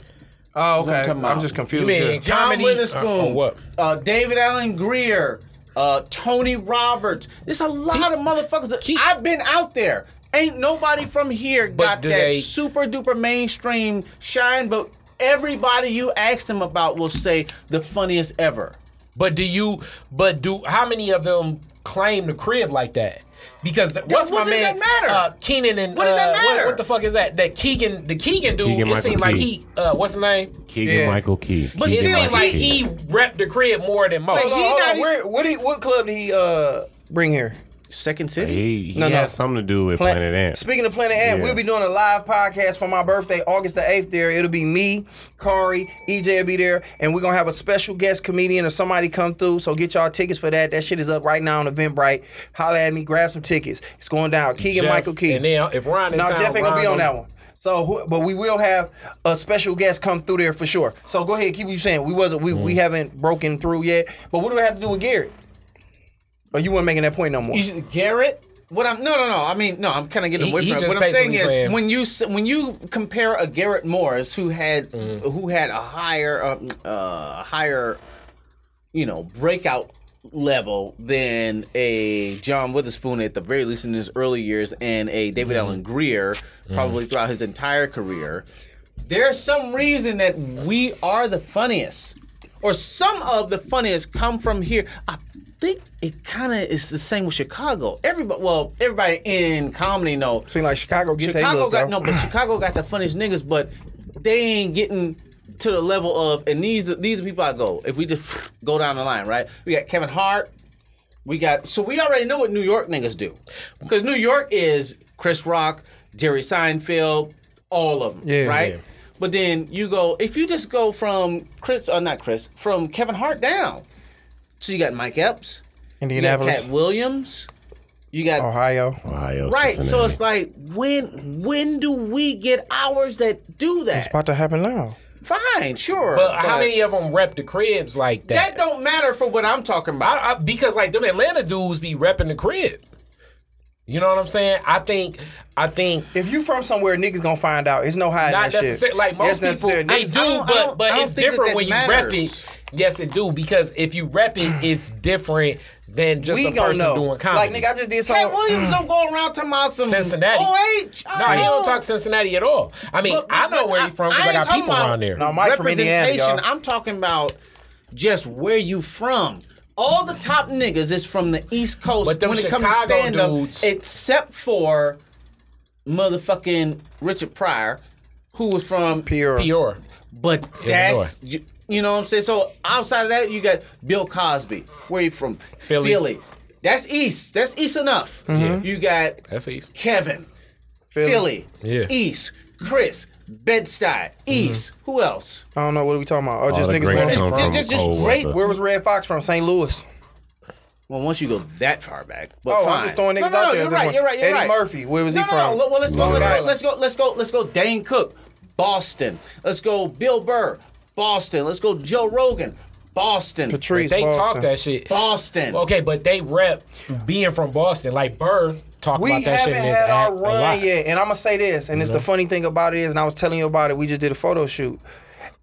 Speaker 2: Oh,
Speaker 5: what I'm
Speaker 2: okay.
Speaker 5: talking
Speaker 2: I'm,
Speaker 5: about.
Speaker 2: just
Speaker 3: You
Speaker 2: confused.
Speaker 3: mean
Speaker 2: yeah.
Speaker 5: John
Speaker 3: comedy-
Speaker 5: Witherspoon,
Speaker 3: uh, uh, what?
Speaker 5: uh, David Allen Greer, uh, Tony Roberts. There's a lot of motherfuckers. That, I've been out there. Ain't nobody from here got
Speaker 3: do
Speaker 5: that
Speaker 3: they-
Speaker 5: super duper mainstream shine, but everybody you ask them about will say the funniest ever.
Speaker 3: But do you? But do how many of them claim the crib like that? Because th- what's
Speaker 5: what
Speaker 3: my
Speaker 5: does
Speaker 3: man?
Speaker 5: that matter?
Speaker 3: Uh, Keenan and
Speaker 5: What does that
Speaker 3: uh, what- What,
Speaker 5: matter?
Speaker 3: the fuck is that? That Keegan, the Keegan dude.
Speaker 4: Keegan
Speaker 3: it
Speaker 4: Michael
Speaker 3: seemed like
Speaker 4: Key.
Speaker 3: he. Uh, what's his name?
Speaker 4: Keegan
Speaker 2: Yeah.
Speaker 4: Michael Key.
Speaker 3: But it
Speaker 4: Keegan
Speaker 3: seemed
Speaker 4: Michael
Speaker 3: like
Speaker 4: Key.
Speaker 3: he repped the crib more than most.
Speaker 2: Hold on,
Speaker 5: he
Speaker 2: hold
Speaker 5: not
Speaker 2: on.
Speaker 5: even-
Speaker 2: Where, what, did- what club did he uh, bring here?
Speaker 5: Second City.
Speaker 4: He, he
Speaker 2: No, no.
Speaker 4: has something to do with
Speaker 2: Plan-
Speaker 4: Planet Ant.
Speaker 2: Speaking of Planet Ant,
Speaker 4: Yeah.
Speaker 2: we'll be doing a live podcast for my birthday, August the 8th there. It'll be me, Kari, EJ will be there, and we're going to have a special guest comedian or somebody come through. So get y'all tickets for that. That shit is up right now on Eventbrite. Holla at me, grab some tickets. It's going down. Keegan
Speaker 3: Jeff,
Speaker 2: Michael Key.
Speaker 3: and then if Ron in
Speaker 2: No,
Speaker 3: town,
Speaker 2: Jeff ain't going to be
Speaker 3: Ron
Speaker 2: on that
Speaker 3: gonna-
Speaker 2: one. So, who- but we will have a special guest come through there for sure. So go ahead, keep what you saying. We wasn't, we,
Speaker 4: Mm.
Speaker 2: we haven't broken through yet. But what do we have to do with Garrett? Or you weren't making that point no more.
Speaker 5: You said Garrett. What I'm no no no. I mean no. I'm kind of getting
Speaker 3: He-
Speaker 5: away
Speaker 3: he
Speaker 5: from it.
Speaker 3: just
Speaker 5: What I'm saying
Speaker 3: basically
Speaker 5: is
Speaker 3: saying-
Speaker 5: when you s- when you compare a Garrett Morris who had
Speaker 3: Mm-hmm.
Speaker 5: who had a higher um, uh higher you know breakout level than a John Witherspoon at the very least in his early years and a David
Speaker 3: Mm-hmm.
Speaker 5: Allen Greer probably throughout his entire career. There's some reason that we are the funniest, or some of the funniest come from here. I think it kind of is the same with Chicago. Everybody, well, everybody in comedy know
Speaker 2: Seem like Chicago get they
Speaker 5: Chicago
Speaker 2: look,
Speaker 5: got
Speaker 2: bro.
Speaker 5: no, but Chicago got the funniest niggas, but they ain't getting to the level of and these these are people I go. If we just go down the line, right? We got Kevin Hart. We got so we already know what New York niggas do, because New York is Chris Rock, Jerry Seinfeld, all of them,
Speaker 2: Yeah,
Speaker 5: right?
Speaker 2: yeah.
Speaker 5: But then you go if you just go from Chris or not Chris from Kevin Hart down, so you got Mike Epps, you got
Speaker 2: Indianapolis.
Speaker 5: Cat Williams, you got
Speaker 2: Ohio.
Speaker 4: Ohio,
Speaker 5: Right. So
Speaker 4: Cincinnati.
Speaker 5: it's like when when do we get hours that do that?
Speaker 2: to happen now.
Speaker 5: Fine, sure.
Speaker 3: But how many of them rep the cribs like that?
Speaker 5: that don't matter for what I'm talking about.
Speaker 3: I, I, because like them Atlanta dudes be repping the crib. You know what I'm saying? I think, I think
Speaker 2: If you from somewhere, niggas gonna find out. It's no hiding
Speaker 3: not
Speaker 2: that
Speaker 3: necessarily
Speaker 2: shit.
Speaker 3: like most
Speaker 2: That's
Speaker 3: people
Speaker 2: necessary.
Speaker 3: they
Speaker 2: Niggas-
Speaker 3: do,
Speaker 5: I don't- I
Speaker 3: but
Speaker 5: don't- I
Speaker 3: but
Speaker 5: don't
Speaker 3: it's
Speaker 5: think that
Speaker 3: different
Speaker 5: that
Speaker 3: when
Speaker 5: matters.
Speaker 3: you rep it. Yes, it do because if you rep it, it's different than just
Speaker 2: we
Speaker 3: a
Speaker 2: gonna
Speaker 3: person
Speaker 2: know.
Speaker 3: doing comedy.
Speaker 2: Like nigga, I just did
Speaker 5: Cat
Speaker 2: something.
Speaker 5: Williams don't go around talking about some
Speaker 3: Cincinnati.
Speaker 5: Oh,
Speaker 3: No, he don't talk Cincinnati at all. I mean, I know where he's from because I, got people around there.
Speaker 2: No, Mike from Indiana,
Speaker 5: representation.
Speaker 2: y'all.
Speaker 5: I'm talking about just where you from. All the top niggas is from the East Coast
Speaker 3: But them
Speaker 5: when it comes to
Speaker 3: Chicago
Speaker 5: stand up,
Speaker 3: dudes-
Speaker 5: except for motherfucking Richard Pryor, who was from
Speaker 2: Pure.
Speaker 3: Peor.
Speaker 5: But that's you, you know what I'm saying. So outside of that, you got Bill Cosby. Where you from?
Speaker 3: Philly. Mm-hmm.
Speaker 5: That's East. That's East enough. You got
Speaker 3: That's East.
Speaker 5: Kevin, Philly,
Speaker 3: Yeah. Mm-hmm.
Speaker 5: East, Chris, Bed-Stuy, East. Who else?
Speaker 2: I don't know what are we talking about. Oh,
Speaker 4: All
Speaker 2: just
Speaker 4: the
Speaker 2: niggas.
Speaker 4: greats
Speaker 2: where-
Speaker 4: come
Speaker 5: just-
Speaker 4: from
Speaker 5: just- just
Speaker 4: cold
Speaker 5: great-
Speaker 4: weather.
Speaker 2: Where was Red Fox from? St. Louis.
Speaker 5: Well, once you go that far back, but
Speaker 2: Oh, I'm
Speaker 5: fine.
Speaker 2: just throwing
Speaker 5: No,
Speaker 2: niggas
Speaker 5: no,
Speaker 2: out
Speaker 5: no,
Speaker 2: there.
Speaker 5: You're
Speaker 2: Just
Speaker 5: right.
Speaker 2: one.
Speaker 5: You're right. You're
Speaker 2: Eddie
Speaker 5: right.
Speaker 2: Murphy, where was
Speaker 5: no,
Speaker 2: he
Speaker 5: No, no,
Speaker 2: from?
Speaker 5: no. Well, let's go.
Speaker 2: Long
Speaker 5: Let's go.
Speaker 2: Island.
Speaker 5: Let's go. Let's go. Let's go. Dane Cook, Boston. Let's go. Bill Burr, Boston. Let's go. Joe Rogan, Boston.
Speaker 2: Patrice.
Speaker 3: They
Speaker 2: Boston.
Speaker 3: talk that shit.
Speaker 5: Boston.
Speaker 3: Okay, but they rep being from Boston. Like Burr talked
Speaker 2: We
Speaker 3: about that shit
Speaker 2: haven't
Speaker 3: in his
Speaker 2: had
Speaker 3: act
Speaker 2: our
Speaker 3: a lot.
Speaker 2: run yet, and I'm gonna say this, and it's the funny thing about it is, and I was telling you about it. We just did a photo shoot.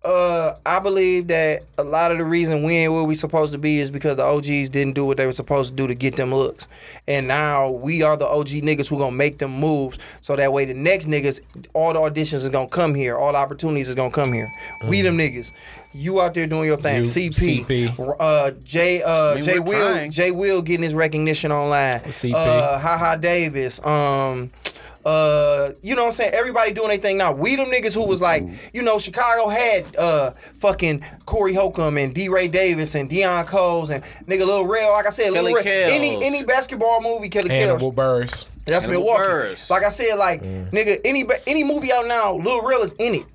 Speaker 2: Uh, I believe that a lot of the reason we ain't where we supposed to be is because the OGs didn't do what they were supposed to do to get them looks, and now we are the OG niggas who gonna make them moves, so that way the next niggas, all the auditions is gonna come here, all the opportunities is gonna come here. We them niggas. You out there doing your thing,
Speaker 3: Mm. You,
Speaker 2: CP,
Speaker 3: CP.
Speaker 2: Uh, Jay, uh,
Speaker 5: I mean,
Speaker 2: Jay
Speaker 5: we're
Speaker 2: Will,
Speaker 5: trying.
Speaker 2: Jay Will getting his recognition online.
Speaker 3: CP.
Speaker 2: Uh, Ha Ha Davis. Um, uh, you know what I'm saying? Everybody doing their thing now. We them niggas who was like, you know, Chicago had uh fucking Corey Holcomb and D. Ray Davis and Deion Coles and nigga Lil Rail. Like I said,
Speaker 5: Kelly
Speaker 2: Lil Rel.
Speaker 5: Kells.
Speaker 2: Any any basketball movie, Kelly
Speaker 3: Hannibal
Speaker 2: Kells.
Speaker 3: Burrs.
Speaker 2: That's
Speaker 5: Hannibal
Speaker 2: Milwaukee.
Speaker 5: Burrs.
Speaker 2: Like I said, like nigga, any ba- any movie out now, Lil Rail is in it.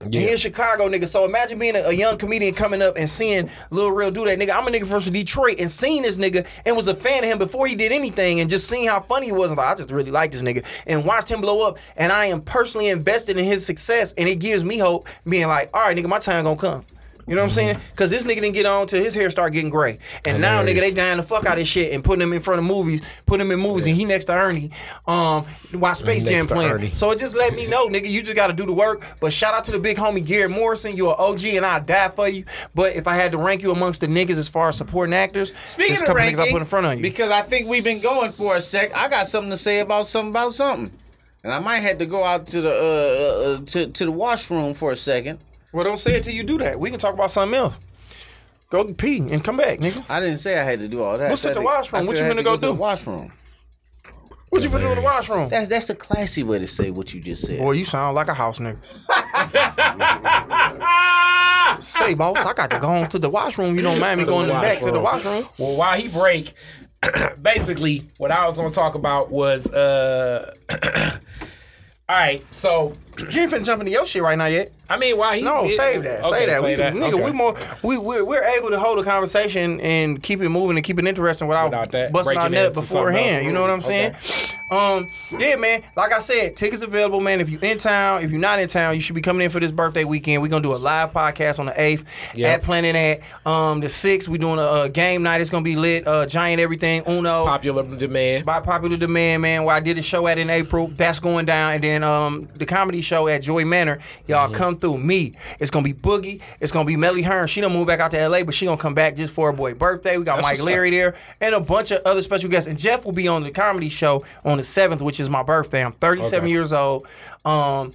Speaker 2: And He in Chicago, nigga. So imagine being a, a young comedian coming up and seeing Lil Real do that, nigga. I'm a nigga from Detroit and seeing this nigga and was a fan of him before he did anything and just seeing how funny he was. I'm like, I just really like this nigga and watched him blow up. And I am personally invested in his success and it gives me hope, being like, all right, nigga, my time gonna come. You know what I'm saying?
Speaker 3: Mm-hmm.
Speaker 2: Cause this nigga didn't get on till his hair start getting gray, and now nigga they dying the fuck out of this shit and putting him in front of movies, putting him in movies, and he next to Ernie, um, while Space
Speaker 3: Next
Speaker 2: Jam
Speaker 3: to
Speaker 2: playing.
Speaker 3: Ernie.
Speaker 2: So it just let me know, nigga, you just gotta do the work. But shout out to the big homie Gary Morrison, you're an OG, and I die for you. But if I had to rank you amongst the niggas as far as supporting actors,
Speaker 5: Speaking
Speaker 2: there's a
Speaker 5: of
Speaker 2: couple
Speaker 5: ranking,
Speaker 2: niggas I put in front of you.
Speaker 5: because I think we've been going for a sec. I got something to say about something about something, and I might have to go out to the uh, uh, to to the washroom for a second.
Speaker 2: well, don't say it till you do that. We can talk about something else. Go pee and come back, nigga.
Speaker 5: I didn't say I had to do all that.
Speaker 2: What's
Speaker 5: I
Speaker 2: at the
Speaker 5: said I-
Speaker 2: washroom?
Speaker 5: I
Speaker 2: What
Speaker 5: said
Speaker 2: you
Speaker 5: I
Speaker 2: gonna
Speaker 5: had to
Speaker 2: go
Speaker 5: to the
Speaker 2: do?
Speaker 5: washroom.
Speaker 2: What you finna do in the
Speaker 3: Hilarious.
Speaker 2: washroom?
Speaker 5: That's that's the classy way to say what you just said.
Speaker 2: Boy, you sound like a house nigga. Say, boss, I got to go home to the washroom. You don't mind me going back to the washroom?
Speaker 3: Well, while he break, basically, what I was going to talk about was uh, all right. So
Speaker 2: You ain't finna jump into your shit right now yet.
Speaker 3: I mean, why he?
Speaker 2: No,
Speaker 3: it-
Speaker 2: save that.
Speaker 3: okay,
Speaker 2: save that. we, Nigga,
Speaker 3: Okay.
Speaker 2: we more we we're, we're able to hold a conversation and keep it moving and keep it interesting without,
Speaker 3: Without that,
Speaker 2: busting our
Speaker 3: breaking it
Speaker 2: nut
Speaker 3: to something else.
Speaker 2: beforehand. You know what I'm
Speaker 3: Okay.
Speaker 2: saying? Um, yeah, man. Like I said, tickets available, man. If you in town, if you're not in town, you should be coming in for this birthday weekend. We're gonna do a live podcast on the eighth
Speaker 3: Yep.
Speaker 2: at Planet at um the sixth. We're doing a, uh game night. It's gonna be lit. Uh, giant everything. Uno
Speaker 3: Popular demand.
Speaker 2: by popular demand, man. Where I did a show at in April, that's going down, and then um the comedy show at Joy Manor, y'all
Speaker 3: Mm-hmm.
Speaker 2: come through. Me, it's gonna be Boogie, it's gonna be Melly Hearn. She done moved back out to L.A., but she gonna come back just for her boy birthday. We got
Speaker 3: That's
Speaker 2: Mike
Speaker 3: what's up.
Speaker 2: Leary there, and a bunch of other special guests. And Jeff will be on the comedy show on the seventh, which is my birthday. I'm 37
Speaker 3: Okay.
Speaker 2: years old. Um.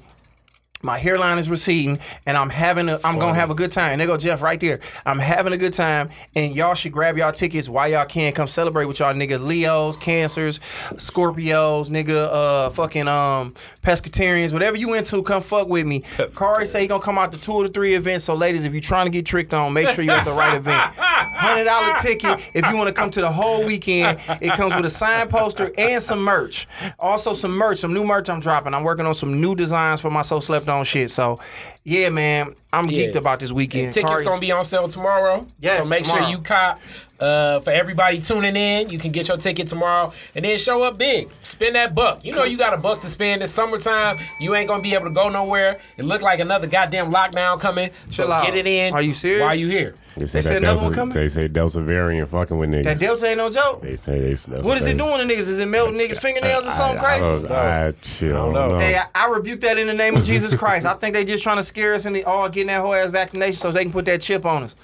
Speaker 2: My hairline is receding, and I'm having a, I'm gonna have a good time. And they go Jeff right there. I'm having a good time, and y'all should grab y'all tickets while y'all can. Come celebrate with y'all nigga Leos, Cancers, Scorpios, nigga, uh, fucking um, pescatarians, whatever you into. Come fuck with me. Kari say he gonna come out to two or three events. So ladies, if you're trying to get tricked on, make sure you're at the right event. Hundred dollar ticket if you want to come to the whole weekend. It comes with a signed poster and some merch. Also some merch, some new merch I'm dropping. I'm working on some new designs for my so slept on shit. So, yeah, man, I'm
Speaker 3: Yeah.
Speaker 2: geeked about this weekend.
Speaker 3: Tickets
Speaker 2: Kari's-
Speaker 3: gonna be on sale tomorrow.
Speaker 2: Yes,
Speaker 3: so make
Speaker 2: tomorrow.
Speaker 3: sure you cop. Uh, for everybody tuning in, you can get your ticket tomorrow and then show up big. Spend that buck. You know you got a buck to spend. It's summertime. You ain't gonna be able to go nowhere. It look like another goddamn lockdown coming. so
Speaker 2: Chill out.
Speaker 3: get it in.
Speaker 2: Are you serious?
Speaker 3: Why you here?
Speaker 4: They say
Speaker 2: said
Speaker 4: that
Speaker 2: another one
Speaker 4: Delta-
Speaker 2: coming?
Speaker 4: They say Delta variant fucking with niggas.
Speaker 2: that Delta ain't no joke.
Speaker 4: they say they. that's
Speaker 2: What is it
Speaker 4: crazy.
Speaker 2: doing to niggas? Is it melting niggas' fingernails or something
Speaker 4: I, I,
Speaker 2: crazy?
Speaker 4: don't- I, Oh, shit, I don't
Speaker 3: know.
Speaker 4: know.
Speaker 2: Hey, I, I rebuke that in the name of Jesus Christ. I think they just trying to scare us into all getting that whole ass vaccination so they can put that chip on us.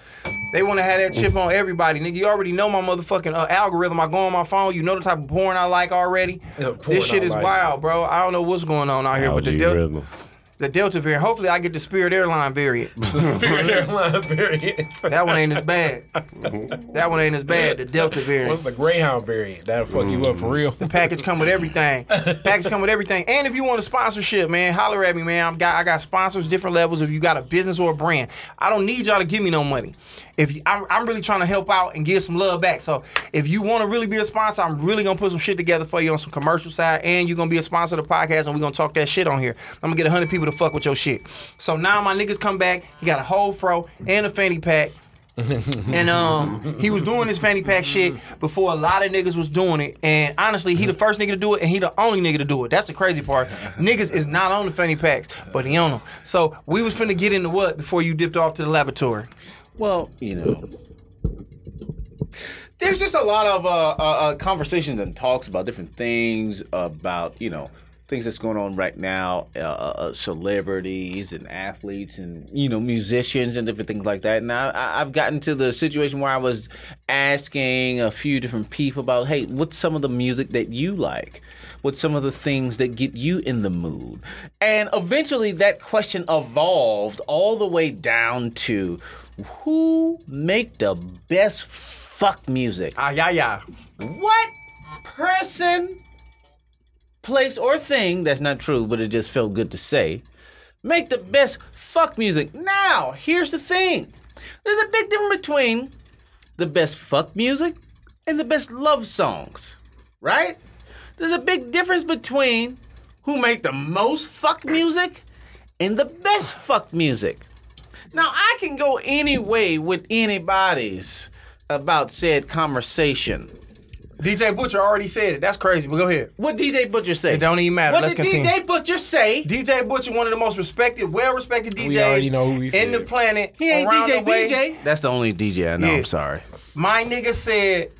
Speaker 2: They want to have that chip on everybody, nigga. You already know my motherfucking uh, algorithm. I go on my phone. You know the type of porn I like already.
Speaker 3: Yeah, porn
Speaker 2: this shit
Speaker 3: I
Speaker 2: is
Speaker 3: like.
Speaker 2: wild, bro. I don't know what's going on out here, but the,
Speaker 4: Algae
Speaker 2: Del-
Speaker 4: rhythm.
Speaker 2: the Delta variant. Hopefully, I get the Spirit Airline variant.
Speaker 3: Spirit Airline variant.
Speaker 2: that one ain't as bad. That one ain't as bad. The Delta variant.
Speaker 3: What's the Greyhound variant? That'll fuck you
Speaker 2: Mm.
Speaker 3: up for real.
Speaker 2: Package come with everything. Package come with everything. And if you want a sponsorship, man, holler at me, man. I'm got I got sponsors, different levels. If you got a business or a brand, I don't need y'all to give me no money. If you, I'm, I'm really trying to help out and give some love back. So if you want to really be a sponsor, I'm really gonna put some shit together for you on some commercial side, and you're gonna be a sponsor of the podcast, and we're gonna talk that shit on here. I'm gonna get hundred people to fuck with your shit. So now my niggas come back. He got a whole fro and a fanny pack. And um, he was doing this fanny pack shit before a lot of niggas was doing it. And honestly, he the first nigga to do it, and he the only nigga to do it. That's the crazy part. Niggas is not on the fanny packs, but he on them. So we was finna get into what before you dipped off to the laboratory.
Speaker 5: Well, you know, there's just a lot of uh, uh, uh, conversations and talks about different things about you know things that's going on right now, uh, uh, uh, celebrities and athletes and you know musicians and different things like that. And I- I, I've gotten to the situation where I was asking a few different people about, hey, what's some of the music that you like? What's some of the things that get you in the mood? And eventually that question evolved all the way down to who make the best fuck music?
Speaker 2: Ah, yeah, yeah.
Speaker 5: What person, place, or thing that's not true, but it just felt good to say, make the best fuck music? Now, here's the thing there's a big difference between the best fuck music and the best love songs, right? There's a big difference between who make the most fuck music and the best fuck music. Now I can go any way with anybody's about said conversation.
Speaker 2: DJ Butcher already said it. That's crazy, but go ahead.
Speaker 5: What DJ Butcher say?
Speaker 2: It don't even matter.
Speaker 5: What
Speaker 2: Let's
Speaker 5: did
Speaker 2: continue.
Speaker 5: DJ Butcher say?
Speaker 2: DJ Butcher, one of the most respected, well-respected DJs
Speaker 3: already know who he
Speaker 2: in
Speaker 3: said.
Speaker 2: the planet.
Speaker 5: He ain't
Speaker 2: around
Speaker 5: DJ
Speaker 2: the way.
Speaker 5: BJ. That's the only DJ I know.
Speaker 2: Yeah.
Speaker 5: I'm sorry.
Speaker 2: My nigga said,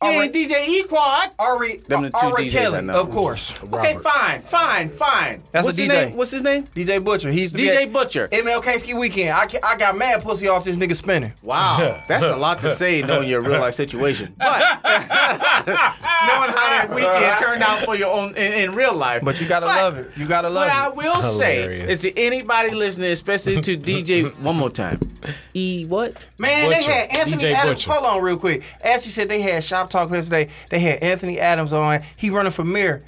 Speaker 5: He
Speaker 2: Alright.
Speaker 5: ain't DJ Equad.
Speaker 2: Ari,
Speaker 5: Them the two
Speaker 2: Ari
Speaker 5: DJs I
Speaker 2: Kelly,
Speaker 5: know.
Speaker 2: of course.
Speaker 5: Okay, fine, fine, fine.
Speaker 2: That's a
Speaker 5: What's his
Speaker 2: DJ.
Speaker 5: Name? What's his name?
Speaker 2: DJ Butcher, he's the
Speaker 5: DJ Butcher.
Speaker 2: MLK Ski Weekend. I, ca- I got mad pussy off this nigga spinning.
Speaker 5: Wow, that's a lot to say knowing your real life situation. But knowing how that weekend turned out for your own in, in real life.
Speaker 2: But you gotta love it. You gotta
Speaker 5: What I
Speaker 2: love it.
Speaker 5: will
Speaker 3: Hilarious.
Speaker 5: say is to anybody listening, especially to DJ, one more time. E what?
Speaker 2: Man, they
Speaker 3: Butcher.
Speaker 2: had Anthony
Speaker 3: DJ
Speaker 2: Adams.
Speaker 3: Butcher.
Speaker 2: Hold on, real quick. Ashley said they had shop talk yesterday. They had Anthony Adams on. He running for mayor.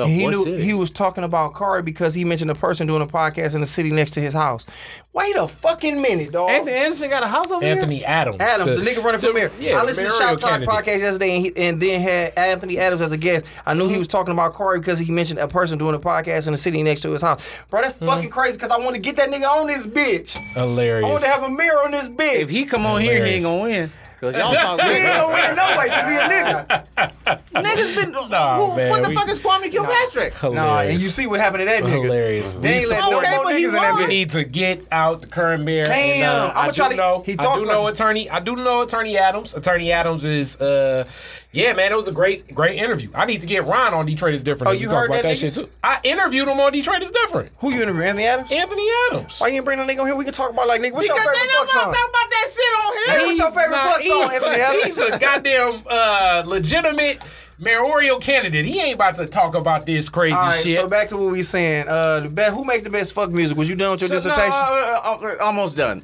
Speaker 2: And he
Speaker 3: what
Speaker 2: knew
Speaker 3: city?
Speaker 2: he was talking about Kari because he mentioned a person doing a podcast in the city next to his house. Wait a fucking minute, dog.
Speaker 5: Anthony Anderson got a house over
Speaker 3: Anthony Adams.
Speaker 2: Adams, the, nigga running for mayor.
Speaker 3: yeah,
Speaker 2: I listened to
Speaker 3: mayoral
Speaker 2: Shop Talk
Speaker 3: candidate.
Speaker 2: podcast yesterday, and, he, and then had Anthony Adams as a guest. I knew
Speaker 5: Mm-hmm.
Speaker 2: he was talking about Corey because he mentioned a person doing a podcast in the city next to his house. Bro,
Speaker 5: Mm-hmm.
Speaker 2: that's fucking crazy because I want to get that nigga on this bitch. I want
Speaker 3: Hilarious.
Speaker 2: to have a mirror on this bitch.
Speaker 5: If he come on here, he ain't gonna win. Cause y'all talk
Speaker 2: he
Speaker 5: good.
Speaker 2: ain't gonna win no way because he a nigga.
Speaker 5: Niggas been.
Speaker 3: Nah,
Speaker 5: who,
Speaker 3: man,
Speaker 5: what the
Speaker 3: we-
Speaker 5: fuck is Kwame Kilpatrick?
Speaker 2: Nah,
Speaker 3: Hilarious.
Speaker 2: and you see what happened to that nigga.
Speaker 3: Hilarious.
Speaker 2: They ain't let no more
Speaker 5: Okay, but he
Speaker 2: niggas in that
Speaker 5: won.
Speaker 3: We
Speaker 2: bitch.
Speaker 3: need to get out the current mayor. and,
Speaker 2: Damn,
Speaker 3: uh,
Speaker 2: I'ma
Speaker 3: I
Speaker 2: try
Speaker 3: do
Speaker 2: to-
Speaker 3: know.
Speaker 2: he
Speaker 3: I
Speaker 2: talked
Speaker 3: do
Speaker 2: about
Speaker 3: know
Speaker 2: you.
Speaker 3: attorney. I do know attorney Adams. Attorney Adams is, uh, yeah, man. It was a great, great interview. I need to get Ron on Detroit is different.
Speaker 2: Oh,
Speaker 3: and
Speaker 2: you
Speaker 3: talk
Speaker 2: heard
Speaker 3: about
Speaker 2: that
Speaker 3: that,
Speaker 2: nigga?
Speaker 3: shit too? I interviewed him on Detroit is different.
Speaker 2: Who you interviewing, Anthony Adams?
Speaker 3: Anthony Adams.
Speaker 2: Why you ain't bring no nigga on here? We can talk about like nigga. What's
Speaker 5: Because
Speaker 2: your
Speaker 5: they
Speaker 2: favorite
Speaker 5: don't
Speaker 2: fuck
Speaker 5: wanna
Speaker 2: song?
Speaker 5: talk about that shit on
Speaker 2: Hey,
Speaker 5: here.
Speaker 2: what's your favorite fuck
Speaker 3: he's-
Speaker 2: song, Anthony Adams?
Speaker 3: He's a goddamn uh, legitimate mayoral candidate. He ain't about to talk about this crazy
Speaker 2: All right,
Speaker 3: shit.
Speaker 2: so back to what we saying. Uh, the best, who makes the best fuck music? Was you done with your
Speaker 5: So, no,
Speaker 2: dissertation?
Speaker 5: uh, uh, uh, almost done.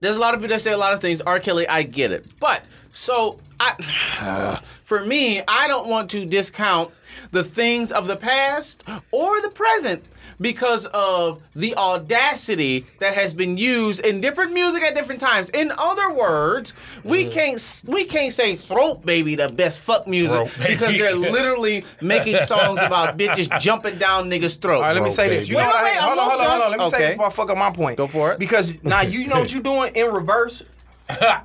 Speaker 5: There's a lot of people that say a lot of things. R. Kelly, I get it, but so I, for me, I don't want to discount the things of the past or the present because of the audacity that has been used in different music at different times. In other words, we
Speaker 2: Mm-hmm.
Speaker 5: can't s- we can't say throat baby the best fuck music
Speaker 3: Throat Baby.
Speaker 5: because they're literally making songs about bitches jumping down niggas' throats.
Speaker 2: All right, let me say this. You
Speaker 5: Wait,
Speaker 2: know what?
Speaker 5: wait,
Speaker 2: I, hold on,
Speaker 5: almost
Speaker 2: hold on, hold on.
Speaker 5: done.
Speaker 2: Let me say
Speaker 5: Okay.
Speaker 2: this before I fuck up my point.
Speaker 5: Go for it.
Speaker 2: Because now you know what you doing in reverse.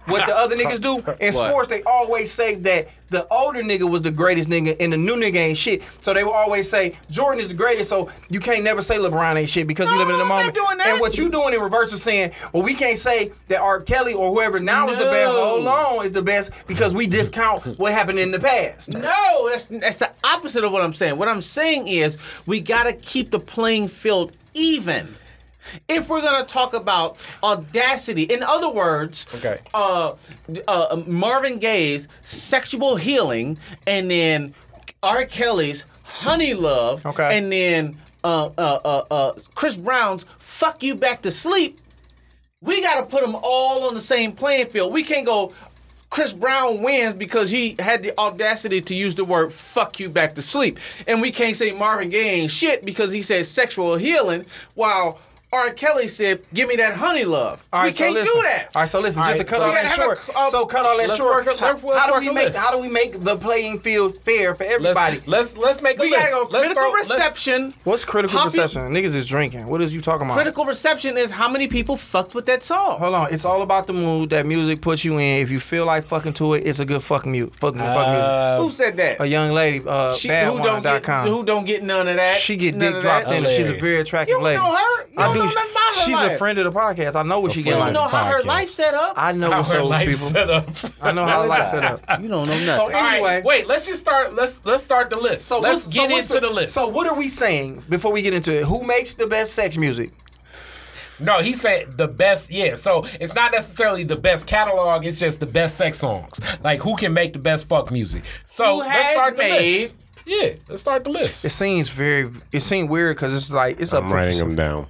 Speaker 2: what the other niggas do in sports, they always say that the older nigga was the greatest nigga and the new nigga ain't shit. So they will always say Jordan is the greatest. So you can't never say LeBron ain't shit because we
Speaker 5: No,
Speaker 2: living in the
Speaker 5: I'm not
Speaker 2: moment.
Speaker 5: doing that.
Speaker 2: And what you doing in reverse is saying, well, we can't say that R. Kelly or whoever now is the best.
Speaker 5: No.
Speaker 2: Hold on, is the best because we discount what happened in the past.
Speaker 5: No, that's that's the opposite of what I'm saying. What I'm saying is we gotta keep the playing field even. If we're gonna talk about audacity, in other words,
Speaker 3: Okay.
Speaker 5: uh, d- uh, Marvin Gaye's "Sexual Healing," and then R. Kelly's "Honey Love,"
Speaker 2: Okay.
Speaker 5: and then uh, uh, uh, uh, Chris Brown's "Fuck You Back to Sleep." We gotta put them all on the same playing field. We can't go. Chris Brown wins because he had the audacity to use the word "fuck you" back to sleep, and we can't say Marvin Gaye ain't shit because he said sexual healing, while R. Kelly said, "Give me that honey love."
Speaker 2: All right,
Speaker 5: we can't
Speaker 2: so listen.
Speaker 5: do that.
Speaker 2: All right, so listen, just
Speaker 3: All
Speaker 2: to
Speaker 3: right,
Speaker 2: cut
Speaker 3: so
Speaker 2: all
Speaker 3: we
Speaker 2: that
Speaker 5: gotta have a
Speaker 2: short.
Speaker 5: cl- uh,
Speaker 2: so cut all that
Speaker 3: let's
Speaker 2: short.
Speaker 3: work a- let's-
Speaker 2: how,
Speaker 3: let's
Speaker 2: how do
Speaker 3: work
Speaker 2: we
Speaker 3: a
Speaker 2: make
Speaker 3: list.
Speaker 2: how do we make the playing field fair for everybody?
Speaker 3: Let's, let's let's make a
Speaker 5: we
Speaker 3: list.
Speaker 5: gotta go
Speaker 3: Let's
Speaker 5: critical
Speaker 3: throw- let's-
Speaker 5: reception.
Speaker 2: What's critical
Speaker 5: Popu-
Speaker 2: perception? Niggas is drinking. What is you talking about?
Speaker 5: Critical reception is how many people fucked with that song.
Speaker 2: Hold on, it's all about the mood that music puts you in. If you feel like fucking to it, it's a good fuck mute. Fuck, mu- fuck music.
Speaker 5: Who said that?
Speaker 2: A young lady, uh,
Speaker 5: She- who don't get
Speaker 2: badwine.com.
Speaker 5: who don't get none of that?
Speaker 2: She get
Speaker 5: none
Speaker 2: dick
Speaker 5: of
Speaker 2: dropped
Speaker 5: that?
Speaker 2: in. her. She's a
Speaker 3: Hilarious.
Speaker 2: very attractive
Speaker 5: You don't
Speaker 2: lady.
Speaker 5: know her. You
Speaker 2: I
Speaker 5: don't
Speaker 2: do.
Speaker 5: know nothing about her
Speaker 2: She's a
Speaker 5: life.
Speaker 2: friend of the podcast. I know what she get
Speaker 5: You
Speaker 2: like.
Speaker 5: don't know how her
Speaker 4: Podcast.
Speaker 5: life set up.
Speaker 2: I know
Speaker 3: How
Speaker 2: what's
Speaker 3: her
Speaker 2: up with
Speaker 3: life
Speaker 2: people.
Speaker 3: set up.
Speaker 2: I know how her life set up.
Speaker 5: you don't know
Speaker 2: So
Speaker 5: nothing.
Speaker 2: anyway,
Speaker 3: All right, wait. Let's just start. Let's let's start the list. So let's
Speaker 2: what's-
Speaker 3: get
Speaker 2: what's
Speaker 3: into the, list.
Speaker 2: So what are we saying before we get into it? Who makes the best sex music?
Speaker 3: no, he said the best. Yeah. So it's not necessarily the best catalog. It's just the best sex songs. Like who can make the best fuck music. So
Speaker 5: Who
Speaker 3: let's
Speaker 5: has
Speaker 3: start the
Speaker 5: made-
Speaker 3: list. Yeah. Let's start the list.
Speaker 2: It seems very. It seems weird because it's like it's a.
Speaker 4: I'm writing them down.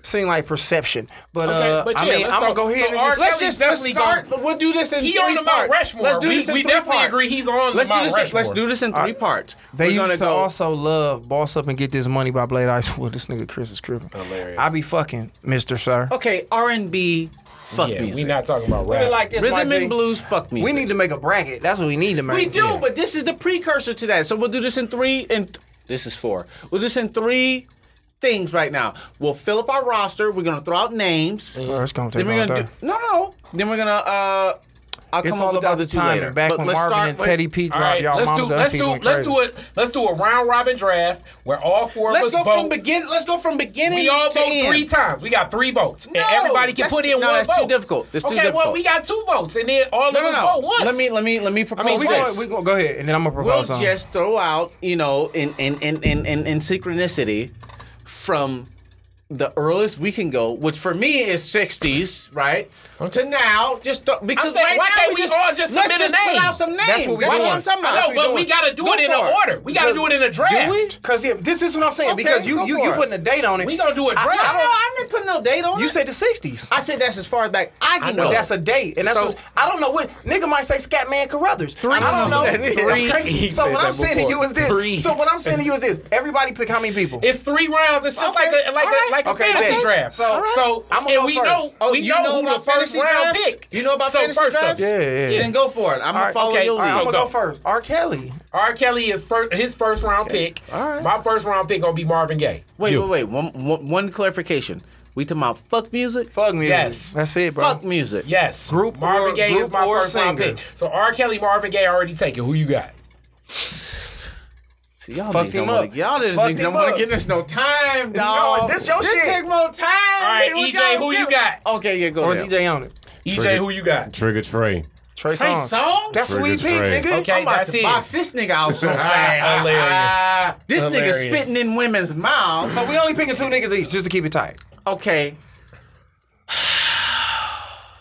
Speaker 2: Seem like perception, but,
Speaker 3: Okay,
Speaker 2: uh,
Speaker 3: but
Speaker 2: I
Speaker 3: yeah,
Speaker 2: mean,
Speaker 3: let's
Speaker 2: I'm gonna
Speaker 3: talk-
Speaker 2: go ahead
Speaker 3: so
Speaker 2: and
Speaker 3: R.
Speaker 2: just.
Speaker 5: Let's
Speaker 3: Kelly's
Speaker 5: just let's
Speaker 3: definitely
Speaker 5: start.
Speaker 3: gone.
Speaker 5: We'll do this in
Speaker 3: He
Speaker 5: three
Speaker 3: on the Mount
Speaker 5: parts.
Speaker 3: Rushmore.
Speaker 5: Let's do
Speaker 3: We-
Speaker 5: this in
Speaker 3: we
Speaker 5: three
Speaker 3: definitely
Speaker 5: parts.
Speaker 3: agree he's on the
Speaker 5: Let's
Speaker 3: Mount
Speaker 5: do this. in- Let's
Speaker 3: Rushmore.
Speaker 5: do this in three parts.
Speaker 2: They
Speaker 5: We're
Speaker 2: used
Speaker 5: gonna
Speaker 2: to
Speaker 5: go.
Speaker 2: also love boss up and get this money by Blade Icewood. This nigga Chris is cripping. Hilarious. I be fucking Mister Sir.
Speaker 5: okay, R and B, fuck
Speaker 3: yeah.
Speaker 5: music,
Speaker 3: We not talking about rap.
Speaker 2: this,
Speaker 5: rhythm and blues, fuck music.
Speaker 2: We need to make a bracket. That's what we need to make.
Speaker 5: We do, but this is the precursor to that. So we'll do this in three. And th- this is four. We'll do this in three things right now. We'll fill up our roster. We're gonna throw out names.
Speaker 2: Bro, it's gonna take
Speaker 5: Then
Speaker 2: all
Speaker 5: we're gonna
Speaker 2: day.
Speaker 5: do no, no. Then we're gonna. uh I'll
Speaker 2: It's
Speaker 5: come up
Speaker 2: all
Speaker 5: with
Speaker 2: about the
Speaker 5: the other two
Speaker 2: timing.
Speaker 5: later.
Speaker 2: Back
Speaker 5: But
Speaker 2: when
Speaker 5: let's
Speaker 2: Marvin
Speaker 5: start
Speaker 2: and
Speaker 5: with-
Speaker 2: Teddy P
Speaker 3: All
Speaker 2: dropped,
Speaker 3: right,
Speaker 2: y'all
Speaker 3: let's do
Speaker 2: mamas
Speaker 3: let's
Speaker 2: aunties
Speaker 3: do
Speaker 2: went
Speaker 3: let's
Speaker 2: crazy.
Speaker 3: do it. Let's do a round robin draft where all four
Speaker 5: Let's
Speaker 3: of us
Speaker 5: go
Speaker 3: vote.
Speaker 5: from begin. Let's go from beginning.
Speaker 3: we all
Speaker 5: to
Speaker 3: vote
Speaker 5: end.
Speaker 3: three times. We got three votes,
Speaker 5: No,
Speaker 3: and everybody can
Speaker 5: that's
Speaker 3: put
Speaker 5: too-
Speaker 3: in
Speaker 5: no,
Speaker 3: one
Speaker 5: that's too
Speaker 3: vote.
Speaker 5: difficult. That's too
Speaker 3: okay, well,
Speaker 5: difficult.
Speaker 3: we got two votes, and then all
Speaker 5: No,
Speaker 3: of
Speaker 5: no,
Speaker 3: us vote
Speaker 5: no.
Speaker 3: once.
Speaker 5: Let me, let me, let me
Speaker 2: So
Speaker 5: propose
Speaker 2: we
Speaker 5: this.
Speaker 2: going, we going, go ahead, and then I'm gonna propose
Speaker 5: we'll
Speaker 2: something.
Speaker 5: just throw out, you know, in in in in in, in synchronicity from the earliest we can go, which for me is 60s, right? To now, just th- because
Speaker 3: saying,
Speaker 5: right
Speaker 3: why
Speaker 5: now
Speaker 3: can't
Speaker 5: we
Speaker 3: we
Speaker 5: just,
Speaker 3: all just
Speaker 5: let's
Speaker 3: submit a
Speaker 5: just put
Speaker 3: name?
Speaker 5: out some names.
Speaker 2: That's what we doing.
Speaker 5: I'm talking
Speaker 2: That's
Speaker 5: about.
Speaker 3: No, but we gotta do
Speaker 5: Go
Speaker 3: it in
Speaker 5: for
Speaker 3: an order. We gotta
Speaker 2: Because-
Speaker 3: do it in a draft.
Speaker 5: we?
Speaker 2: Because yeah, this is what I'm saying.
Speaker 5: Okay,
Speaker 2: because you
Speaker 5: go
Speaker 2: you
Speaker 5: for
Speaker 2: you
Speaker 5: it.
Speaker 2: putting a date on it.
Speaker 3: We gonna do a
Speaker 2: I-
Speaker 3: draft.
Speaker 2: I
Speaker 5: I
Speaker 2: don't-
Speaker 5: don't. I didn't put no date on
Speaker 2: you
Speaker 5: it.
Speaker 2: said the 60s.
Speaker 5: I said that's as far back I can
Speaker 2: But
Speaker 5: go.
Speaker 2: that's a date, and that's
Speaker 5: So-
Speaker 2: I I don't know what nigga might say. Scatman Carruthers. Three. I don't know.
Speaker 5: Three.
Speaker 2: Okay?
Speaker 7: He
Speaker 2: So
Speaker 7: said
Speaker 2: what
Speaker 7: that
Speaker 2: I'm saying to
Speaker 7: before.
Speaker 2: you is this.
Speaker 7: Three.
Speaker 2: So what I'm saying to you is this. Everybody pick how many people.
Speaker 3: It's three rounds. It's just
Speaker 2: Okay,
Speaker 3: like a like
Speaker 2: all right.
Speaker 3: a, like a
Speaker 2: Okay,
Speaker 3: fantasy
Speaker 2: bet.
Speaker 3: draft.
Speaker 2: So- all right.
Speaker 3: so
Speaker 2: I'ma
Speaker 3: and
Speaker 2: go
Speaker 3: we
Speaker 2: first.
Speaker 3: know
Speaker 5: Oh,
Speaker 3: we
Speaker 5: you
Speaker 3: know,
Speaker 5: know
Speaker 3: who the
Speaker 5: about
Speaker 3: first
Speaker 5: fantasy
Speaker 3: round
Speaker 5: drafts?
Speaker 3: pick.
Speaker 5: You know about
Speaker 3: so
Speaker 5: fantasy
Speaker 3: first up,
Speaker 5: drafts?
Speaker 2: yeah, yeah, yeah.
Speaker 5: Then go for it. I'm gonna
Speaker 2: right,
Speaker 5: follow
Speaker 3: okay,
Speaker 5: your
Speaker 3: all right,
Speaker 5: lead.
Speaker 2: I'm
Speaker 3: so
Speaker 2: gonna go
Speaker 3: go.
Speaker 2: first. R. Kelly.
Speaker 3: R. Kelly is first his first round pick.
Speaker 5: All right.
Speaker 3: My first round pick gonna be Marvin Gaye.
Speaker 5: Wait, wait, wait. One, one, one clarification. We talking about fuck music?
Speaker 2: Fuck music.
Speaker 3: Yes.
Speaker 2: That's it, bro.
Speaker 5: Fuck music.
Speaker 3: Yes.
Speaker 2: Group
Speaker 3: Marvin
Speaker 2: or-
Speaker 3: Gaye is
Speaker 2: group
Speaker 3: my
Speaker 2: or
Speaker 3: first round
Speaker 2: singer.
Speaker 3: pick. So R. Kelly, Marvin Gaye already taken. Who you got?
Speaker 5: See, y'all
Speaker 2: Fucked him
Speaker 5: niggas don't wanna,
Speaker 2: up.
Speaker 5: Y'all just
Speaker 2: Fucked
Speaker 5: niggas
Speaker 2: him
Speaker 5: don't want
Speaker 2: up.
Speaker 5: to give us no
Speaker 2: No,
Speaker 5: time, dog.
Speaker 2: this your
Speaker 5: this
Speaker 2: shit.
Speaker 5: take more time.
Speaker 3: All right,
Speaker 5: nigga. We
Speaker 3: EJ,
Speaker 5: gotta
Speaker 3: who
Speaker 5: give-
Speaker 3: you got?
Speaker 5: Okay, yeah, E go
Speaker 2: Or is
Speaker 5: down.
Speaker 2: EJ on it?
Speaker 3: EJ,
Speaker 4: Trigger.
Speaker 3: E who you got?
Speaker 4: Trigger Trey.
Speaker 2: Trey
Speaker 5: Trey
Speaker 2: Songz.
Speaker 5: Songz?
Speaker 2: That's who we
Speaker 4: Trigger
Speaker 2: picked,
Speaker 4: Trey.
Speaker 2: nigga.
Speaker 3: Okay,
Speaker 5: I'm about
Speaker 3: that's
Speaker 5: to
Speaker 3: it.
Speaker 5: box this nigga out so
Speaker 3: Ah,
Speaker 5: fast.
Speaker 3: hilarious.
Speaker 5: Ah. This
Speaker 3: Hilarious.
Speaker 5: nigga spitting in women's mouths.
Speaker 2: So we only picking two niggas each just to keep it tight.
Speaker 5: okay,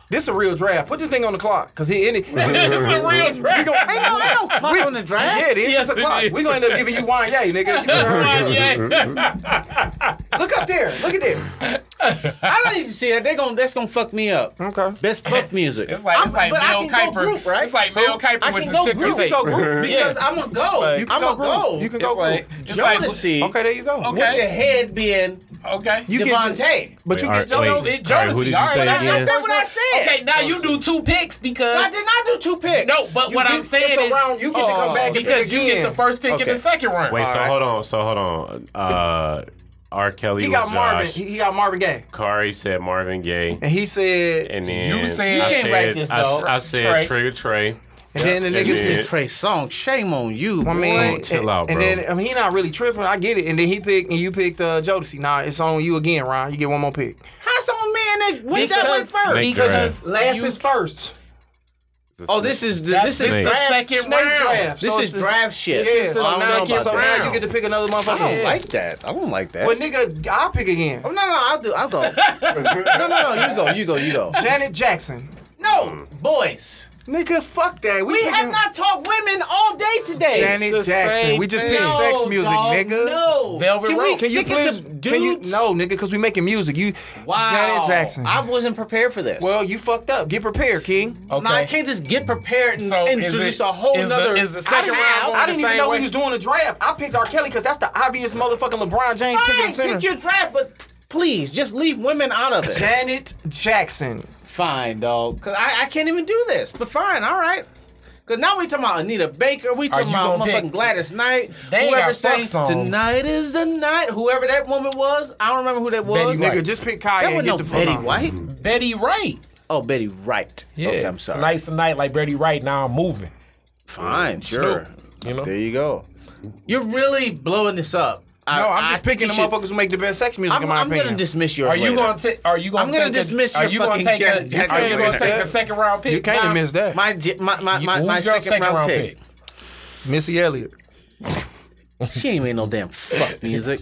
Speaker 2: This a real draft. Put this thing on the clock, cause he in it.
Speaker 3: This is a real draft.
Speaker 5: ain't no, ain't no clock on the draft.
Speaker 2: Yeah, it is.
Speaker 3: Yes,
Speaker 2: it's a clock.
Speaker 3: it is.
Speaker 2: We gonna end up giving you wine, yay, nigga. You heard?
Speaker 3: Yeah.
Speaker 2: Look up there. Look at there.
Speaker 5: I don't need to see that. They gonna that's gonna fuck me up.
Speaker 2: Okay.
Speaker 5: Best fuck music.
Speaker 3: It's like,
Speaker 5: I'm-
Speaker 3: it's like
Speaker 5: but I
Speaker 3: Mel Kiper.
Speaker 5: can Go group, right?
Speaker 3: It's like Mel Kiper
Speaker 5: I
Speaker 3: with
Speaker 5: can
Speaker 3: the
Speaker 5: go
Speaker 3: ticker
Speaker 5: group.
Speaker 3: tape.
Speaker 2: You can go group
Speaker 5: because
Speaker 3: Yeah.
Speaker 5: I'm gonna go.
Speaker 2: You can
Speaker 5: I'm
Speaker 2: go
Speaker 5: gonna go.
Speaker 2: group. You can
Speaker 3: It's
Speaker 2: go
Speaker 3: like,
Speaker 2: group.
Speaker 3: it's like,
Speaker 5: Jodeci
Speaker 2: Okay, there you go.
Speaker 3: Okay.
Speaker 5: with the head being
Speaker 3: okay.
Speaker 2: You get to-
Speaker 5: Devontae.
Speaker 2: But you
Speaker 4: Wait,
Speaker 2: get
Speaker 4: all right,
Speaker 2: Joe.
Speaker 4: wait.
Speaker 3: It-
Speaker 4: All right, who did you
Speaker 3: Jodeci,
Speaker 4: say
Speaker 3: all right,
Speaker 5: again?
Speaker 3: I said what I
Speaker 5: Jodeci.
Speaker 3: said. Okay, now you do two picks because
Speaker 5: I did not do two picks.
Speaker 3: no, but
Speaker 2: You
Speaker 3: what
Speaker 2: get-
Speaker 3: I'm saying
Speaker 2: it's a
Speaker 3: is
Speaker 2: round you get to come
Speaker 5: Oh,
Speaker 2: back and
Speaker 3: because
Speaker 2: pick
Speaker 3: you get
Speaker 2: again.
Speaker 3: the first pick in
Speaker 5: Okay.
Speaker 3: the second round.
Speaker 4: Wait, so hold on, so hold on. Uh, R. Kelly
Speaker 2: He
Speaker 4: was
Speaker 2: got Marvin.
Speaker 4: Josh.
Speaker 2: He he got Marvin Gaye,
Speaker 4: Kari said Marvin Gaye,
Speaker 2: and he said, and
Speaker 4: and then
Speaker 3: You said- You
Speaker 4: I
Speaker 5: can't
Speaker 4: said,
Speaker 5: write this,
Speaker 4: I,
Speaker 5: though.
Speaker 4: I said
Speaker 3: Trey.
Speaker 4: Trigger Trey.
Speaker 2: then the nigga said.
Speaker 4: And then-
Speaker 5: This is Trey Song. Shame on you.
Speaker 2: I
Speaker 5: boy.
Speaker 2: mean,
Speaker 4: Come on, chill
Speaker 2: and-
Speaker 4: out,
Speaker 2: and
Speaker 4: bro.
Speaker 2: then I mean, he not really tripping. I get it. And then he picked, and you picked uh, Jodeci. Nah, it's on you again, Ron. You get one more pick.
Speaker 5: how some man that went that went
Speaker 3: Because-
Speaker 5: first?
Speaker 4: Make
Speaker 3: because
Speaker 2: Last
Speaker 3: you-
Speaker 2: is first.
Speaker 5: Oh, this is the,
Speaker 3: That's
Speaker 5: this is
Speaker 3: the
Speaker 5: draft.
Speaker 3: second
Speaker 2: Snake
Speaker 3: round.
Speaker 2: draft.
Speaker 5: This
Speaker 2: So
Speaker 5: is
Speaker 2: it's the-
Speaker 5: draft shit.
Speaker 2: Yeah,
Speaker 5: Oh,
Speaker 2: so,
Speaker 5: I don't know
Speaker 2: now,
Speaker 5: about
Speaker 2: so
Speaker 5: that.
Speaker 2: now you get to pick another motherfucker.
Speaker 5: I don't
Speaker 2: Yeah.
Speaker 5: like that. I don't like that.
Speaker 2: But nigga, I'll pick again.
Speaker 5: Oh, no, no, I'll do. I'll go. no, no, no. You go. You go. You go.
Speaker 2: Janet Jackson.
Speaker 5: No, boys.
Speaker 2: Nigga, fuck that. We,
Speaker 5: We
Speaker 2: picking
Speaker 5: have not talked women all day today.
Speaker 2: Janet
Speaker 3: It's the
Speaker 2: Jackson.
Speaker 3: same
Speaker 2: We just
Speaker 3: thing.
Speaker 2: picked
Speaker 5: No,
Speaker 2: sex music,
Speaker 5: dog,
Speaker 2: nigga.
Speaker 5: No.
Speaker 3: Velvet
Speaker 5: can
Speaker 3: Rope.
Speaker 5: we
Speaker 2: Can you
Speaker 5: stick
Speaker 2: please?
Speaker 5: it to
Speaker 2: Can you,
Speaker 5: dudes?
Speaker 2: no, nigga, because we making music. You,
Speaker 5: Wow.
Speaker 2: Janet Jackson.
Speaker 5: I wasn't prepared for this.
Speaker 2: well, you fucked up. Get prepared, King.
Speaker 3: Okay.
Speaker 5: Now, I can't just get prepared and
Speaker 3: So is
Speaker 5: introduce
Speaker 3: it-
Speaker 5: a whole
Speaker 3: is the-
Speaker 5: nother.
Speaker 3: is the
Speaker 5: I
Speaker 3: second round
Speaker 5: didn't- I-
Speaker 3: going
Speaker 2: I
Speaker 3: the
Speaker 2: didn't even
Speaker 3: same
Speaker 2: know
Speaker 3: way.
Speaker 2: we was doing a draft. I picked R. Kelly because that's the obvious motherfucking LeBron James picking
Speaker 5: Fine,
Speaker 2: the center.
Speaker 5: pick your draft, but please just leave women out of it.
Speaker 2: Janet Jackson.
Speaker 5: fine, dog. Cause I, I can't even do this. But fine, all right. Cause now we talking about Anita Baker, we talking
Speaker 3: you
Speaker 5: about
Speaker 3: gonna
Speaker 5: motherfucking
Speaker 3: pick-
Speaker 5: Gladys Knight,
Speaker 3: They ain't
Speaker 5: whoever
Speaker 3: got fuck
Speaker 5: sang
Speaker 3: songs.
Speaker 5: "Tonight Is the Night," whoever that woman was, I don't remember who that was.
Speaker 3: Betty White.
Speaker 2: Nigga, just pick Kaya
Speaker 5: That
Speaker 2: and
Speaker 5: wasn't
Speaker 2: get
Speaker 5: no
Speaker 2: the fuck
Speaker 5: Betty
Speaker 2: on.
Speaker 5: White.
Speaker 3: Betty Wright.
Speaker 5: Oh, Betty Wright.
Speaker 3: Yeah.
Speaker 5: Okay, I'm sorry.
Speaker 3: Tonight's the night, like Betty Wright. Now I'm moving.
Speaker 5: Fine, sure.
Speaker 3: You know.
Speaker 5: There you go. You're really blowing this up. I-
Speaker 2: No,
Speaker 5: I
Speaker 2: I'm just
Speaker 5: think
Speaker 2: picking the
Speaker 5: you should-
Speaker 2: motherfuckers who make the best sex music. in
Speaker 5: I'm,
Speaker 2: my
Speaker 5: I'm
Speaker 2: opinion.
Speaker 5: gonna dismiss yours.
Speaker 3: Are you
Speaker 5: later.
Speaker 3: gonna take? Are you gonna?
Speaker 5: I'm gonna
Speaker 3: take
Speaker 5: dismiss
Speaker 3: A, are
Speaker 5: your
Speaker 3: you gonna
Speaker 5: fucking
Speaker 3: take?
Speaker 5: Janet
Speaker 3: A,
Speaker 5: Jackson
Speaker 3: are you
Speaker 5: pick.
Speaker 3: gonna take a second round pick?
Speaker 2: You can't
Speaker 3: now?
Speaker 2: have missed that.
Speaker 5: my j- my my my,
Speaker 3: You-
Speaker 5: my
Speaker 3: who's your
Speaker 5: second, round, pick?
Speaker 2: Missy Elliott.
Speaker 5: She ain't made no damn fuck music.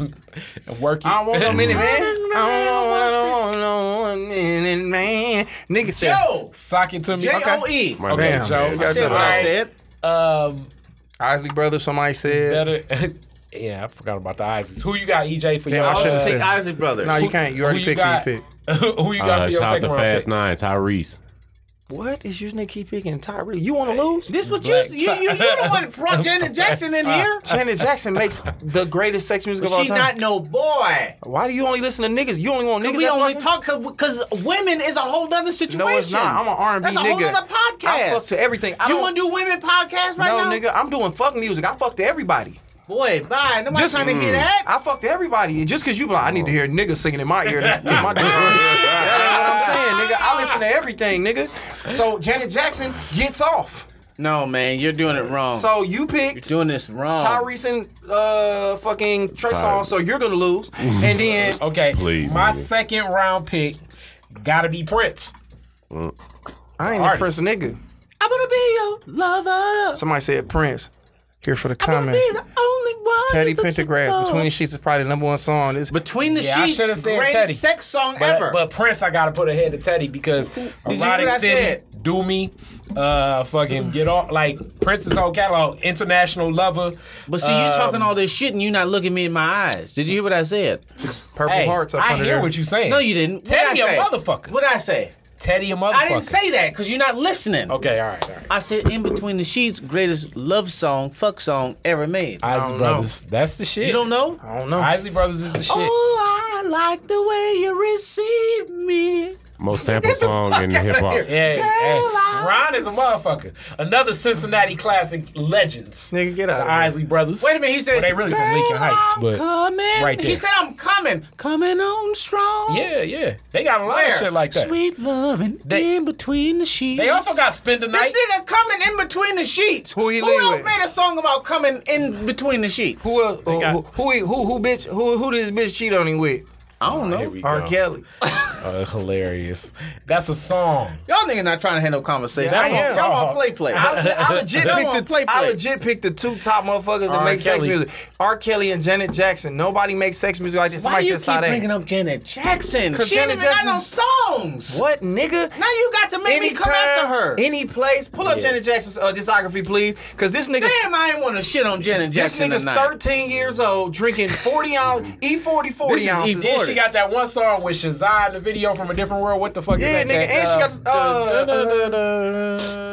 Speaker 3: Work it.
Speaker 2: I don't want no minute man. I don't want no minute man. Nigga said.
Speaker 5: Yo,
Speaker 3: Sock it to me.
Speaker 5: J O
Speaker 3: Okay. Oh,
Speaker 5: E.
Speaker 4: My
Speaker 3: Okay,
Speaker 4: bad.
Speaker 3: so-
Speaker 4: Yeah.
Speaker 2: I
Speaker 5: Said
Speaker 2: said
Speaker 5: what I
Speaker 3: Alright.
Speaker 5: said.
Speaker 3: Um,
Speaker 2: Isley Brothers, somebody said.
Speaker 3: better. yeah, I forgot about the Isaacs. Who you got, EJ, for your?
Speaker 2: I
Speaker 5: I
Speaker 2: should've
Speaker 5: should
Speaker 3: uh,
Speaker 2: said-
Speaker 5: take Isley Brothers.
Speaker 2: No, you can't. You
Speaker 3: who
Speaker 2: already picked who you
Speaker 3: got-
Speaker 2: picked.
Speaker 3: who you got
Speaker 4: Uh,
Speaker 3: for your
Speaker 4: shout out
Speaker 3: second
Speaker 4: to
Speaker 3: round
Speaker 4: Fast
Speaker 3: pick?
Speaker 4: Nine, Tyrese.
Speaker 2: What is you nigga keep picking Tyree? You want to lose?
Speaker 5: This what you you you you the one that brought Janet Jackson in here?
Speaker 2: Janet Jackson makes the greatest sex music of all
Speaker 5: She
Speaker 2: time.
Speaker 5: not no boy.
Speaker 2: Why do you only listen to niggas? You only want niggas.
Speaker 5: We
Speaker 2: that
Speaker 5: only
Speaker 2: fucking-
Speaker 5: talk because women is a whole other situation.
Speaker 2: No, it's not. I'm an R&B
Speaker 5: That's a
Speaker 2: nigga.
Speaker 5: whole other podcast.
Speaker 2: I fuck to everything. I
Speaker 5: you
Speaker 2: don't-
Speaker 5: want to do women podcast right
Speaker 2: no,
Speaker 5: now?
Speaker 2: nigga, I'm doing fuck music. I fuck to everybody.
Speaker 5: Boy, bye. Nobody
Speaker 2: Just- Mm.
Speaker 5: trying to hear that.
Speaker 2: I fuck to everybody. Just because you be like, I need to hear niggas singing in my ear. to get my dick on. that ain't what I'm saying, nigga. I listen to everything, nigga. So Janet Jackson gets off.
Speaker 5: No, man, you're doing it wrong.
Speaker 2: So you picked
Speaker 5: doing this wrong.
Speaker 3: Oh.
Speaker 2: Tyrese and uh, fucking Trey
Speaker 4: Ty-
Speaker 2: Songz, so you're gonna lose.
Speaker 3: Mm-hmm.
Speaker 2: and then
Speaker 3: Okay,
Speaker 4: Please,
Speaker 3: my
Speaker 4: nigga.
Speaker 3: second round pick gotta be Prince.
Speaker 2: I ain't
Speaker 3: Artist.
Speaker 2: impressed, nigga.
Speaker 5: I'm gonna be your lover.
Speaker 2: Somebody said Prince. Here for the
Speaker 5: I'm gonna
Speaker 2: comments.
Speaker 5: be the only one.
Speaker 7: Teddy Pendergrass. Between the Sheets is probably the number one song. It's,
Speaker 5: Between the
Speaker 3: Yeah, I
Speaker 5: Sheets,
Speaker 3: shoulda
Speaker 5: greatest
Speaker 3: said Teddy.
Speaker 5: sex song
Speaker 3: But,
Speaker 5: ever.
Speaker 3: but Prince, I gotta put ahead of Teddy because
Speaker 5: you
Speaker 3: Erotic
Speaker 5: hear what I
Speaker 3: City,
Speaker 5: said?
Speaker 3: Do Me, uh, fucking get off. Like Prince's whole catalog, International Lover.
Speaker 5: but see, you talking
Speaker 3: Um,
Speaker 5: all this shit and you not looking me in my eyes. Did you hear what I said?
Speaker 7: Purple
Speaker 3: Hey,
Speaker 7: Hearts up
Speaker 3: I
Speaker 7: under
Speaker 3: hear
Speaker 7: there.
Speaker 3: what you saying.
Speaker 5: No, you didn't.
Speaker 3: Teddy
Speaker 5: What'd I
Speaker 3: a
Speaker 5: say?
Speaker 3: motherfucker.
Speaker 5: What I say?
Speaker 3: Teddy a motherfucker.
Speaker 5: I didn't say that because you're not listening.
Speaker 3: Okay, all right, all right.
Speaker 5: I said in between the sheets, greatest love song, fuck song ever made.
Speaker 3: Isley Brothers, that's the shit.
Speaker 5: you don't know?
Speaker 7: I don't know.
Speaker 3: Isley Brothers is the shit.
Speaker 5: Oh, I like the way you receive me.
Speaker 4: Most sample song in hip hop.
Speaker 3: Yeah,
Speaker 5: I-
Speaker 3: hey. Ron is a motherfucker. Another Cincinnati classic legends.
Speaker 7: Nigga, get out
Speaker 3: The
Speaker 7: of here.
Speaker 3: Isley Brothers.
Speaker 5: Wait a minute, he said.
Speaker 3: Well, they really from
Speaker 5: "Girl,
Speaker 3: Lincoln Heights,
Speaker 5: I'm
Speaker 3: but
Speaker 5: coming.
Speaker 3: right
Speaker 5: He
Speaker 3: there.
Speaker 5: said, I'm coming, coming on strong.
Speaker 3: yeah, yeah. They got a lot of
Speaker 5: Where?
Speaker 3: shit like that.
Speaker 5: Sweet love and
Speaker 3: They-
Speaker 5: in between the sheets.
Speaker 3: They also got Spend the
Speaker 5: This
Speaker 3: Night.
Speaker 5: nigga coming in between the sheets.
Speaker 2: Who he lean
Speaker 5: else
Speaker 2: with?
Speaker 5: made a song about coming
Speaker 3: Mm.
Speaker 5: in between the sheets?
Speaker 3: Oh,
Speaker 2: Who else? Who,
Speaker 3: got-
Speaker 2: who, who, he- who, who bitch? Who, who did this bitch cheat on him with?
Speaker 5: I don't know.
Speaker 3: Here we
Speaker 2: R.
Speaker 3: go.
Speaker 2: Kelly.
Speaker 3: Uh, hilarious. That's a song.
Speaker 5: Y'all niggas not trying to handle conversation.
Speaker 3: That's
Speaker 5: Y'all
Speaker 3: a
Speaker 5: want-
Speaker 3: song.
Speaker 5: Y'all want play play.
Speaker 2: I, I legit
Speaker 5: Y'all
Speaker 2: picked
Speaker 5: want
Speaker 2: the
Speaker 5: play
Speaker 2: I
Speaker 5: play.
Speaker 2: legit picked the two top motherfuckers that
Speaker 3: R.
Speaker 2: make sex
Speaker 3: Kelly.
Speaker 2: music. R. Kelly and Janet Jackson. Nobody makes sex music like this.
Speaker 5: Why
Speaker 2: Somebody
Speaker 5: you
Speaker 2: said
Speaker 5: keep
Speaker 2: Sade.
Speaker 5: bringing up Janet Jackson? She
Speaker 2: 'Cause
Speaker 5: ain't
Speaker 2: Janet
Speaker 5: even got no
Speaker 2: Jackson-
Speaker 5: songs.
Speaker 2: What nigga?
Speaker 5: Now you got to make me come after her.
Speaker 2: any place. Pull up
Speaker 3: Yeah.
Speaker 2: Janet Jackson's uh, discography, please, because this nigga's
Speaker 5: Damn, I ain't want to shit on Janet
Speaker 2: this
Speaker 5: Jackson
Speaker 2: nigga's
Speaker 5: tonight.
Speaker 2: 13 years old, drinking 40 ounce E40 40
Speaker 5: This is
Speaker 2: ounces.
Speaker 3: Then
Speaker 5: E40.
Speaker 3: she got that one song with Shazai in the video from a different world. What the fuck
Speaker 2: Yeah,
Speaker 3: is that?
Speaker 2: nigga, and she got, uh,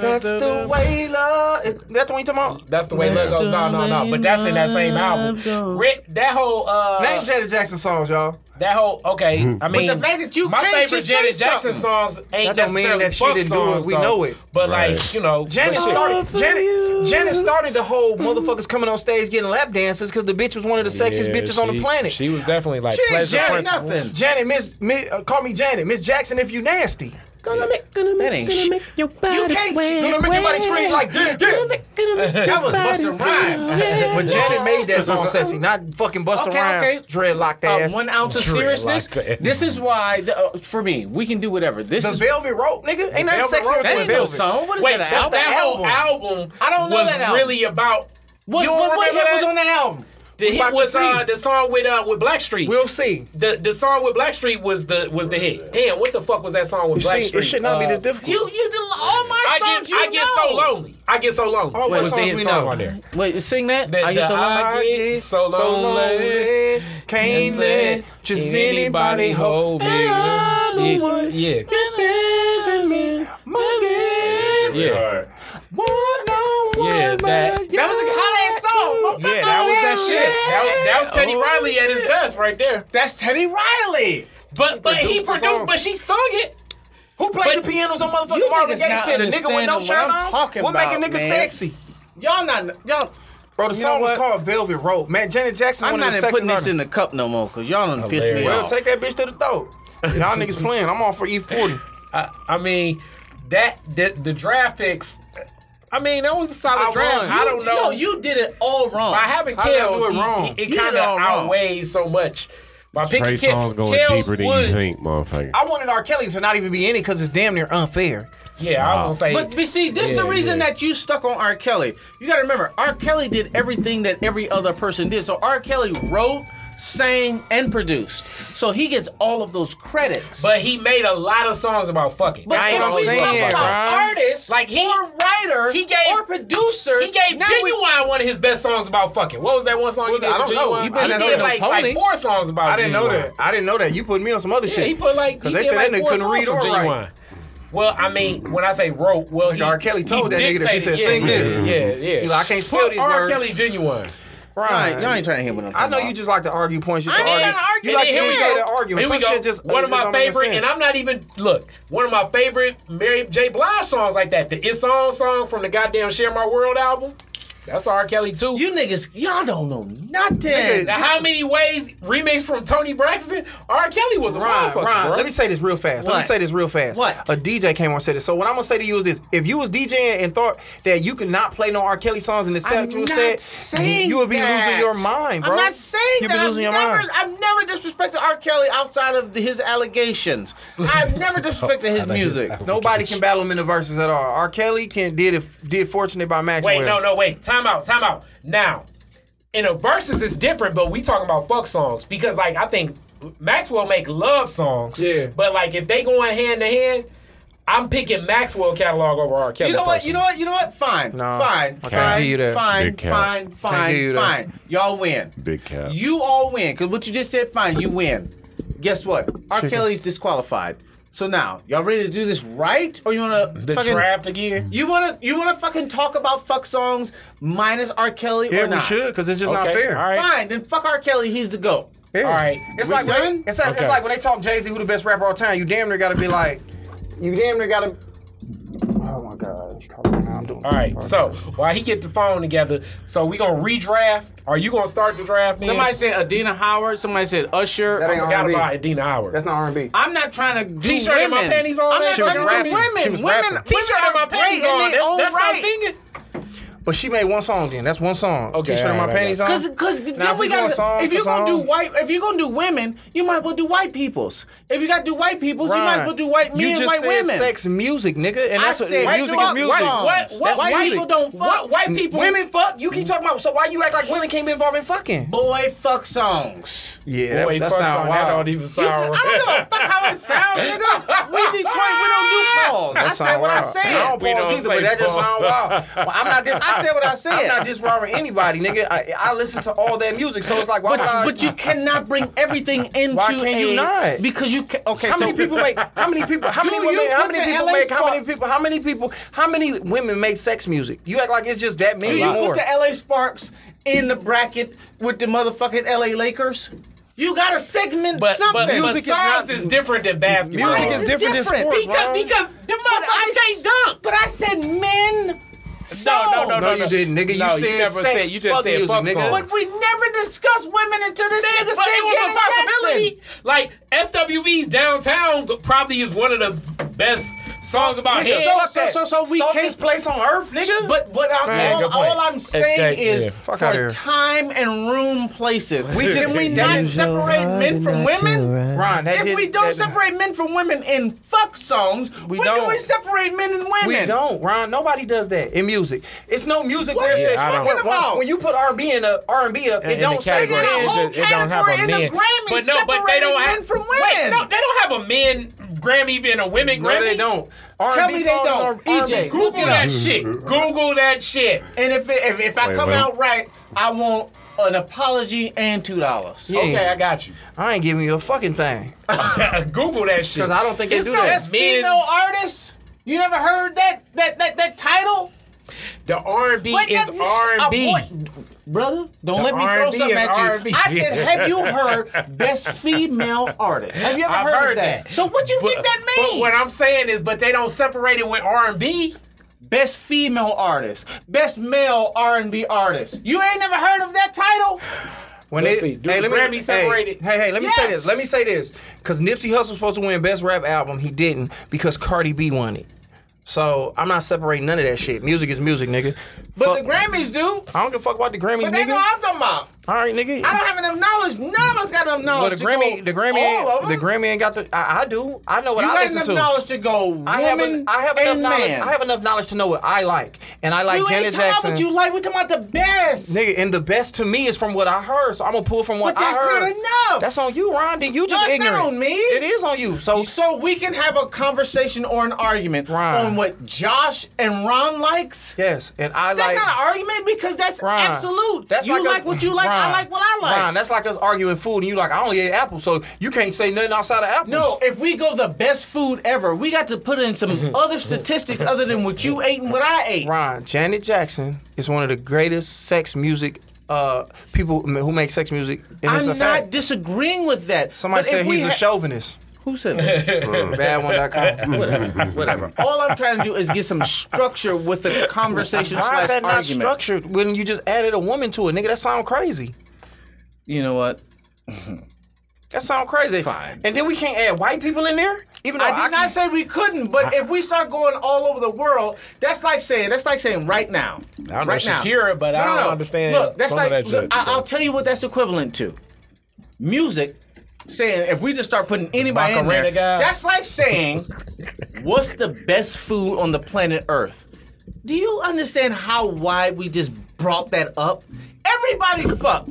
Speaker 2: That's the way love. Is that the one you talking about?
Speaker 3: That's the way love goes. No, no, no. But that's in that same album. Rick, that whole uh
Speaker 2: Name Janet Jackson songs, y'all.
Speaker 3: That whole okay. I mean,
Speaker 5: the fact that you
Speaker 3: my
Speaker 5: can't
Speaker 3: favorite
Speaker 5: just
Speaker 3: Janet
Speaker 5: say
Speaker 3: Jackson
Speaker 5: something.
Speaker 3: songs ain't
Speaker 2: Hmm. That don't
Speaker 3: necessarily
Speaker 2: mean that she
Speaker 3: fuck
Speaker 2: didn't do it.
Speaker 3: songs,
Speaker 2: We
Speaker 3: though.
Speaker 2: know it.
Speaker 3: But like
Speaker 4: Right.
Speaker 3: you know,
Speaker 2: Janet
Speaker 3: but shit.
Speaker 2: started. Janet, Janet started the whole motherfuckers coming on stage getting lap dances because the bitch was one of the sexiest
Speaker 3: Yeah,
Speaker 2: bitches on the
Speaker 3: she-
Speaker 2: planet.
Speaker 3: She was definitely like
Speaker 2: She ain't
Speaker 3: pleasure
Speaker 2: Janet
Speaker 3: principles.
Speaker 2: nothing. Janet, Miss, Miss uh, call me Janet, Miss Jackson, if you nasty.
Speaker 5: Gonna make, gonna make,
Speaker 2: ain't
Speaker 5: gonna
Speaker 2: shit.
Speaker 5: make your body
Speaker 2: You can't. gonna make your body scream like yeah, yeah.
Speaker 5: That was Busta Rhymes.
Speaker 2: But Janet made that song sexy, not fucking Busta
Speaker 5: Okay,
Speaker 2: Rhymes,
Speaker 5: okay.
Speaker 2: dreadlocked
Speaker 5: Uh,
Speaker 2: ass.
Speaker 5: one ounce of
Speaker 3: Dreadlocked
Speaker 5: seriousness.
Speaker 3: ass.
Speaker 5: This is why, the, uh, for me, we can do whatever. This
Speaker 2: the
Speaker 5: is
Speaker 2: Velvet Rope, nigga, ain't nothing
Speaker 3: Velvet
Speaker 2: sexy
Speaker 3: Rope
Speaker 2: with
Speaker 5: that
Speaker 2: the
Speaker 5: ain't no
Speaker 2: Velvet.
Speaker 5: song. What is
Speaker 3: Wait,
Speaker 5: that?
Speaker 3: that's
Speaker 5: an
Speaker 3: that
Speaker 5: album?
Speaker 3: whole album.
Speaker 5: I don't know
Speaker 3: was
Speaker 5: that album.
Speaker 3: really about.
Speaker 5: What,
Speaker 3: you don't
Speaker 5: what, what
Speaker 3: remember
Speaker 5: hit
Speaker 3: that?
Speaker 5: was on that album?
Speaker 3: The hit
Speaker 2: about
Speaker 3: was
Speaker 2: to
Speaker 3: uh,
Speaker 2: see.
Speaker 3: the song with uh with Blackstreet.
Speaker 2: We'll see.
Speaker 3: the the song with Blackstreet was the was the hit. Damn, what the fuck was that song with
Speaker 2: You see,
Speaker 3: Blackstreet?
Speaker 2: it should not be
Speaker 3: Uh,
Speaker 2: this difficult.
Speaker 5: You, you did all my
Speaker 3: I
Speaker 5: songs.
Speaker 3: get
Speaker 5: you
Speaker 3: I get so
Speaker 5: know.
Speaker 3: lonely. I get so lonely.
Speaker 2: Oh,
Speaker 3: was
Speaker 2: what
Speaker 3: the
Speaker 2: songs
Speaker 3: hit
Speaker 2: we
Speaker 3: song
Speaker 2: know?
Speaker 3: on there?
Speaker 5: Wait, sing that.
Speaker 3: The-
Speaker 5: I get
Speaker 3: the
Speaker 5: so lonely.
Speaker 3: I get so lonely.
Speaker 2: Can't let just anybody hold me.
Speaker 3: Yeah,
Speaker 2: Anyone
Speaker 3: yeah.
Speaker 2: get better than me, my baby.
Speaker 3: Yeah.
Speaker 2: One on one,
Speaker 3: Yeah, that-
Speaker 2: but
Speaker 5: That was a hot ass song.
Speaker 3: Yeah, that was that shit. That was, that was Teddy Riley at his best right there.
Speaker 5: That's Teddy Riley.
Speaker 3: But but he
Speaker 2: produced the
Speaker 3: produced,
Speaker 2: song.
Speaker 3: but she sung it.
Speaker 2: Who played
Speaker 3: But
Speaker 2: the pianos on
Speaker 5: you
Speaker 2: motherfucking Marvin
Speaker 5: niggas
Speaker 2: Gaye?
Speaker 5: not
Speaker 2: Said a nigga with no
Speaker 5: understanding what
Speaker 2: shirt
Speaker 5: I'm
Speaker 2: on.
Speaker 5: talking
Speaker 2: what make a
Speaker 5: about,
Speaker 2: nigga
Speaker 5: man.
Speaker 2: sexy?
Speaker 5: Y'all not y'all.
Speaker 2: Bro, the
Speaker 5: You know
Speaker 2: song was
Speaker 5: what?
Speaker 2: called Velvet Rope. Man, Janet Jackson.
Speaker 5: I'm
Speaker 2: one of
Speaker 5: not
Speaker 2: the
Speaker 5: even
Speaker 2: sexiest
Speaker 5: putting this
Speaker 2: artists.
Speaker 5: in the cup no more because y'all done pissed me
Speaker 3: Hilarious.
Speaker 2: Well,
Speaker 5: off.
Speaker 2: take that bitch to the throat. Y'all niggas playing. I'm all for E E40.
Speaker 3: I, I mean, that the, the draft picks. I mean, that was a solid
Speaker 2: I
Speaker 3: draft.
Speaker 2: won.
Speaker 3: I don't know.
Speaker 5: No, you did it all wrong.
Speaker 3: by having
Speaker 2: How did I
Speaker 3: Kels,
Speaker 2: do it
Speaker 3: he-
Speaker 2: wrong?
Speaker 3: he- it
Speaker 5: You
Speaker 3: kind
Speaker 5: did
Speaker 3: of
Speaker 5: all wrong.
Speaker 3: outweighs so much. By picking
Speaker 4: Trey
Speaker 3: Ke-
Speaker 4: songs going
Speaker 3: Kels
Speaker 4: deeper than
Speaker 3: would-
Speaker 4: you think, motherfucker.
Speaker 2: I wanted R. Kelly to not even be in it because it's damn near unfair.
Speaker 3: Yeah, I was gonna say.
Speaker 5: But, but see, this is
Speaker 3: Yeah,
Speaker 5: the reason
Speaker 3: yeah.
Speaker 5: that you stuck on R. Kelly. You gotta remember, R. Kelly did everything that every other person did. So R. Kelly wrote, sang, and produced. So he gets all of those credits.
Speaker 3: But he made a lot of songs about fucking.
Speaker 5: but
Speaker 2: I
Speaker 5: so
Speaker 2: ain't
Speaker 5: when we
Speaker 2: saying,
Speaker 5: talk about
Speaker 2: bro.
Speaker 5: artists,
Speaker 3: Like,
Speaker 5: like
Speaker 3: he-
Speaker 5: he, or writer,
Speaker 3: he gave-
Speaker 5: or producer.
Speaker 3: he gave
Speaker 5: now we-
Speaker 3: Genuine one of his best songs about fucking. What was that one song he did?
Speaker 2: I
Speaker 3: with
Speaker 2: don't know.
Speaker 3: Genuine?
Speaker 2: You better
Speaker 3: He
Speaker 2: not
Speaker 3: did
Speaker 2: say no
Speaker 3: like, like
Speaker 5: pony.
Speaker 3: four songs about.
Speaker 2: I didn't know
Speaker 3: Genuine.
Speaker 2: that. I didn't know that. You put me on some other
Speaker 3: Yeah,
Speaker 2: shit.
Speaker 3: he put like
Speaker 2: because
Speaker 3: he
Speaker 2: they
Speaker 3: did
Speaker 2: said
Speaker 3: like
Speaker 2: that nigga
Speaker 3: four
Speaker 2: couldn't
Speaker 3: songs
Speaker 2: read
Speaker 3: from
Speaker 2: or
Speaker 3: Genuine.
Speaker 2: write.
Speaker 3: Well, I mean, when I say wrote, well, he,
Speaker 2: R. Kelly told
Speaker 3: he
Speaker 2: that nigga that she
Speaker 3: dictated-
Speaker 2: said, "Sing
Speaker 3: yeah,
Speaker 2: this."
Speaker 3: Yeah, yeah.
Speaker 2: He like, "I can't spell
Speaker 3: Put
Speaker 2: these
Speaker 3: R.
Speaker 2: words."
Speaker 3: Kelly genuine.
Speaker 5: Y'all ain't, y'all ain't trying to hear what I'm
Speaker 2: I
Speaker 5: talking
Speaker 2: know you just like to argue points. Just
Speaker 5: I
Speaker 2: to
Speaker 5: ain't
Speaker 2: argue.
Speaker 5: trying to argue.
Speaker 2: You like
Speaker 5: And
Speaker 2: to
Speaker 5: here we
Speaker 2: get an
Speaker 5: go.
Speaker 2: argument.
Speaker 3: Here we
Speaker 2: Some
Speaker 3: go.
Speaker 2: shit just
Speaker 3: one
Speaker 2: it
Speaker 3: of
Speaker 2: just
Speaker 3: my
Speaker 2: don't make no
Speaker 3: favorite,
Speaker 2: sense.
Speaker 3: and I'm not even look. One of my favorite Mary J. Blige songs like that. The "It's On" song from the goddamn "Share My World" album. That's R. Kelly too.
Speaker 5: You niggas, y'all don't know nothing.
Speaker 3: now, how many ways remix from Tony Braxton? R. Kelly was a
Speaker 2: Ron,
Speaker 3: motherfucker.
Speaker 2: Ron,
Speaker 3: bro.
Speaker 2: let me say this real fast. Let me
Speaker 5: What?
Speaker 2: say this real fast.
Speaker 5: What?
Speaker 2: A DJ came on and said this. So what I'm gonna say to you is this: If you was DJing and thought that you could not play no R. Kelly songs and the
Speaker 5: I'm
Speaker 2: set you
Speaker 5: not
Speaker 2: said,
Speaker 5: saying
Speaker 2: you would be
Speaker 5: that.
Speaker 2: losing your mind, bro.
Speaker 5: I'm not saying
Speaker 2: You'd
Speaker 5: that.
Speaker 2: be losing
Speaker 5: I've
Speaker 2: your
Speaker 5: never,
Speaker 2: mind.
Speaker 5: I've never disrespected R. Kelly outside of the, his allegations. I've never disrespected his music.
Speaker 2: Nobody can battle him in the verses at all. R. Kelly can did it, did fortunate by Maxwell.
Speaker 3: Wait, no, no, wait. Time out, time out. Now, in a versus is different, but we talking about fuck songs because like I think Maxwell make love songs.
Speaker 2: Yeah.
Speaker 3: But like if they going hand to hand, I'm picking Maxwell catalog over R. Kelly.
Speaker 5: You know what?
Speaker 3: personally.
Speaker 5: You know what? You know what? Fine.
Speaker 7: No,
Speaker 5: fine.
Speaker 7: I can't
Speaker 5: Fine.
Speaker 7: give you that.
Speaker 5: Fine.
Speaker 4: Big cap.
Speaker 5: Fine. Fine.
Speaker 7: give you that.
Speaker 5: Fine. Y'all win.
Speaker 4: Big cap.
Speaker 5: You all win. Cause what you just said, fine, you win. Guess what? R. Kelly's disqualified. So now, y'all ready to do this right? Or you wanna
Speaker 3: the
Speaker 5: fucking
Speaker 3: draft again.
Speaker 5: You wanna you wanna fucking talk about fuck songs minus R. Kelly
Speaker 2: Yeah,
Speaker 5: or
Speaker 2: we
Speaker 5: not?
Speaker 2: should because it's just not
Speaker 3: Okay,
Speaker 2: fair.
Speaker 3: all right.
Speaker 5: Fine, then fuck R. Kelly, he's the GOAT.
Speaker 2: Yeah.
Speaker 3: All right.
Speaker 2: It's
Speaker 5: We
Speaker 2: like when
Speaker 5: done?
Speaker 2: they, it's, like, it's
Speaker 3: Okay.
Speaker 2: like when they talk Jay Z, who the best rapper of all time. You damn near gotta be like, you damn near gotta. Oh my god, you calling me now? I'm doing.
Speaker 3: All right. So while he get the phone together, so we gonna redraft. Are you gonna start the draft? Then?
Speaker 5: Somebody said Adina Howard, somebody said Usher.
Speaker 2: That
Speaker 3: I
Speaker 2: ain't
Speaker 3: forgot
Speaker 2: R&B.
Speaker 3: about Adina Howard.
Speaker 2: that's not R and B.
Speaker 5: I'm not trying to do
Speaker 3: T-shirt and
Speaker 5: women.
Speaker 3: my panties on,
Speaker 5: I'm not
Speaker 3: man. She was
Speaker 5: trying to do
Speaker 3: rapping.
Speaker 5: women.
Speaker 2: She was
Speaker 5: women,
Speaker 2: rapping.
Speaker 5: women
Speaker 3: T-shirt and my
Speaker 5: are
Speaker 3: panties
Speaker 5: great in
Speaker 3: on.
Speaker 5: their
Speaker 3: That's,
Speaker 5: own
Speaker 3: that's
Speaker 5: right.
Speaker 3: not singing.
Speaker 2: But she made one song then. That's one song.
Speaker 3: Okay,
Speaker 2: T-shirt and my
Speaker 3: all right,
Speaker 2: panties on.
Speaker 5: Cause, cause
Speaker 2: Now,
Speaker 5: then
Speaker 2: if
Speaker 5: we
Speaker 2: we going
Speaker 5: gotta.
Speaker 2: song
Speaker 5: if
Speaker 2: for
Speaker 5: you're gonna do
Speaker 2: song-
Speaker 5: white, if you're gonna do women, you might as well do white people's. If you gotta do white people's, you might as well do white men
Speaker 2: You
Speaker 5: and
Speaker 2: just
Speaker 5: white
Speaker 2: said
Speaker 5: women.
Speaker 2: sex music, nigga, and
Speaker 5: I
Speaker 2: that's
Speaker 5: said
Speaker 2: what music is
Speaker 5: fuck
Speaker 2: music.
Speaker 5: songs.
Speaker 3: What? What?
Speaker 5: That's
Speaker 3: White
Speaker 5: music.
Speaker 3: people don't fuck. What? White people.
Speaker 2: Women fuck. You keep talking about. So why you act like women can't be involved in fucking?
Speaker 5: Boy, fuck songs.
Speaker 2: Yeah,
Speaker 3: Boy,
Speaker 2: that, that
Speaker 3: fuck
Speaker 2: sound
Speaker 3: song. That don't
Speaker 2: wild.
Speaker 3: even
Speaker 5: You,
Speaker 3: sound.
Speaker 5: I don't give a
Speaker 3: right.
Speaker 5: fuck how it sounds, nigga. We Detroit, we don't do calls. I
Speaker 2: That
Speaker 5: said
Speaker 2: sound
Speaker 5: what I
Speaker 2: wild.
Speaker 5: said.
Speaker 2: I don't
Speaker 3: We
Speaker 2: pause
Speaker 3: don't
Speaker 2: either, but
Speaker 3: say
Speaker 2: that just
Speaker 3: pause.
Speaker 2: sound wild. Well, I'm not dis-
Speaker 5: I said what I
Speaker 2: I'm
Speaker 5: said.
Speaker 2: not disrobing anybody, nigga. I, I listen to all that music, so it's like, why
Speaker 5: But,
Speaker 2: would I?
Speaker 5: but you cannot bring everything into
Speaker 2: can you
Speaker 5: a-
Speaker 2: not?
Speaker 5: Because you can, okay.
Speaker 2: how
Speaker 5: so
Speaker 2: many people make? How many people? How many
Speaker 5: Do
Speaker 2: women?
Speaker 5: you
Speaker 2: How
Speaker 5: put
Speaker 2: many
Speaker 5: the
Speaker 2: people
Speaker 5: LA
Speaker 2: make? How
Speaker 5: spot-
Speaker 2: many people? How many people? How many women make sex music? You act like it's just that
Speaker 5: Do
Speaker 2: many
Speaker 5: you
Speaker 2: more.
Speaker 5: put the LA Sparks in the bracket with the motherfucking LA Lakers? You gotta segment
Speaker 3: But, but
Speaker 5: something.
Speaker 3: music
Speaker 2: Music
Speaker 3: but
Speaker 2: is
Speaker 3: songs
Speaker 2: not-
Speaker 3: is, different than basketball.
Speaker 2: Music
Speaker 5: Why
Speaker 2: is
Speaker 5: it
Speaker 2: different than
Speaker 5: different?
Speaker 2: sports.
Speaker 3: because
Speaker 2: Ron.
Speaker 3: because the
Speaker 5: But
Speaker 3: motherfuckers
Speaker 5: s-
Speaker 3: can't dunk.
Speaker 5: But I said men.
Speaker 3: No, no, no,
Speaker 5: songs.
Speaker 3: no,
Speaker 2: No, you didn't, nigga. You
Speaker 3: No,
Speaker 2: said
Speaker 3: never
Speaker 2: sex,
Speaker 3: said. You just
Speaker 2: fuck
Speaker 3: said
Speaker 2: music,
Speaker 3: fuck
Speaker 2: nigga.
Speaker 3: songs.
Speaker 5: But we never discussed women until this
Speaker 3: That- but
Speaker 5: nigga said
Speaker 3: it was
Speaker 5: Janet
Speaker 3: a possibility.
Speaker 5: Jackson.
Speaker 3: Like SWB's downtown g- probably is one of the best songs about
Speaker 2: Nigga,
Speaker 3: head.
Speaker 5: so-
Speaker 2: fuck that.
Speaker 5: so- so we
Speaker 2: Softest
Speaker 5: can't-
Speaker 2: place on earth, nigga.
Speaker 5: But what I,
Speaker 3: Man,
Speaker 5: all,
Speaker 3: good point.
Speaker 5: all I'm saying
Speaker 3: Exact-
Speaker 5: is
Speaker 3: yeah.
Speaker 2: Fuck outta
Speaker 5: for
Speaker 2: here.
Speaker 5: time and room places.
Speaker 2: We just-
Speaker 5: can we
Speaker 2: that
Speaker 5: not
Speaker 2: is-
Speaker 5: separate men from women?
Speaker 2: Ron, that
Speaker 5: If
Speaker 2: didn't-
Speaker 5: we don't
Speaker 2: that-
Speaker 5: separate men from women in fuck songs,
Speaker 2: We
Speaker 5: when do
Speaker 2: don't.
Speaker 5: we separate men and women?
Speaker 2: We don't, Ron. Nobody does that in music. It's no music where it
Speaker 5: Yeah,
Speaker 2: says
Speaker 5: I don't-
Speaker 2: when,
Speaker 5: about?
Speaker 2: when, when you put R and B in a R and B up, it
Speaker 7: in
Speaker 2: don't
Speaker 7: the
Speaker 2: say
Speaker 7: category.
Speaker 5: They got a
Speaker 2: that.
Speaker 5: whole
Speaker 7: It just- it don't have a
Speaker 5: category in the
Speaker 7: man.
Speaker 5: Grammys
Speaker 3: But no, but they don't
Speaker 5: separating
Speaker 3: have
Speaker 5: men from
Speaker 3: Wait,
Speaker 5: women.
Speaker 3: no, they don't have a men Grammy and a women Grammy.
Speaker 2: No, they don't. R
Speaker 5: Tell
Speaker 2: and
Speaker 5: me
Speaker 2: B
Speaker 5: they
Speaker 2: songs
Speaker 5: don't. E
Speaker 2: are
Speaker 5: EJ,
Speaker 2: R&B.
Speaker 5: Google
Speaker 3: Google that shit. Google that shit.
Speaker 5: And if, it, if, if I
Speaker 4: Wait,
Speaker 5: come
Speaker 4: what?
Speaker 5: out right, I want an apology and two dollars.
Speaker 2: Yeah.
Speaker 3: Okay, I got you.
Speaker 2: I ain't giving you a fucking thing.
Speaker 3: Google that shit.
Speaker 2: 'Cause I don't think they
Speaker 3: it's
Speaker 2: do
Speaker 3: not
Speaker 2: that.
Speaker 5: Best female
Speaker 3: men's-
Speaker 5: artist. You never heard that that that, that title?
Speaker 3: The R&B
Speaker 5: What
Speaker 3: is
Speaker 5: that's-
Speaker 3: R&B.
Speaker 5: uh, what- Brother, don't let me throw
Speaker 3: R&B
Speaker 5: something
Speaker 3: is
Speaker 5: at you.
Speaker 3: R&B.
Speaker 5: I said, have you heard best female artist? Have you ever
Speaker 3: I've
Speaker 5: heard,
Speaker 3: heard
Speaker 5: that?
Speaker 3: that.
Speaker 5: So what you think that
Speaker 3: But
Speaker 5: means?
Speaker 3: what I'm saying is, but they don't separate it with R&B.
Speaker 5: best female artist, best male R&B artist. You ain't never heard of that title?
Speaker 2: When
Speaker 3: Let's
Speaker 2: they,
Speaker 3: see, do the Grammy
Speaker 2: hey,
Speaker 3: separated?
Speaker 2: hey, hey, let me say
Speaker 5: Yes!
Speaker 2: this. Let me say this. Because Nipsey Hussle was supposed to win Best Rap Album. He didn't because Cardi B won it. So I'm not separating none of that shit. Music is music, nigga.
Speaker 5: But
Speaker 2: Fuck-
Speaker 5: the Grammys do.
Speaker 2: I don't give a fuck about the Grammys,
Speaker 5: But they know
Speaker 2: nigga.
Speaker 5: what I'm talking about.
Speaker 2: All right, nigga.
Speaker 5: I don't have enough knowledge. None of us got enough
Speaker 2: Well,
Speaker 5: knowledge.
Speaker 2: the Grammy,
Speaker 5: to go
Speaker 2: the Grammy,
Speaker 5: all of
Speaker 2: ain't, the
Speaker 5: them.
Speaker 2: Grammy ain't got the. I, I do. I know what
Speaker 5: You
Speaker 2: I
Speaker 5: got
Speaker 2: listen
Speaker 5: enough
Speaker 2: to.
Speaker 5: knowledly knowledge to go woman
Speaker 2: I have, en- I have enough
Speaker 5: and
Speaker 2: knowledge.
Speaker 5: man.
Speaker 2: I have enough knowledge to know what I like, and I like
Speaker 5: you
Speaker 2: Janet
Speaker 5: ain't talking
Speaker 2: Jackson.
Speaker 5: about what you like. We're talking about the best.
Speaker 2: Nigga, and the best to me is from what I heard, so I'm gonna pull from what
Speaker 5: But that's
Speaker 2: I heard.
Speaker 5: not enough.
Speaker 2: That's on you, Ron. Then you just
Speaker 5: it's not
Speaker 2: ignorant.
Speaker 5: on me.
Speaker 2: It is on you. So
Speaker 5: So we can have a conversation or an argument
Speaker 2: Ron.
Speaker 5: on what Josh and Ron likes.
Speaker 2: yes, and I
Speaker 5: That's
Speaker 2: like.
Speaker 5: not an argument because that's
Speaker 2: Ron,
Speaker 5: absolute.
Speaker 2: That's
Speaker 5: you
Speaker 2: like,
Speaker 5: like,
Speaker 2: us-
Speaker 5: what you like, I
Speaker 2: Ron,
Speaker 5: like what I like.
Speaker 2: Ron, that's like us arguing food, and you like I only ate apples, so you can't say nothing outside of apples.
Speaker 5: no, if we go the best food ever, we got to put in
Speaker 2: Mm-hmm.
Speaker 5: some other statistics other than what you ate and what I ate.
Speaker 2: Ron, Janet Jackson is one of the greatest sex music uh, people who make sex music. And it's
Speaker 5: I'm
Speaker 2: a
Speaker 5: not
Speaker 2: fact.
Speaker 5: disagreeing with that.
Speaker 2: Somebody
Speaker 5: But if
Speaker 2: said
Speaker 5: we
Speaker 2: he's a
Speaker 5: ha-
Speaker 2: chauvinist.
Speaker 5: Who said that?
Speaker 2: Bad1.com.
Speaker 5: Whatever. All I'm trying to do is get some structure with the conversation
Speaker 2: Why
Speaker 5: slash
Speaker 2: is that not
Speaker 5: argument.
Speaker 2: structured when you just added a woman to it? Nigga, that sound crazy.
Speaker 5: You know what?
Speaker 2: That sound crazy.
Speaker 5: Fine.
Speaker 2: And then we can't add white people in there? Even though
Speaker 5: I
Speaker 2: I,
Speaker 5: did
Speaker 2: can-
Speaker 5: not say we couldn't, but if we start going all over the world, that's like saying that's like saying right now.
Speaker 3: I know
Speaker 5: right now.
Speaker 3: Shakira, but I don't understand
Speaker 5: Look, that's
Speaker 3: some
Speaker 5: like
Speaker 3: of that
Speaker 5: look,
Speaker 3: shit,
Speaker 5: I,
Speaker 3: so.
Speaker 5: I'll tell you what that's equivalent to. Music saying if we just start putting anybody in there,
Speaker 3: Macarena guy.
Speaker 5: that's like saying what's the best food on the planet Earth. Do you understand how wide we just brought that up? Every everybody fuck.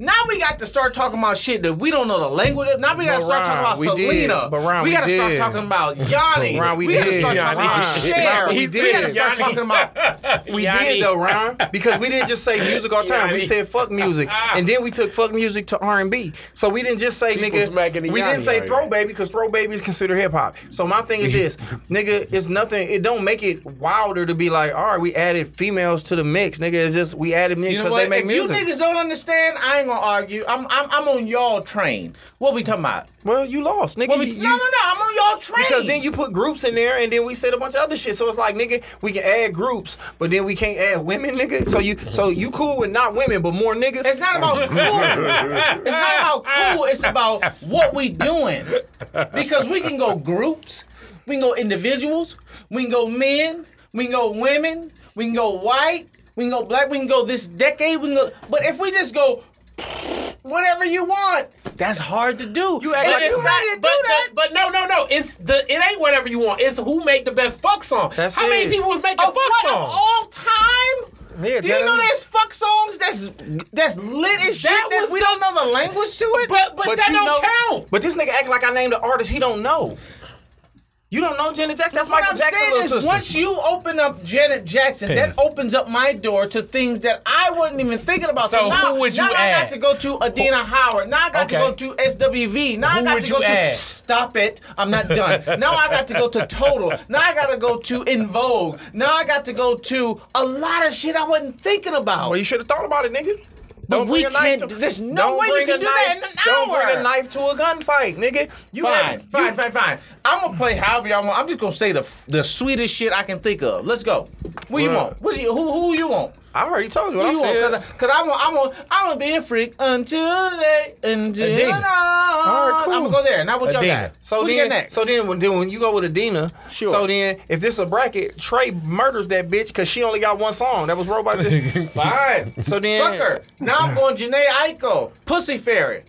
Speaker 5: Now we got to start talking about shit that we don't know the language of. Now we got to start
Speaker 7: But
Speaker 5: talking
Speaker 7: Ron,
Speaker 5: about
Speaker 7: we did.
Speaker 5: Selena.
Speaker 7: But Ron,
Speaker 5: we
Speaker 7: we
Speaker 5: got to start
Speaker 7: did.
Speaker 5: talking about Yanni.
Speaker 7: Ron,
Speaker 5: we
Speaker 7: we
Speaker 5: got to
Speaker 7: did.
Speaker 5: start talking
Speaker 7: Yanni.
Speaker 5: about Cher.
Speaker 7: Ron,
Speaker 5: We,
Speaker 7: we
Speaker 5: got to
Speaker 7: did.
Speaker 5: start
Speaker 3: Yanni.
Speaker 5: talking about.
Speaker 2: We
Speaker 3: Yanni.
Speaker 2: did though, Ron, because we didn't just say music all the time. We
Speaker 3: Yanni.
Speaker 2: said fuck music, and then we took fuck music to R and B. So we didn't just say
Speaker 3: People smacking the
Speaker 2: nigga. We
Speaker 3: Yanni
Speaker 2: didn't say
Speaker 3: out
Speaker 2: throw
Speaker 3: here.
Speaker 2: baby because throw baby is considered hip hop. So my thing is this, nigga, it's nothing. It don't make it wilder to be like, all right, we added females to the mix, nigga. It's just we added men
Speaker 5: You know
Speaker 2: because
Speaker 5: what?
Speaker 2: they make
Speaker 5: if
Speaker 2: music.
Speaker 5: you niggas don't understand, I ain't gonna argue. I'm I'm, I'm on y'all train. What we talking about?
Speaker 2: well, you lost, nigga.
Speaker 5: What we,
Speaker 2: You-
Speaker 5: no, no, no. I'm on y'all train.
Speaker 2: Because then you put groups in there, and then we said a bunch of other shit. So it's like, nigga, we can add groups, but then we can't add women, nigga. So you, so you cool with not women, but more niggas.
Speaker 5: It's not about cool. It's not about cool. It's about what we doing. Because we can go groups, we can go individuals, we can go men, we can go women, we can go white, we can go black, we can go this decade, we can go. But if we just go whatever you want, that's hard to do.
Speaker 2: You act
Speaker 5: And
Speaker 2: like
Speaker 5: if
Speaker 2: it's
Speaker 5: you
Speaker 2: not-
Speaker 5: ready to do
Speaker 3: but,
Speaker 5: that.
Speaker 3: the- but no, no, no. It's the it ain't whatever you want. It's who make the best fuck song.
Speaker 2: That's
Speaker 3: How many
Speaker 2: it.
Speaker 3: people was making
Speaker 5: of
Speaker 3: fuck
Speaker 5: what of
Speaker 3: songs?
Speaker 5: all time?
Speaker 2: Yeah,
Speaker 5: Do you
Speaker 2: tell
Speaker 5: know
Speaker 2: them.
Speaker 5: there's fuck songs that's that's lit as shit
Speaker 3: That
Speaker 5: that
Speaker 3: was
Speaker 5: we
Speaker 3: the-
Speaker 5: don't know the language to it?
Speaker 3: but but, that
Speaker 2: you
Speaker 3: don't
Speaker 2: know-
Speaker 3: count.
Speaker 2: But this nigga act like I named an artist he don't know. You don't know Janet Jackson. That's Michael
Speaker 5: what I'm
Speaker 2: Jackson's
Speaker 5: saying
Speaker 2: little
Speaker 5: is,
Speaker 2: sister.
Speaker 5: once you open up Janet Jackson, that opens up my door to things that I wasn't even thinking about. So,
Speaker 3: So
Speaker 5: now,
Speaker 3: who would you
Speaker 5: now I got
Speaker 3: add?
Speaker 5: to go to Adina Howard. Now I got
Speaker 3: Okay.
Speaker 5: to go to SWV. Now I
Speaker 3: Who
Speaker 5: got
Speaker 3: would
Speaker 5: to go
Speaker 3: you
Speaker 5: to
Speaker 3: add?
Speaker 5: Stop It. I'm not done. now I got to go to Total. Now I got to go to In Vogue. Now I got to go to a lot of shit I wasn't thinking about.
Speaker 2: well, Oh, you should have thought about it, nigga. Don't
Speaker 5: we
Speaker 2: bring a knife
Speaker 5: can't
Speaker 2: to-
Speaker 5: do- there's no
Speaker 2: don't
Speaker 5: way you
Speaker 2: bring
Speaker 5: can
Speaker 2: a
Speaker 5: do
Speaker 2: knife,
Speaker 5: that in an
Speaker 2: Don't
Speaker 5: hour.
Speaker 2: bring a knife to a gunfight, nigga. You
Speaker 5: Fine,
Speaker 2: have- you-
Speaker 5: fine, fine, fine. I'm gonna play however y'all want. I'm just gonna say the the sweetest shit I can think of. Let's go. What you
Speaker 2: Bruh.
Speaker 5: want? What you, who who you want?
Speaker 2: I already told you
Speaker 5: Who
Speaker 2: what
Speaker 5: you
Speaker 2: I said.
Speaker 5: want? Cause, I- cause I want I want I want to be a freak until they until
Speaker 3: Adina.
Speaker 5: All
Speaker 2: right, cool.
Speaker 5: I'm gonna go there. Now what y'all
Speaker 3: Adina.
Speaker 5: got?
Speaker 2: So
Speaker 5: Who you
Speaker 2: then,
Speaker 5: got next?
Speaker 2: so then when, then when you go with Adina,
Speaker 5: Sure.
Speaker 2: so then if this a bracket, Trey murders that bitch because she only got one song that was wrote by.
Speaker 5: fine.
Speaker 2: so then,
Speaker 5: Fuck her. Now I'm going Janae Aiko, Pussy Fairy.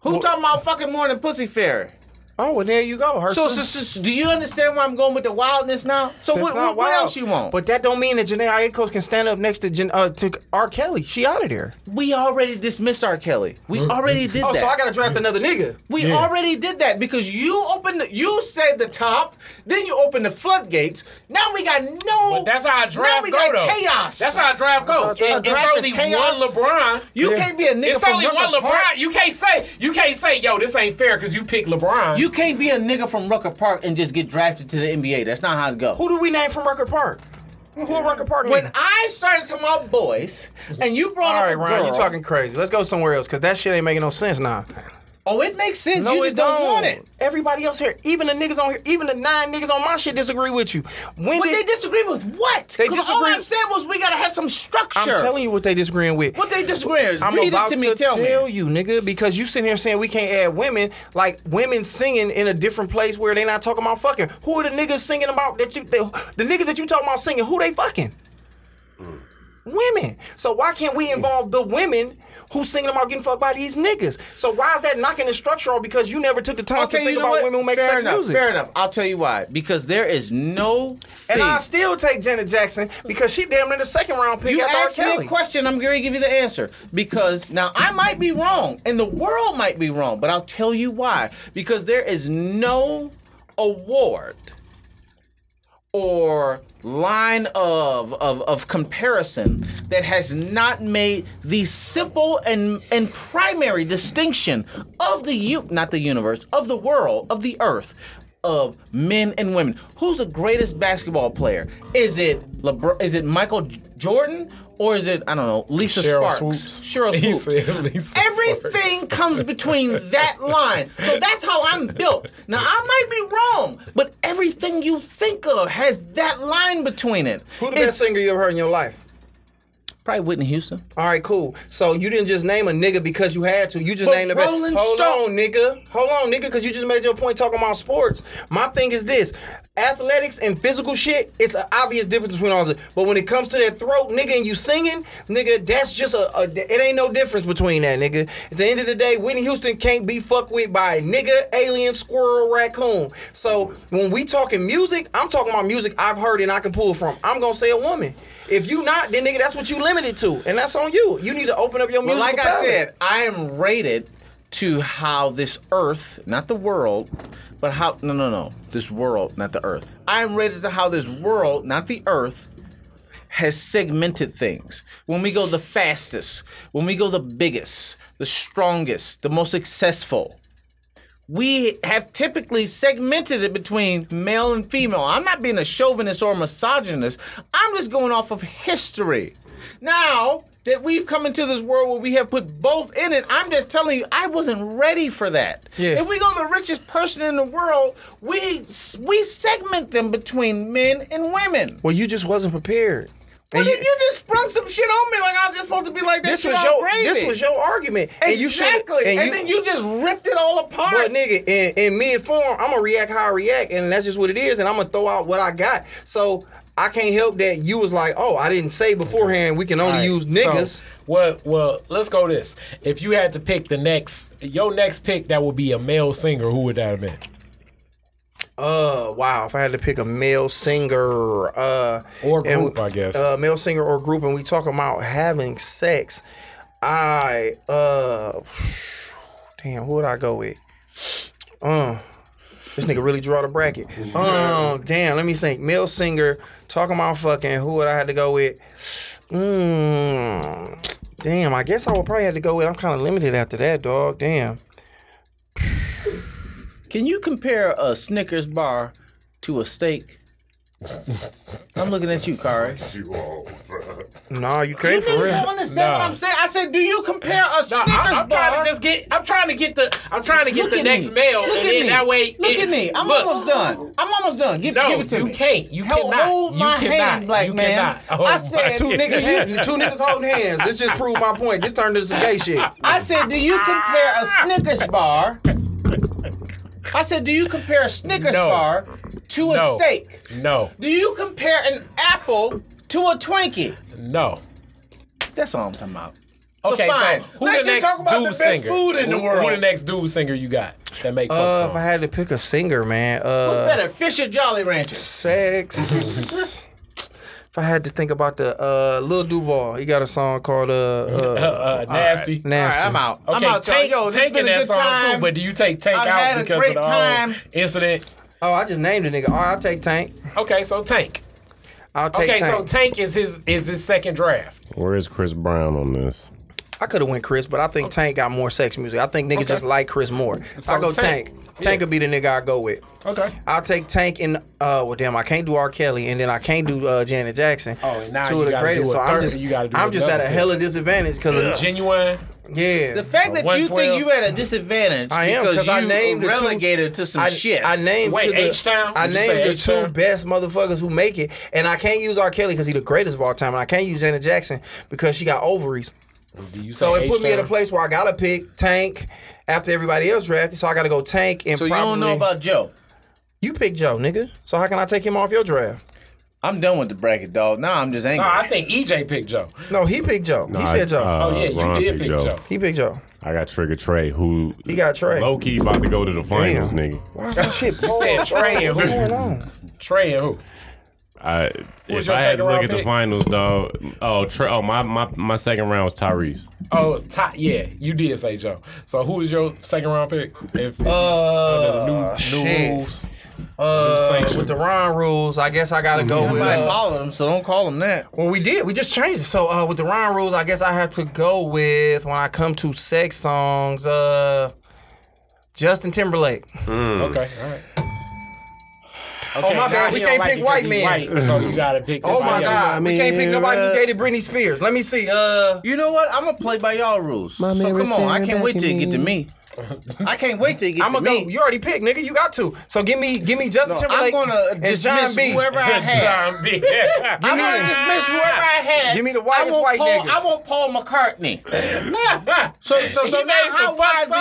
Speaker 5: Who talking about fucking more than Pussy Fairy?
Speaker 2: Oh, well, there you go. Her
Speaker 5: So,
Speaker 2: sis-
Speaker 5: so, so, so do you understand where I'm going with the wildness now? So
Speaker 2: That's
Speaker 5: what,
Speaker 2: not
Speaker 5: what, what
Speaker 2: wild.
Speaker 5: else you want?
Speaker 2: But that don't mean that Janae Aiko can stand up next to Jan- uh, to R. Kelly. She out of there.
Speaker 5: we already dismissed R. Kelly. We already did
Speaker 2: Oh,
Speaker 5: that.
Speaker 2: so I gotta draft another nigga.
Speaker 5: We already did that because you opened the, you said the top, then you opened the floodgates. Now we got no.
Speaker 3: But that's how I
Speaker 5: Now
Speaker 3: draft
Speaker 5: we
Speaker 3: go
Speaker 5: got
Speaker 3: though.
Speaker 5: chaos.
Speaker 3: That's how I draft go.
Speaker 2: That's how I draft.
Speaker 3: It-
Speaker 5: A draft
Speaker 3: It's
Speaker 5: is
Speaker 3: only
Speaker 5: chaos.
Speaker 3: one LeBron.
Speaker 5: you can't be a nigga
Speaker 3: It's
Speaker 5: from
Speaker 3: only
Speaker 5: Rucker
Speaker 3: one LeBron.
Speaker 5: Park.
Speaker 3: You can't say you can't say yo this ain't fair because you picked LeBron.
Speaker 5: You can't be a nigga from Rucker Park and just get drafted to the NBA. That's not how it goes.
Speaker 2: Who do we name from Rucker Park? Who at Rucker Park?
Speaker 5: When
Speaker 2: nigga?
Speaker 5: I started talking about boys, and you brought
Speaker 2: all
Speaker 5: up
Speaker 2: right,
Speaker 5: a
Speaker 2: Ryan, you
Speaker 5: girl-
Speaker 2: talking crazy. Let's go somewhere else because that shit ain't making no sense now.
Speaker 5: Oh, it makes sense.
Speaker 2: No,
Speaker 5: you
Speaker 2: it
Speaker 5: just don't want it.
Speaker 2: Everybody else here, even the niggas on here, even the nine niggas on my shit disagree with you. When
Speaker 5: But
Speaker 2: did,
Speaker 5: they disagree with what?
Speaker 2: They
Speaker 5: 'Cause all
Speaker 2: disagree-
Speaker 5: I'm saying was we gotta have some structure.
Speaker 2: I'm telling you what they disagreeing with.
Speaker 5: What they disagreeing?
Speaker 2: I'm
Speaker 5: Read
Speaker 2: about
Speaker 5: it to me. tell me.
Speaker 2: you, nigga, because you sitting here saying we can't add women, like women singing in a different place where they not talking about fucking. Who are the niggas singing about that you? The, the niggas that you talking about singing, who they fucking? Women. So why can't we involve the women? Who's singing about getting fucked by these niggas? So why is that knocking the structure off? Because you never took the time to think about women who make
Speaker 5: fair
Speaker 2: sex
Speaker 5: enough,
Speaker 2: music.
Speaker 5: Fair enough. I'll tell you why. Because there is no
Speaker 2: And
Speaker 5: thing-
Speaker 2: I still take Janet Jackson because she damn near the second round pick
Speaker 5: You
Speaker 2: after R.
Speaker 5: asked me
Speaker 2: Kelly.
Speaker 5: a question. I'm going to give you the answer because now I might be wrong, and the world might be wrong, but I'll tell you why. Because there is no award or line of of, of comparison that has not made the simple and and primary distinction of the u- not the universe of the world of the earth of men and women who's the greatest basketball player is it LeBron is it Michael J- Jordan or is it I don't know Lisa
Speaker 3: Cheryl
Speaker 5: Sparks
Speaker 3: Swoops.
Speaker 5: Cheryl
Speaker 3: He
Speaker 5: Swoops
Speaker 3: said Lisa
Speaker 5: everything comes between that line. So that's how I'm built. Now I might be wrong, but everything you think of has that line between it.
Speaker 2: Who the
Speaker 5: It's
Speaker 2: best singer you ever heard in your life?
Speaker 5: probably Whitney Houston.
Speaker 2: All right, cool. So you didn't just name a nigga because you had to. You just
Speaker 5: But
Speaker 2: named a best.
Speaker 5: Rolling
Speaker 2: Hold
Speaker 5: Stone-
Speaker 2: on, nigga. Hold on, nigga, because you just made your point talking about sports. My thing is this: athletics and physical shit. It's an obvious difference between all this. But when it comes to that throat, nigga, and you singing, nigga, that's just a, a- It ain't no difference between that, nigga. At the end of the day, Whitney Houston can't be fucked with by a nigga, alien, squirrel, raccoon. So when we talking music, I'm talking about music I've heard and I can pull from. I'm gonna say a woman. If you not, then nigga, that's what you limited to, and that's on you. You need to open up your
Speaker 5: Well,
Speaker 2: music.
Speaker 5: like I said, I am rated to how this earth, not the world, but how no no no, this world, not the earth. I am rated to how this world, not the earth, has segmented things. When we go the fastest, when we go the biggest, the strongest, the most successful. We have typically segmented it between male and female. I'm not being a chauvinist or a misogynist. I'm just going off of history. Now that we've come into this world where we have put both in it, I'm just telling you, I wasn't ready for that.
Speaker 2: Yeah.
Speaker 5: If we go the richest person in the world, we we segment them between men and women.
Speaker 2: well, you just wasn't prepared.
Speaker 5: Well,
Speaker 2: And
Speaker 5: you,
Speaker 2: you-
Speaker 5: you just sprung some shit on me like I was just supposed to be like that.
Speaker 2: this
Speaker 5: shit
Speaker 2: was
Speaker 5: all
Speaker 2: your
Speaker 5: gravy.
Speaker 2: this was your argument, and you should
Speaker 5: exactly. And, then you just ripped it all apart.
Speaker 2: But nigga, in, in mid form, I'm gonna react how I react, and that's just what it is, and I'm gonna throw out what I got. So I can't help that you was like, oh, I didn't say beforehand. We can only use niggas.
Speaker 3: So, well, well, let's go this. If you had to pick the next, your next pick that would be a male singer, who would that have been?
Speaker 2: Uh, wow. If I had to pick a male singer, uh,
Speaker 3: Or
Speaker 2: and-
Speaker 3: group, I guess.
Speaker 2: uh, male singer or group, and we talk about having sex, I uh, damn, who would I go with? Uh, this nigga really draw the bracket. Oh, damn. Let me think. Male singer talking about fucking. Who would I have to go with? Mm, damn. I guess I would probably have to go with. I'm kind of limited after that, dog. Damn.
Speaker 5: Can you compare a Snickers bar to a steak? I'm looking at you, Kari.
Speaker 2: Nah, you can't
Speaker 5: You
Speaker 2: for real.
Speaker 5: don't understand
Speaker 3: Nah.
Speaker 5: what I'm saying. I said, do you compare a
Speaker 3: No,
Speaker 5: Snickers
Speaker 3: I, am
Speaker 5: bar?
Speaker 3: trying to just get. I'm trying to get the. I'm trying to get
Speaker 5: Look
Speaker 3: the
Speaker 5: at
Speaker 3: next
Speaker 5: me.
Speaker 3: male,
Speaker 5: Look
Speaker 3: and
Speaker 5: at
Speaker 3: then
Speaker 5: me.
Speaker 3: that way.
Speaker 5: Look
Speaker 3: it-
Speaker 5: at me. I'm
Speaker 3: look.
Speaker 5: almost done. I'm almost done. Give,
Speaker 3: No,
Speaker 5: give it to
Speaker 3: you
Speaker 5: me.
Speaker 3: can't. You
Speaker 5: Hold,
Speaker 3: cannot.
Speaker 5: Hold
Speaker 3: You
Speaker 5: my
Speaker 3: cannot.
Speaker 5: hand, black
Speaker 3: You
Speaker 5: man.
Speaker 3: cannot. Oh
Speaker 5: I
Speaker 3: my
Speaker 5: said,
Speaker 2: Two niggas, had, two niggas holding hands. This just proved my point. This turned into some gay shit.
Speaker 5: I said, do you compare a Snickers bar? I said, do you compare a Snickers
Speaker 3: No.
Speaker 5: bar to a
Speaker 3: No.
Speaker 5: steak?
Speaker 3: No,
Speaker 5: Do you compare an apple to a Twinkie?
Speaker 3: no.
Speaker 5: That's all I'm talking about.
Speaker 3: Okay,
Speaker 5: fine.
Speaker 3: so who
Speaker 5: Let's
Speaker 3: the
Speaker 5: just
Speaker 3: next
Speaker 5: talk about
Speaker 3: dude
Speaker 5: the best
Speaker 3: singer?
Speaker 5: food in the
Speaker 3: Who- Who
Speaker 5: world.
Speaker 3: the next dude singer you got that make
Speaker 2: Uh,
Speaker 3: fun
Speaker 2: if I
Speaker 3: songs?
Speaker 2: had to pick a singer, man,
Speaker 5: What's
Speaker 2: uh,
Speaker 5: better, fish or Jolly Ranchers?
Speaker 2: sex. if I had to think about the uh, Lil Duval, he got a song called uh,
Speaker 3: Uh,
Speaker 2: uh,
Speaker 3: uh, nasty.
Speaker 2: "Nasty."
Speaker 5: All right, I'm out. I'm
Speaker 3: Okay,
Speaker 5: out, y'all.
Speaker 3: Tank,
Speaker 5: Yo, this
Speaker 3: Tank
Speaker 5: been
Speaker 3: in
Speaker 5: a
Speaker 3: that
Speaker 5: good
Speaker 3: song
Speaker 5: time.
Speaker 3: too, but do you take Tank
Speaker 5: I've
Speaker 3: out
Speaker 5: had a
Speaker 3: because
Speaker 5: great
Speaker 3: of the
Speaker 5: time.
Speaker 3: whole incident?
Speaker 2: Oh, I just named a nigga. All right, I'll take Tank.
Speaker 3: Okay, so Tank.
Speaker 2: I'll take
Speaker 3: okay,
Speaker 2: Tank.
Speaker 3: so Tank is his is his second draft.
Speaker 4: Where is Chris Brown on this?
Speaker 2: I could have went Chris, but I think Tank got more sex music. I think niggas just like Chris more. So I go
Speaker 3: Tank.
Speaker 2: Tank. Tank, would be the nigga I go with.
Speaker 3: Okay.
Speaker 2: I'll take Tank and uh well damn I can't do R. Kelly and then I can't do uh, Janet Jackson.
Speaker 3: Oh, and now
Speaker 2: Two
Speaker 3: you
Speaker 2: of the
Speaker 3: gotta
Speaker 2: greatest.
Speaker 3: do a
Speaker 2: So I'm
Speaker 3: third-
Speaker 2: just
Speaker 3: you gotta do
Speaker 2: I'm just at a
Speaker 3: another
Speaker 2: hella disadvantage because of
Speaker 3: Genuine.
Speaker 2: yeah.
Speaker 5: The fact that you think
Speaker 3: 112.
Speaker 5: you at a disadvantage
Speaker 2: I am
Speaker 5: because
Speaker 2: because
Speaker 5: you
Speaker 2: I named the two-
Speaker 5: relegated to some
Speaker 2: I,
Speaker 5: shit.
Speaker 2: I named
Speaker 3: Wait,
Speaker 2: to the,
Speaker 3: H-Town?
Speaker 2: I
Speaker 3: Did you
Speaker 2: named
Speaker 3: say
Speaker 2: the two
Speaker 3: H-Town?
Speaker 2: best motherfuckers who make it, and I can't use R. Kelly because he's the greatest of all time, and I can't use Janet Jackson because she got ovaries. So it put me in a place where I gotta pick Tank after everybody else drafted. So I gotta go Tank and
Speaker 5: so you
Speaker 2: probably,
Speaker 5: don't know about Joe.
Speaker 2: you pick Joe, nigga. So how can I take him off your draft?
Speaker 5: I'm done with the bracket, dog. Now I'm just angry.
Speaker 3: No, I think EJ picked Joe.
Speaker 2: No, he picked Joe. he said Joe.
Speaker 4: Uh,
Speaker 3: Oh yeah, you
Speaker 4: Ron
Speaker 3: did
Speaker 4: picked
Speaker 3: pick Joe.
Speaker 2: he picked Joe.
Speaker 4: I got Trigger Trey, who
Speaker 2: He got Trey.
Speaker 4: low key about to go to the finals, nigga.
Speaker 2: Why
Speaker 5: Oh,
Speaker 2: is that shit
Speaker 3: You said Trey and
Speaker 2: What's going
Speaker 3: who?
Speaker 2: on? Uh,
Speaker 3: Trey and who?
Speaker 4: I,
Speaker 3: was
Speaker 4: if
Speaker 3: your
Speaker 4: I had
Speaker 3: second
Speaker 4: to look
Speaker 3: round
Speaker 4: at the
Speaker 3: pick?
Speaker 4: finals, dog. Oh, Trey, oh my, my my second round was Tyrese.
Speaker 3: Oh, it's top. Yeah, you did say Joe. So who is your second round pick? If, if
Speaker 2: Uh,
Speaker 3: under the new,
Speaker 2: shit.
Speaker 3: new rules,
Speaker 2: Uh,
Speaker 3: sanctions.
Speaker 2: with the Ron rules, I guess I gotta go with.
Speaker 5: Nobody
Speaker 2: uh,
Speaker 5: followed him, so don't call him that.
Speaker 2: Well, we did. We just changed it. So uh, with the Ryan rules, I guess I have to go with when I come to sex songs. Uh, Justin Timberlake.
Speaker 3: Okay, all right.
Speaker 2: oh my bad, we can't pick white men.
Speaker 3: so you gotta pick.
Speaker 2: Oh my
Speaker 3: somebody
Speaker 2: god,
Speaker 3: else.
Speaker 2: we can't pick nobody who dated Britney Spears. Let me see. Uh,
Speaker 5: You know what? I'm gonna play by y'all rules. so
Speaker 8: mirror
Speaker 5: come on, I
Speaker 8: staring
Speaker 5: can't wait
Speaker 8: back
Speaker 5: till
Speaker 8: at
Speaker 5: you get to
Speaker 8: me.
Speaker 5: me. I can't wait till you get
Speaker 2: I'm
Speaker 5: to
Speaker 2: gonna
Speaker 5: me.
Speaker 2: go. You already picked, nigga. You got to. So give me, give me Justin
Speaker 5: I'm
Speaker 2: Timberlake.
Speaker 5: gonna
Speaker 2: and
Speaker 5: dismiss
Speaker 2: John B.
Speaker 5: whoever I have.
Speaker 3: John B.
Speaker 5: I'm gonna dismiss whoever I had.
Speaker 2: Give me the
Speaker 5: I
Speaker 2: whitest
Speaker 5: want
Speaker 2: white
Speaker 5: Paul,
Speaker 2: niggas.
Speaker 5: I want Paul McCartney. So, so, so now how wide we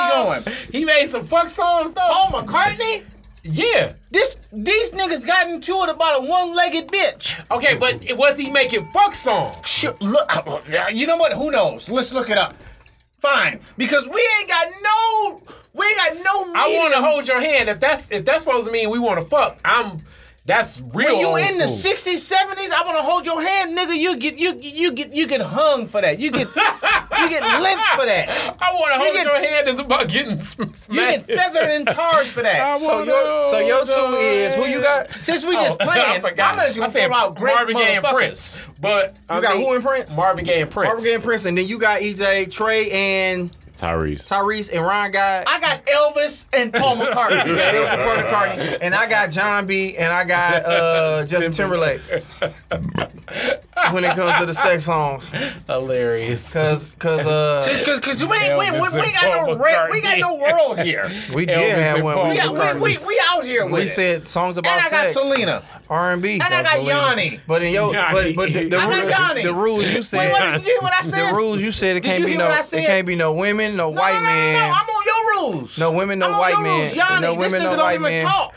Speaker 5: going?
Speaker 3: He made some fuck songs though.
Speaker 2: Oh.
Speaker 5: Paul McCartney?
Speaker 3: yeah.
Speaker 5: This these niggas got into it about a one-legged bitch.
Speaker 3: Okay, but it- was he making fuck songs?
Speaker 5: Sure, look, you know what? Who knows? Let's look it up. Fine, because we ain't got no, we ain't got
Speaker 3: I
Speaker 5: no.
Speaker 3: want to
Speaker 5: medium.
Speaker 3: hold your hand. If that's if that's supposed to mean we want to fuck, I'm. That's real.
Speaker 5: When you
Speaker 3: old
Speaker 5: in the
Speaker 3: school.
Speaker 5: '60s, '70s, I want to hold your hand, nigga. You get you you get you get hung for that. You get you get lynched for that.
Speaker 3: I want to
Speaker 5: You
Speaker 3: hold
Speaker 5: get-
Speaker 3: your hand is about getting sm-
Speaker 5: You get
Speaker 3: smacked.
Speaker 5: feathered and tarred for that.
Speaker 3: I
Speaker 5: So
Speaker 3: wanna
Speaker 5: your
Speaker 2: So your two
Speaker 3: hold Oh,
Speaker 2: is who you got?
Speaker 5: since we just playing,
Speaker 3: I forgot.
Speaker 5: I'm just
Speaker 3: I
Speaker 5: gonna
Speaker 3: said
Speaker 5: throw out great
Speaker 3: Marvin Gaye and
Speaker 5: motherfuckers.
Speaker 3: Prince. But
Speaker 2: You got who and Prince?
Speaker 3: Marvin Gaye and Prince.
Speaker 2: Marvin Gaye and Prince, and then you got EJ, Trey, and
Speaker 4: Tyrese.
Speaker 2: Tyrese, and Ron got.
Speaker 5: I got Elvis and Paul McCartney.
Speaker 2: yeah, it was Paul McCartney, and I got John B, and I got uh, Justin Timberlake. when it comes to the sex songs,
Speaker 3: Hilarious.
Speaker 2: because because uh,
Speaker 5: Cause, cause we ain't we, we,
Speaker 3: Elvis
Speaker 5: we
Speaker 3: and
Speaker 5: got no
Speaker 3: Paul
Speaker 5: ra- we got
Speaker 3: McCartney.
Speaker 5: no world here.
Speaker 2: we did
Speaker 3: Elvis
Speaker 2: have
Speaker 3: and
Speaker 2: one.
Speaker 3: Paul
Speaker 2: with
Speaker 5: We, got,
Speaker 2: McCartney.
Speaker 5: we, we, we out here with
Speaker 2: We
Speaker 5: it.
Speaker 2: said songs about
Speaker 5: and I got
Speaker 2: sex.
Speaker 5: Selena.
Speaker 2: R and B.
Speaker 5: And I got Yanni.
Speaker 2: But in your
Speaker 3: Yanni.
Speaker 2: but but the, the,
Speaker 5: I
Speaker 2: rule-
Speaker 5: got Yanni.
Speaker 2: the rules you
Speaker 5: Wait,
Speaker 2: said.
Speaker 5: wait, did you hear what I said?
Speaker 2: the rules you said it
Speaker 5: Did
Speaker 2: can't
Speaker 5: you
Speaker 2: be
Speaker 5: hear what
Speaker 2: no
Speaker 5: I
Speaker 2: it
Speaker 5: said?
Speaker 2: can't be no women, no
Speaker 5: No,
Speaker 2: white
Speaker 5: no, no,
Speaker 2: man.
Speaker 5: No, no, I'm on your rules.
Speaker 2: No women, no
Speaker 5: I'm on
Speaker 2: white
Speaker 5: your
Speaker 2: men.
Speaker 5: Rules. Yanni,
Speaker 2: No
Speaker 5: this
Speaker 2: women,
Speaker 5: nigga
Speaker 2: no
Speaker 5: don't
Speaker 2: white
Speaker 5: even
Speaker 2: men.
Speaker 5: talk.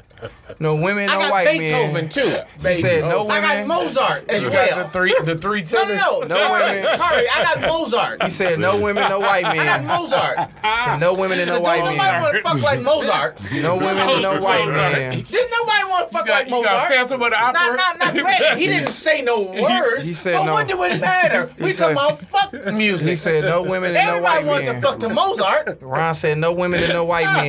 Speaker 2: No women,
Speaker 5: I
Speaker 2: no
Speaker 5: got
Speaker 2: white
Speaker 5: Beethoven
Speaker 2: men.
Speaker 5: too.
Speaker 2: He said no
Speaker 5: I
Speaker 2: women.
Speaker 5: got Mozart as
Speaker 3: You
Speaker 5: well.
Speaker 3: got the three, the three
Speaker 5: no, no,
Speaker 3: tenors.
Speaker 5: no,
Speaker 2: No
Speaker 5: Curry,
Speaker 2: women.
Speaker 5: Curry, I got Mozart.
Speaker 2: He said no women, no white
Speaker 5: I got
Speaker 2: men.
Speaker 5: Mozart.
Speaker 2: And no women and no
Speaker 5: Don't
Speaker 2: white
Speaker 5: nobody
Speaker 2: men.
Speaker 5: want to fuck like Mozart.
Speaker 2: No women and no white men.
Speaker 5: Didn't nobody want to fuck
Speaker 3: You got,
Speaker 5: like
Speaker 3: you got
Speaker 5: Mozart?
Speaker 3: Phantom of the
Speaker 5: Not,
Speaker 3: Opera.
Speaker 5: not, not granted. He didn't say no words.
Speaker 2: he said
Speaker 5: but
Speaker 2: no.
Speaker 5: what do it matter? We
Speaker 2: said-
Speaker 5: talking about fuck music.
Speaker 2: He said no women and no
Speaker 5: Everybody
Speaker 2: white
Speaker 5: wants
Speaker 2: men.
Speaker 5: to fuck to Mozart.
Speaker 2: Ron said no women and no white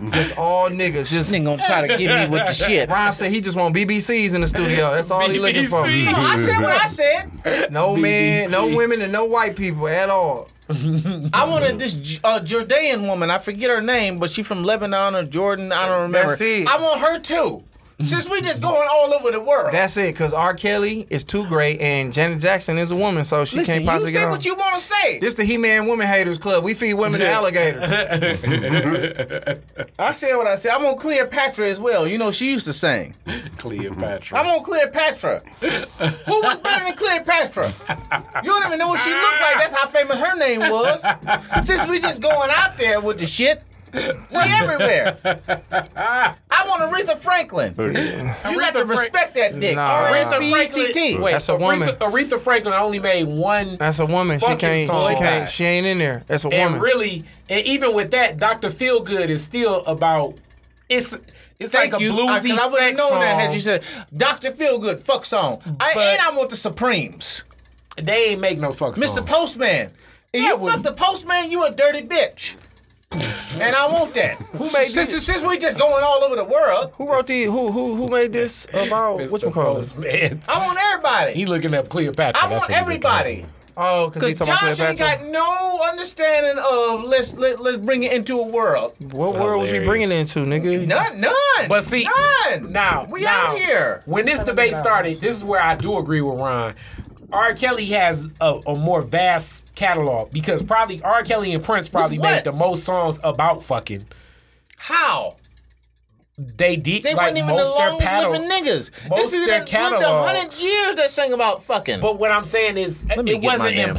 Speaker 2: men. Just all niggas. Just
Speaker 5: nigga gonna try to get me with the shit.
Speaker 2: Ron said he just want BBCs in the studio. That's all he looking for.
Speaker 3: BBC.
Speaker 5: No, I said what I said.
Speaker 2: No men, no women, and no white people at all. Mm-hmm.
Speaker 5: I wanted this J- uh, Jordanian woman. I forget her name, but she from Lebanon or Jordan. I don't remember.
Speaker 2: That's it. Mm-hmm.
Speaker 5: I want her too. Since we just going all over the world.
Speaker 2: That's it, because R. Kelly is too great, and Janet Jackson is a woman, so she
Speaker 5: Listen,
Speaker 2: can't possibly
Speaker 5: you say
Speaker 2: get on.
Speaker 5: what you want to say.
Speaker 2: This the He-Man Woman Haters Club. We feed women to alligators.
Speaker 5: I said what I said. I'm on Cleopatra as well. You know she used to sing.
Speaker 3: Cleopatra.
Speaker 5: I'm on Cleopatra. Who was better than Cleopatra? You don't even know what she looked like. That's how famous her name was. Since we just going out there with the shit. We everywhere. I want Aretha Franklin. You got to
Speaker 3: Aretha Frank-
Speaker 5: respect that dick.
Speaker 2: Nah.
Speaker 5: R S
Speaker 3: Aretha
Speaker 5: P E C T.
Speaker 3: Franklin. Wait,
Speaker 2: That's a
Speaker 3: Aretha-
Speaker 2: woman.
Speaker 3: Aretha Franklin only made one.
Speaker 2: That's a woman. She
Speaker 3: Fucking
Speaker 2: can't.
Speaker 3: song.
Speaker 2: She can't. She ain't in there. That's a
Speaker 3: and
Speaker 2: woman.
Speaker 3: really, and even with that, Dr. Feelgood is still about. It's it's
Speaker 5: Thank
Speaker 3: like
Speaker 5: you.
Speaker 3: a bluesy
Speaker 5: I, I would have
Speaker 3: sex
Speaker 5: known
Speaker 3: song.
Speaker 5: that had you said Dr. Feelgood fuck song. I,
Speaker 3: But-
Speaker 5: and I want the Supremes.
Speaker 3: They ain't make no fuck
Speaker 5: Mr.
Speaker 3: songs.
Speaker 5: Postman. If you
Speaker 3: was-
Speaker 5: fuck the postman, you a dirty bitch. and I want that. Who made since, this? Since we just going all over the world,
Speaker 2: who wrote the? Who who who made this about? E What you call
Speaker 3: E
Speaker 2: this?
Speaker 3: Postman.
Speaker 5: I want everybody.
Speaker 3: He looking up Cleopatra.
Speaker 5: I
Speaker 3: that's
Speaker 5: want
Speaker 3: what he looking up.
Speaker 5: everybody.
Speaker 2: Oh, because he
Speaker 5: Because
Speaker 2: talking about
Speaker 5: Josh ain't
Speaker 2: Cleopatra.
Speaker 5: got no understanding of let's let, let's bring it into a world.
Speaker 2: What world was he bringing into, nigga?
Speaker 5: None, none.
Speaker 3: But see,
Speaker 5: none.
Speaker 3: now
Speaker 5: we
Speaker 3: now,
Speaker 5: out here.
Speaker 3: When this debate started, this is where I do agree with Ron. R. Kelly has a, a more vast catalog because probably R. Kelly and Prince probably
Speaker 5: what?
Speaker 3: made the most songs about fucking.
Speaker 5: How?
Speaker 3: They did.
Speaker 5: They
Speaker 3: like,
Speaker 5: weren't even the
Speaker 3: most their
Speaker 5: longest
Speaker 3: paddle-
Speaker 5: living niggas.
Speaker 3: most
Speaker 5: There's people
Speaker 3: their
Speaker 5: that lived a hundred
Speaker 3: catalogs-
Speaker 5: years that sing about fucking.
Speaker 3: But what I'm saying is,
Speaker 5: me
Speaker 3: it
Speaker 5: get my
Speaker 3: wasn't
Speaker 5: damn phone out.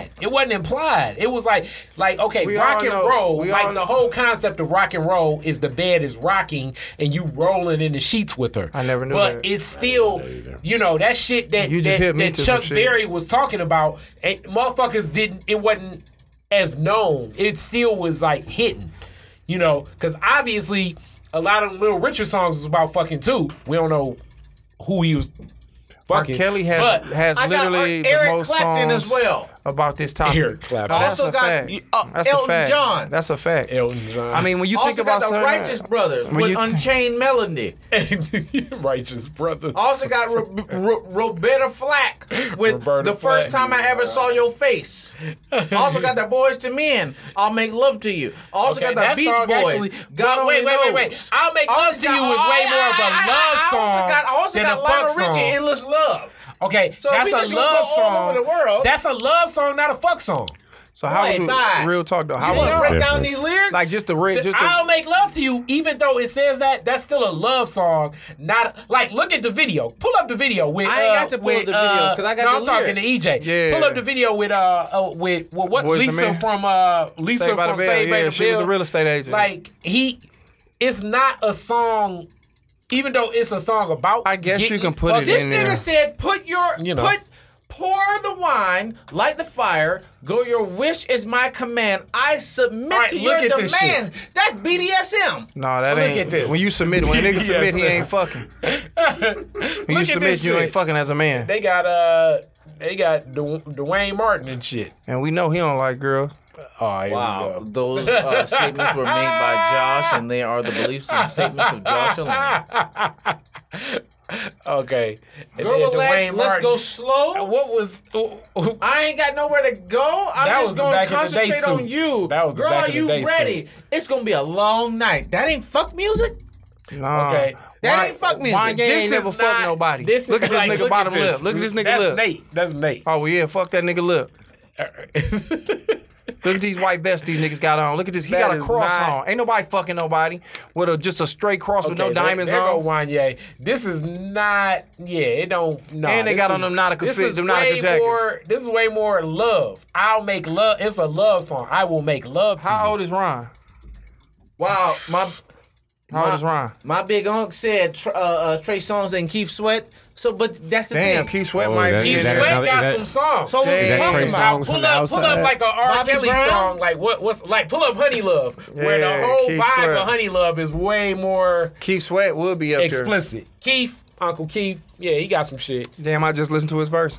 Speaker 3: implied. It wasn't implied. It was like, like okay,
Speaker 2: We all
Speaker 3: rock and
Speaker 2: know.
Speaker 3: roll.
Speaker 2: We all
Speaker 3: like the
Speaker 2: know.
Speaker 3: whole concept of rock and roll is the bed is rocking and you rolling in the sheets with her.
Speaker 2: I never knew
Speaker 3: But
Speaker 2: that.
Speaker 3: it's still, you know, that shit that
Speaker 2: You just
Speaker 3: that,
Speaker 2: hit me
Speaker 3: that
Speaker 2: to some
Speaker 3: Chuck
Speaker 2: shit.
Speaker 3: Berry was talking about. And motherfuckers didn't. It wasn't as known. It still was like hidden. You know, because obviously a lot of Little Richard songs was about fucking too. We don't know who he was.
Speaker 2: R.
Speaker 3: fucking,
Speaker 2: Kelly has
Speaker 3: but-
Speaker 2: has
Speaker 5: I got
Speaker 2: literally
Speaker 5: uh,
Speaker 2: the
Speaker 5: Eric
Speaker 2: most
Speaker 5: Clapton
Speaker 2: songs
Speaker 5: as well.
Speaker 2: about this topic.
Speaker 3: Eric Clapton.
Speaker 2: No, that's
Speaker 5: Also
Speaker 2: a
Speaker 5: got,
Speaker 2: fact.
Speaker 5: uh,
Speaker 2: that's
Speaker 5: Elton
Speaker 2: a fact.
Speaker 5: John.
Speaker 2: That's a fact.
Speaker 3: Elton John.
Speaker 2: I mean, when you think
Speaker 5: also
Speaker 2: about
Speaker 5: got the
Speaker 2: something-
Speaker 5: Righteous Brothers
Speaker 2: when
Speaker 5: with
Speaker 2: you think-
Speaker 5: Unchained Melody.
Speaker 3: Righteous Brothers.
Speaker 5: Also got Ro- Ro- Roberta Flack with
Speaker 3: Roberta
Speaker 5: the first
Speaker 3: Flack.
Speaker 5: time I ever saw your face. Also got the Boys to Men. I'll make love to you. Also
Speaker 3: Okay,
Speaker 5: got
Speaker 3: that
Speaker 5: the Beach
Speaker 3: song
Speaker 5: Boys.
Speaker 3: actually-
Speaker 5: God
Speaker 3: wait,
Speaker 5: only
Speaker 3: wait,
Speaker 5: knows.
Speaker 3: wait, wait. I'll Make
Speaker 5: Also
Speaker 3: Love to You is
Speaker 5: oh,
Speaker 3: way more of a
Speaker 5: I- I- I-
Speaker 3: love
Speaker 5: I also
Speaker 3: song
Speaker 5: got, I also
Speaker 3: than
Speaker 5: got
Speaker 3: a
Speaker 5: Lionel
Speaker 3: fuck
Speaker 5: Richie,
Speaker 3: song.
Speaker 5: Endless Love.
Speaker 3: Okay,
Speaker 5: So if
Speaker 3: that's
Speaker 5: we just
Speaker 3: a
Speaker 5: gonna
Speaker 3: love
Speaker 5: go all
Speaker 3: song.
Speaker 5: over the world-
Speaker 3: That's a love song, not a fuck song.
Speaker 2: So how was
Speaker 5: Wait, bye.
Speaker 2: you, real talk though? How
Speaker 5: You
Speaker 2: was
Speaker 5: didn't break down
Speaker 4: difference.
Speaker 5: these lyrics?
Speaker 2: like just the red, just
Speaker 3: I'll
Speaker 2: the
Speaker 3: make love to you, even though it says that. That's still a love song. Not like look at the video. Pull up the video with.
Speaker 5: I ain't
Speaker 3: uh,
Speaker 5: got to pull
Speaker 3: with,
Speaker 5: up the video,
Speaker 3: uh,
Speaker 5: 'cause I got
Speaker 3: no,
Speaker 5: the
Speaker 3: I'm talking to EJ.
Speaker 2: Yeah.
Speaker 3: Pull up the video with uh, uh with well, what
Speaker 2: Boyz II
Speaker 3: Lisa
Speaker 2: Men.
Speaker 3: from uh Lisa
Speaker 2: Saved by the
Speaker 3: from
Speaker 2: Bell.
Speaker 3: Saved by
Speaker 2: Yeah,
Speaker 3: the
Speaker 2: she was the
Speaker 3: Bell.
Speaker 2: real estate agent.
Speaker 3: Like he, it's not a song. Even though it's a song about,
Speaker 2: I guess you
Speaker 3: getting
Speaker 2: can put it
Speaker 3: fucked-
Speaker 5: This
Speaker 2: in
Speaker 5: nigga
Speaker 2: there.
Speaker 5: said, "Put your
Speaker 3: You know.
Speaker 5: put pour the wine, light the fire, go your wish is my command. I submit
Speaker 3: All right,
Speaker 5: to
Speaker 3: look
Speaker 5: your
Speaker 3: at this shit.
Speaker 5: demands. That's BDSM.
Speaker 2: No, that
Speaker 3: Look
Speaker 2: ain't.
Speaker 3: at this.
Speaker 2: When you submit, when a nigga submit, he
Speaker 3: Yes, sir.
Speaker 2: ain't fucking. When you
Speaker 3: at
Speaker 2: submit,
Speaker 3: this
Speaker 2: you
Speaker 3: shit.
Speaker 2: ain't fucking as a man.
Speaker 3: They got uh, they got Du- Dwayne Martin and shit.
Speaker 2: And we know he don't like girls.
Speaker 3: Oh, here
Speaker 5: Wow, those uh, statements were made by Josh, and they are the beliefs and statements of Josh alone.
Speaker 3: Okay. And
Speaker 5: Girl,
Speaker 3: then
Speaker 5: relax.
Speaker 3: Dwayne
Speaker 5: Let's go
Speaker 3: Martin.
Speaker 5: slow.
Speaker 3: What was?
Speaker 5: I ain't got nowhere to go. I'm
Speaker 3: That was
Speaker 5: just
Speaker 3: the
Speaker 5: gonna
Speaker 3: back in the day
Speaker 5: concentrate on
Speaker 3: suit.
Speaker 5: you.
Speaker 3: That was the
Speaker 5: Girl,
Speaker 3: back
Speaker 5: are
Speaker 3: in the
Speaker 5: you
Speaker 3: day
Speaker 5: ready?
Speaker 3: suit.
Speaker 5: It's gonna be a long night. That ain't fuck music.
Speaker 2: No.
Speaker 3: Okay.
Speaker 5: That
Speaker 2: Why-
Speaker 5: ain't fuck music.
Speaker 2: Why gang
Speaker 3: This
Speaker 2: ain't
Speaker 3: is
Speaker 2: never fuck
Speaker 3: not-
Speaker 2: nobody?
Speaker 3: this is
Speaker 2: look at this
Speaker 3: like-
Speaker 2: nigga
Speaker 3: look at
Speaker 2: bottom
Speaker 3: this.
Speaker 2: lip. Look at this nigga
Speaker 3: That's
Speaker 2: lip.
Speaker 3: Nate. That's Nate.
Speaker 2: Oh yeah, fuck that nigga lip. Look at these white vests these niggas got on. Look at this. He
Speaker 3: That
Speaker 2: got a
Speaker 3: is
Speaker 2: cross
Speaker 3: not-
Speaker 2: on. Ain't nobody fucking nobody with a just a straight cross with no
Speaker 3: there-
Speaker 2: diamonds
Speaker 3: there Go
Speaker 2: on.
Speaker 3: Wanye. This is not. Yeah, it don't. No.
Speaker 2: And they
Speaker 3: this
Speaker 2: got on
Speaker 3: is-
Speaker 2: them Nautica
Speaker 3: this
Speaker 2: fit-
Speaker 3: is
Speaker 2: them Nautica
Speaker 3: way
Speaker 2: jackets.
Speaker 3: More, this is way more love. I'll make love. It's a love song. I will make love to you.
Speaker 2: How old is Ron?
Speaker 5: Wow, my
Speaker 2: How old is Ron?
Speaker 5: my big uncle said Tr- uh, uh, Trey Songz and Keith Sweat. So, but that's the
Speaker 2: Damn,
Speaker 5: thing.
Speaker 2: Keith Sweat
Speaker 4: Oh,
Speaker 2: might
Speaker 4: that-
Speaker 2: be
Speaker 3: Keith
Speaker 2: in
Speaker 4: is that
Speaker 3: Sweat
Speaker 2: there.
Speaker 4: another-
Speaker 3: got
Speaker 4: is
Speaker 3: some
Speaker 4: that-
Speaker 3: songs.
Speaker 5: So what
Speaker 2: Damn.
Speaker 5: we talking
Speaker 4: Trey
Speaker 5: about?
Speaker 4: Songz? from
Speaker 3: pull
Speaker 4: the
Speaker 3: up, pull up
Speaker 4: outside.
Speaker 3: like a R.
Speaker 5: Bobby
Speaker 3: Kelly
Speaker 5: Brown?
Speaker 3: song, like what, what's like pull up Honey Love, where
Speaker 2: Yeah,
Speaker 3: the whole
Speaker 2: Keith
Speaker 3: vibe
Speaker 2: Sweat.
Speaker 3: of Honey Love is way more
Speaker 2: Keith Sweat will be up
Speaker 3: explicit. Keith, Uncle Keith, yeah, he got some shit.
Speaker 2: there. Damn, I just listened to his verse.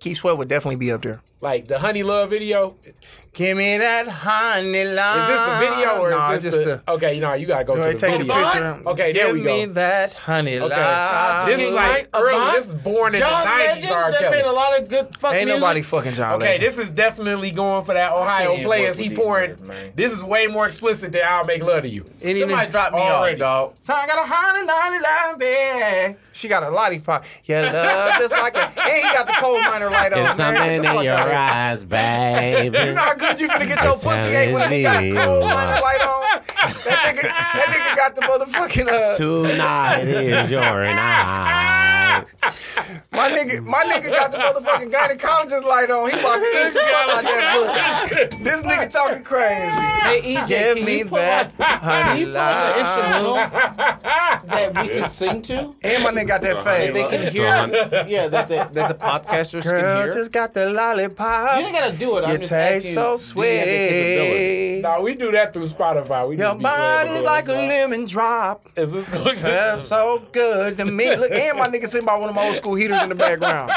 Speaker 2: Keith Sweat would definitely be up there.
Speaker 3: Like the Honey Love video. Is
Speaker 2: Give me that honey line.
Speaker 3: this the video or
Speaker 2: Uh, Nah,
Speaker 3: is this
Speaker 2: just
Speaker 3: the,
Speaker 2: the?
Speaker 3: okay? No, you gotta go to
Speaker 2: They
Speaker 3: the
Speaker 2: take a
Speaker 3: video.
Speaker 2: picture.
Speaker 3: Okay, there
Speaker 2: Give
Speaker 3: we go.
Speaker 2: me that honey
Speaker 3: Okay,
Speaker 2: line.
Speaker 3: this is like early. This is born in
Speaker 5: John
Speaker 3: the nineties.
Speaker 5: Legend.
Speaker 3: R.
Speaker 5: There
Speaker 3: Kelly.
Speaker 5: been a lot of good fuck
Speaker 2: Ain't
Speaker 5: music.
Speaker 2: nobody fucking John
Speaker 3: Okay,
Speaker 2: Legend.
Speaker 3: this is definitely going for that Ohio
Speaker 5: can't
Speaker 3: players.
Speaker 5: work
Speaker 3: He
Speaker 5: with
Speaker 3: pouring.
Speaker 5: these niggas, man.
Speaker 3: This is way more explicit than I'll make love to you.
Speaker 2: Any
Speaker 5: Somebody
Speaker 2: nigga-
Speaker 5: dropped me
Speaker 3: Already.
Speaker 5: off, dog.
Speaker 2: So I got a honey line, line, baby. She got a lollipop. Yeah, love just like a. And he got the coal miner light on.
Speaker 4: There's
Speaker 2: man. Get
Speaker 4: something
Speaker 2: the
Speaker 4: in
Speaker 2: fuck
Speaker 4: your
Speaker 2: out of here.
Speaker 4: eyes, baby.
Speaker 2: You know how good you finna get your
Speaker 4: It's
Speaker 2: pussy ate when he got a coal
Speaker 4: happening.
Speaker 2: miner light on? That nigga, that nigga got the motherfucking uh,
Speaker 4: Tonight is your night.
Speaker 2: my nigga, my nigga got the motherfucking gynecologist light on. He about to eat the fuck out that pussy. This nigga talking crazy.
Speaker 5: Hey, EJ,
Speaker 2: Give
Speaker 5: can
Speaker 2: me
Speaker 5: you pull
Speaker 2: that
Speaker 5: up- Can
Speaker 2: honey
Speaker 5: you pull up an
Speaker 2: line.
Speaker 5: instrumental that we can sing to?
Speaker 2: And my nigga got that
Speaker 5: That they
Speaker 2: fade.
Speaker 5: can hear. Yeah, that, that, that the podcasters
Speaker 2: Girls
Speaker 5: can hear.
Speaker 2: just got the lollipop.
Speaker 5: You ain't gotta do it. I'm
Speaker 2: You
Speaker 5: just
Speaker 2: taste so
Speaker 5: asking, do you have the capability?
Speaker 2: sweet.
Speaker 3: No, we do that through Spotify. We
Speaker 2: Your
Speaker 3: just be playing
Speaker 2: body's
Speaker 3: the
Speaker 2: like a
Speaker 3: little
Speaker 2: lemon drop.
Speaker 3: song. Is this
Speaker 2: That's so good to me. Look, and my nigga sitting by one of my old school heaters in the background.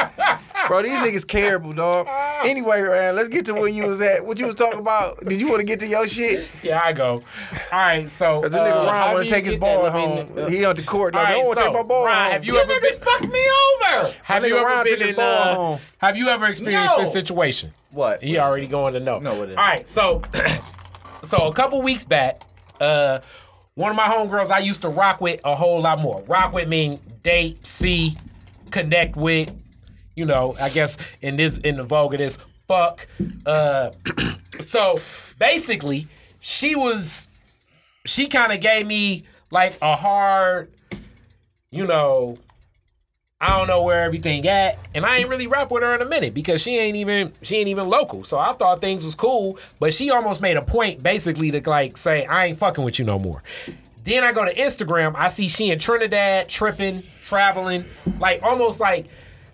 Speaker 2: Bro, these niggas terrible, dog. Anyway, man, let's get to where you was at. What you was talking about? Did you want to get to your shit?
Speaker 3: yeah, I go. All right, so.
Speaker 2: Cause this nigga
Speaker 3: uh,
Speaker 2: Ron
Speaker 5: how
Speaker 2: want
Speaker 5: do
Speaker 2: to
Speaker 5: you
Speaker 2: take his
Speaker 5: get that?
Speaker 2: ball
Speaker 5: I mean,
Speaker 2: home.
Speaker 5: uh,
Speaker 2: he on the court. No,
Speaker 3: all
Speaker 2: they
Speaker 3: right,
Speaker 2: don't want to
Speaker 3: so,
Speaker 2: take my ball
Speaker 3: Ron,
Speaker 2: home.
Speaker 3: have you ever
Speaker 5: Niggas
Speaker 3: been?
Speaker 5: fucked me over.
Speaker 3: Have
Speaker 2: My
Speaker 3: you
Speaker 2: nigga
Speaker 3: ever
Speaker 2: Ron took
Speaker 3: been
Speaker 2: his
Speaker 3: in?
Speaker 2: ball
Speaker 3: Uh,
Speaker 2: home.
Speaker 3: have you ever experienced
Speaker 5: No.
Speaker 3: this situation?
Speaker 5: What?
Speaker 3: He already going to know.
Speaker 5: No, it isn't.
Speaker 3: All right, so so a couple weeks back, uh, one of my homegirls I used to rock with a whole lot more. Rock with mean date, see, connect with. You know, I guess in this in the vogue of this fuck. Uh, so basically, she was she kind of gave me like a hard, you know. I don't know where everything at, and I ain't really rap with her in a minute because she ain't even she ain't even local. So I thought things was cool, but she almost made a point basically to like say I ain't fucking with you no more. Then I go to Instagram, I see she in Trinidad tripping, traveling, like almost like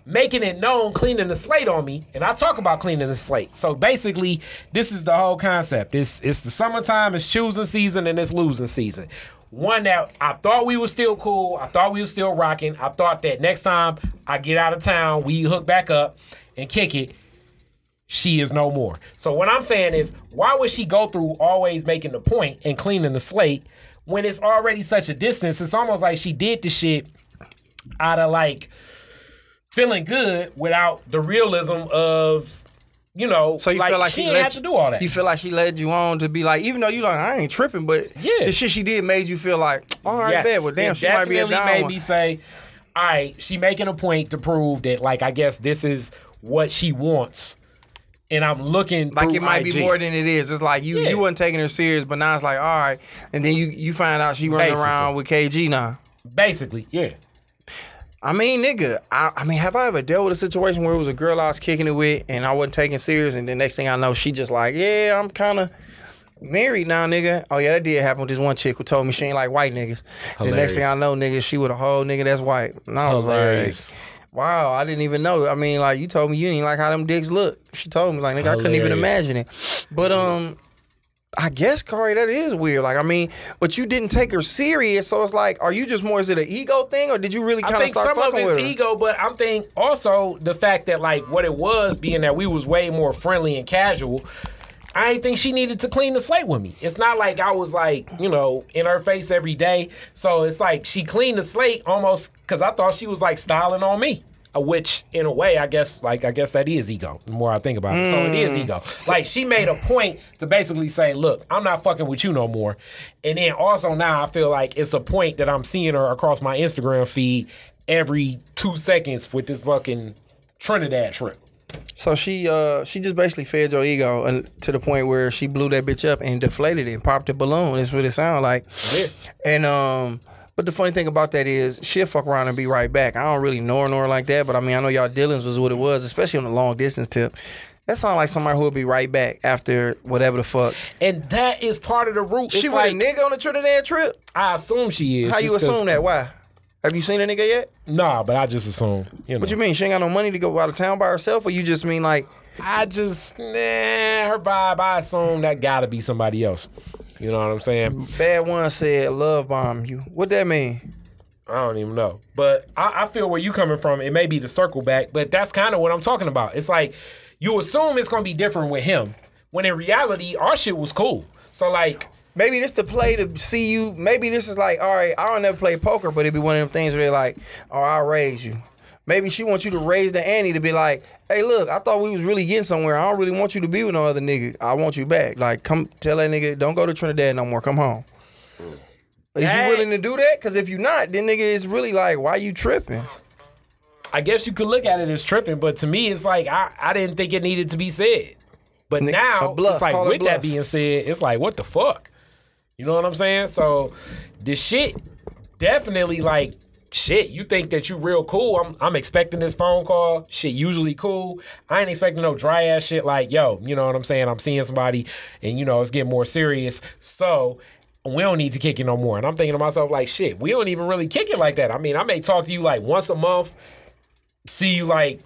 Speaker 3: making it known, cleaning the slate on me, and I talk about cleaning the slate. So basically, this is the whole concept. It's it's the summertime, it's choosing season, and it's losing season one that I thought we were still cool. I thought we were still rocking. I thought that next time I get out of town, we hook back up and kick it. She is no more. So what I'm saying is, why would she go through always making the point and cleaning the slate when it's already such a distance? It's almost like she did the shit out of like feeling good without the realism of, you know,
Speaker 2: So you
Speaker 3: like,
Speaker 2: feel like
Speaker 3: she,
Speaker 2: she,
Speaker 3: didn't
Speaker 2: led
Speaker 3: have to
Speaker 2: you-
Speaker 3: do all that.
Speaker 2: You feel like she led you on to be like, even though you like, I ain't tripping, but
Speaker 3: Yeah.
Speaker 2: the shit she did made you feel like, all right,
Speaker 3: Yes.
Speaker 2: bad. Well, damn,
Speaker 3: It
Speaker 2: she might be a
Speaker 3: definitely
Speaker 2: down
Speaker 3: made
Speaker 2: one.
Speaker 3: me say, all right, she making a point to prove that, like, I guess this is what she wants, and I'm looking
Speaker 2: Like
Speaker 3: through
Speaker 2: it might
Speaker 3: IG.
Speaker 2: be more than it is. It's like you
Speaker 3: Yeah.
Speaker 2: you wasn't taking her serious, but now it's like all right. And then you you find out she running
Speaker 3: Basically.
Speaker 2: around with KG now.
Speaker 3: basically, yeah.
Speaker 2: I mean, nigga, I, I mean, have I ever dealt with a situation where it was a girl I was kicking it with and I wasn't taking serious, and the next thing I know, she just like, yeah, I'm kind of married now, nigga. Oh yeah, that did happen with this one chick who told me she ain't like white niggas. The next thing I know, nigga, she with a whole nigga that's white. And I was
Speaker 3: Hilarious.
Speaker 2: like, Wow, I didn't even know. I mean, like you told me you didn't like how them dicks look. She told me, like, nigga, I couldn't even
Speaker 3: Hilarious.
Speaker 2: imagine it. But um, I guess Corey, that is weird. Like, I mean, but you didn't take her serious, so it's like, are you just more is it an ego thing, or did you really
Speaker 3: I
Speaker 2: kind of
Speaker 3: think
Speaker 2: start
Speaker 3: some of
Speaker 2: fucking
Speaker 3: it's
Speaker 2: with her?
Speaker 3: ego, but I'm thinking also the fact that like what it was being that we was way more friendly and casual. I ain't think she needed to clean the slate with me. It's not like I was like you know in her face every day. So it's like she cleaned the slate almost because I thought she was like styling on me. uh, Which, in a way, I guess, like I guess that is ego. The more I think about it, so it is ego. Like she made a point to basically say, "Look, I'm not fucking with you no more." And then also now I feel like it's a point that I'm seeing her across my Instagram feed every two seconds with this fucking Trinidad shrimp.
Speaker 2: So she uh she just basically fed your ego and to the point where she blew that bitch up and deflated it and popped a balloon. That's what it sound like.
Speaker 3: Yeah.
Speaker 2: And um but the funny thing about that is she'll fuck around and be right back. I don't really know her nor her like that, but I mean I know y'all dealings was what it was, especially on the long distance tip. That sound like somebody who'll be right back after whatever the fuck.
Speaker 3: And that is part of the root. It's
Speaker 2: she
Speaker 3: like,
Speaker 2: with a nigga on the Trinidad trip?
Speaker 3: I assume she is.
Speaker 2: How you
Speaker 3: just 'cause-
Speaker 2: assume that? Why? Have you seen a nigga yet?
Speaker 3: Nah, but I just assume. You know.
Speaker 2: What you mean? She ain't got no money to go out of town by herself, or you just mean like
Speaker 3: I just nah, her vibe. I assume that gotta be somebody else. You know what I'm saying?
Speaker 2: bad one said love bomb you? What that mean?
Speaker 3: I don't even know. But I, I feel where you coming from. It may be the circle back, but that's kind of what I'm talking about. It's like you assume it's gonna be different with him, when in reality our shit was cool. So like,
Speaker 2: Maybe this the play to see you. Maybe this is like, all right, I don't never play poker, but it'd be one of them things where they're like, oh, I'll raise you. Maybe she wants you to raise the ante to be like, hey, look, I thought we was really getting somewhere. I don't really want you to be with no other nigga. I want you back. Like, come tell that nigga, don't go to Trinidad no more. Come home. Is
Speaker 3: That-
Speaker 2: you willing to do that? Because if you not, then nigga, it's really like, why you tripping?
Speaker 3: I guess you could look at it as tripping, but to me it's like I, I didn't think it needed to be said. But
Speaker 2: Nick,
Speaker 3: now
Speaker 2: a bluff.
Speaker 3: it's like
Speaker 2: Call it
Speaker 3: with that
Speaker 2: bluff.
Speaker 3: being said, it's like what the fuck? You know what I'm saying? So this shit definitely like shit, you think that you real cool. I'm I'm expecting this phone call. Shit usually cool. I ain't expecting no dry ass shit like, yo, you know what I'm saying? I'm seeing somebody and you know it's getting more serious. So we don't need to kick it no more. And I'm thinking to myself, like, shit, we don't even really kick it like that. I mean, I may talk to you like once a month, see you like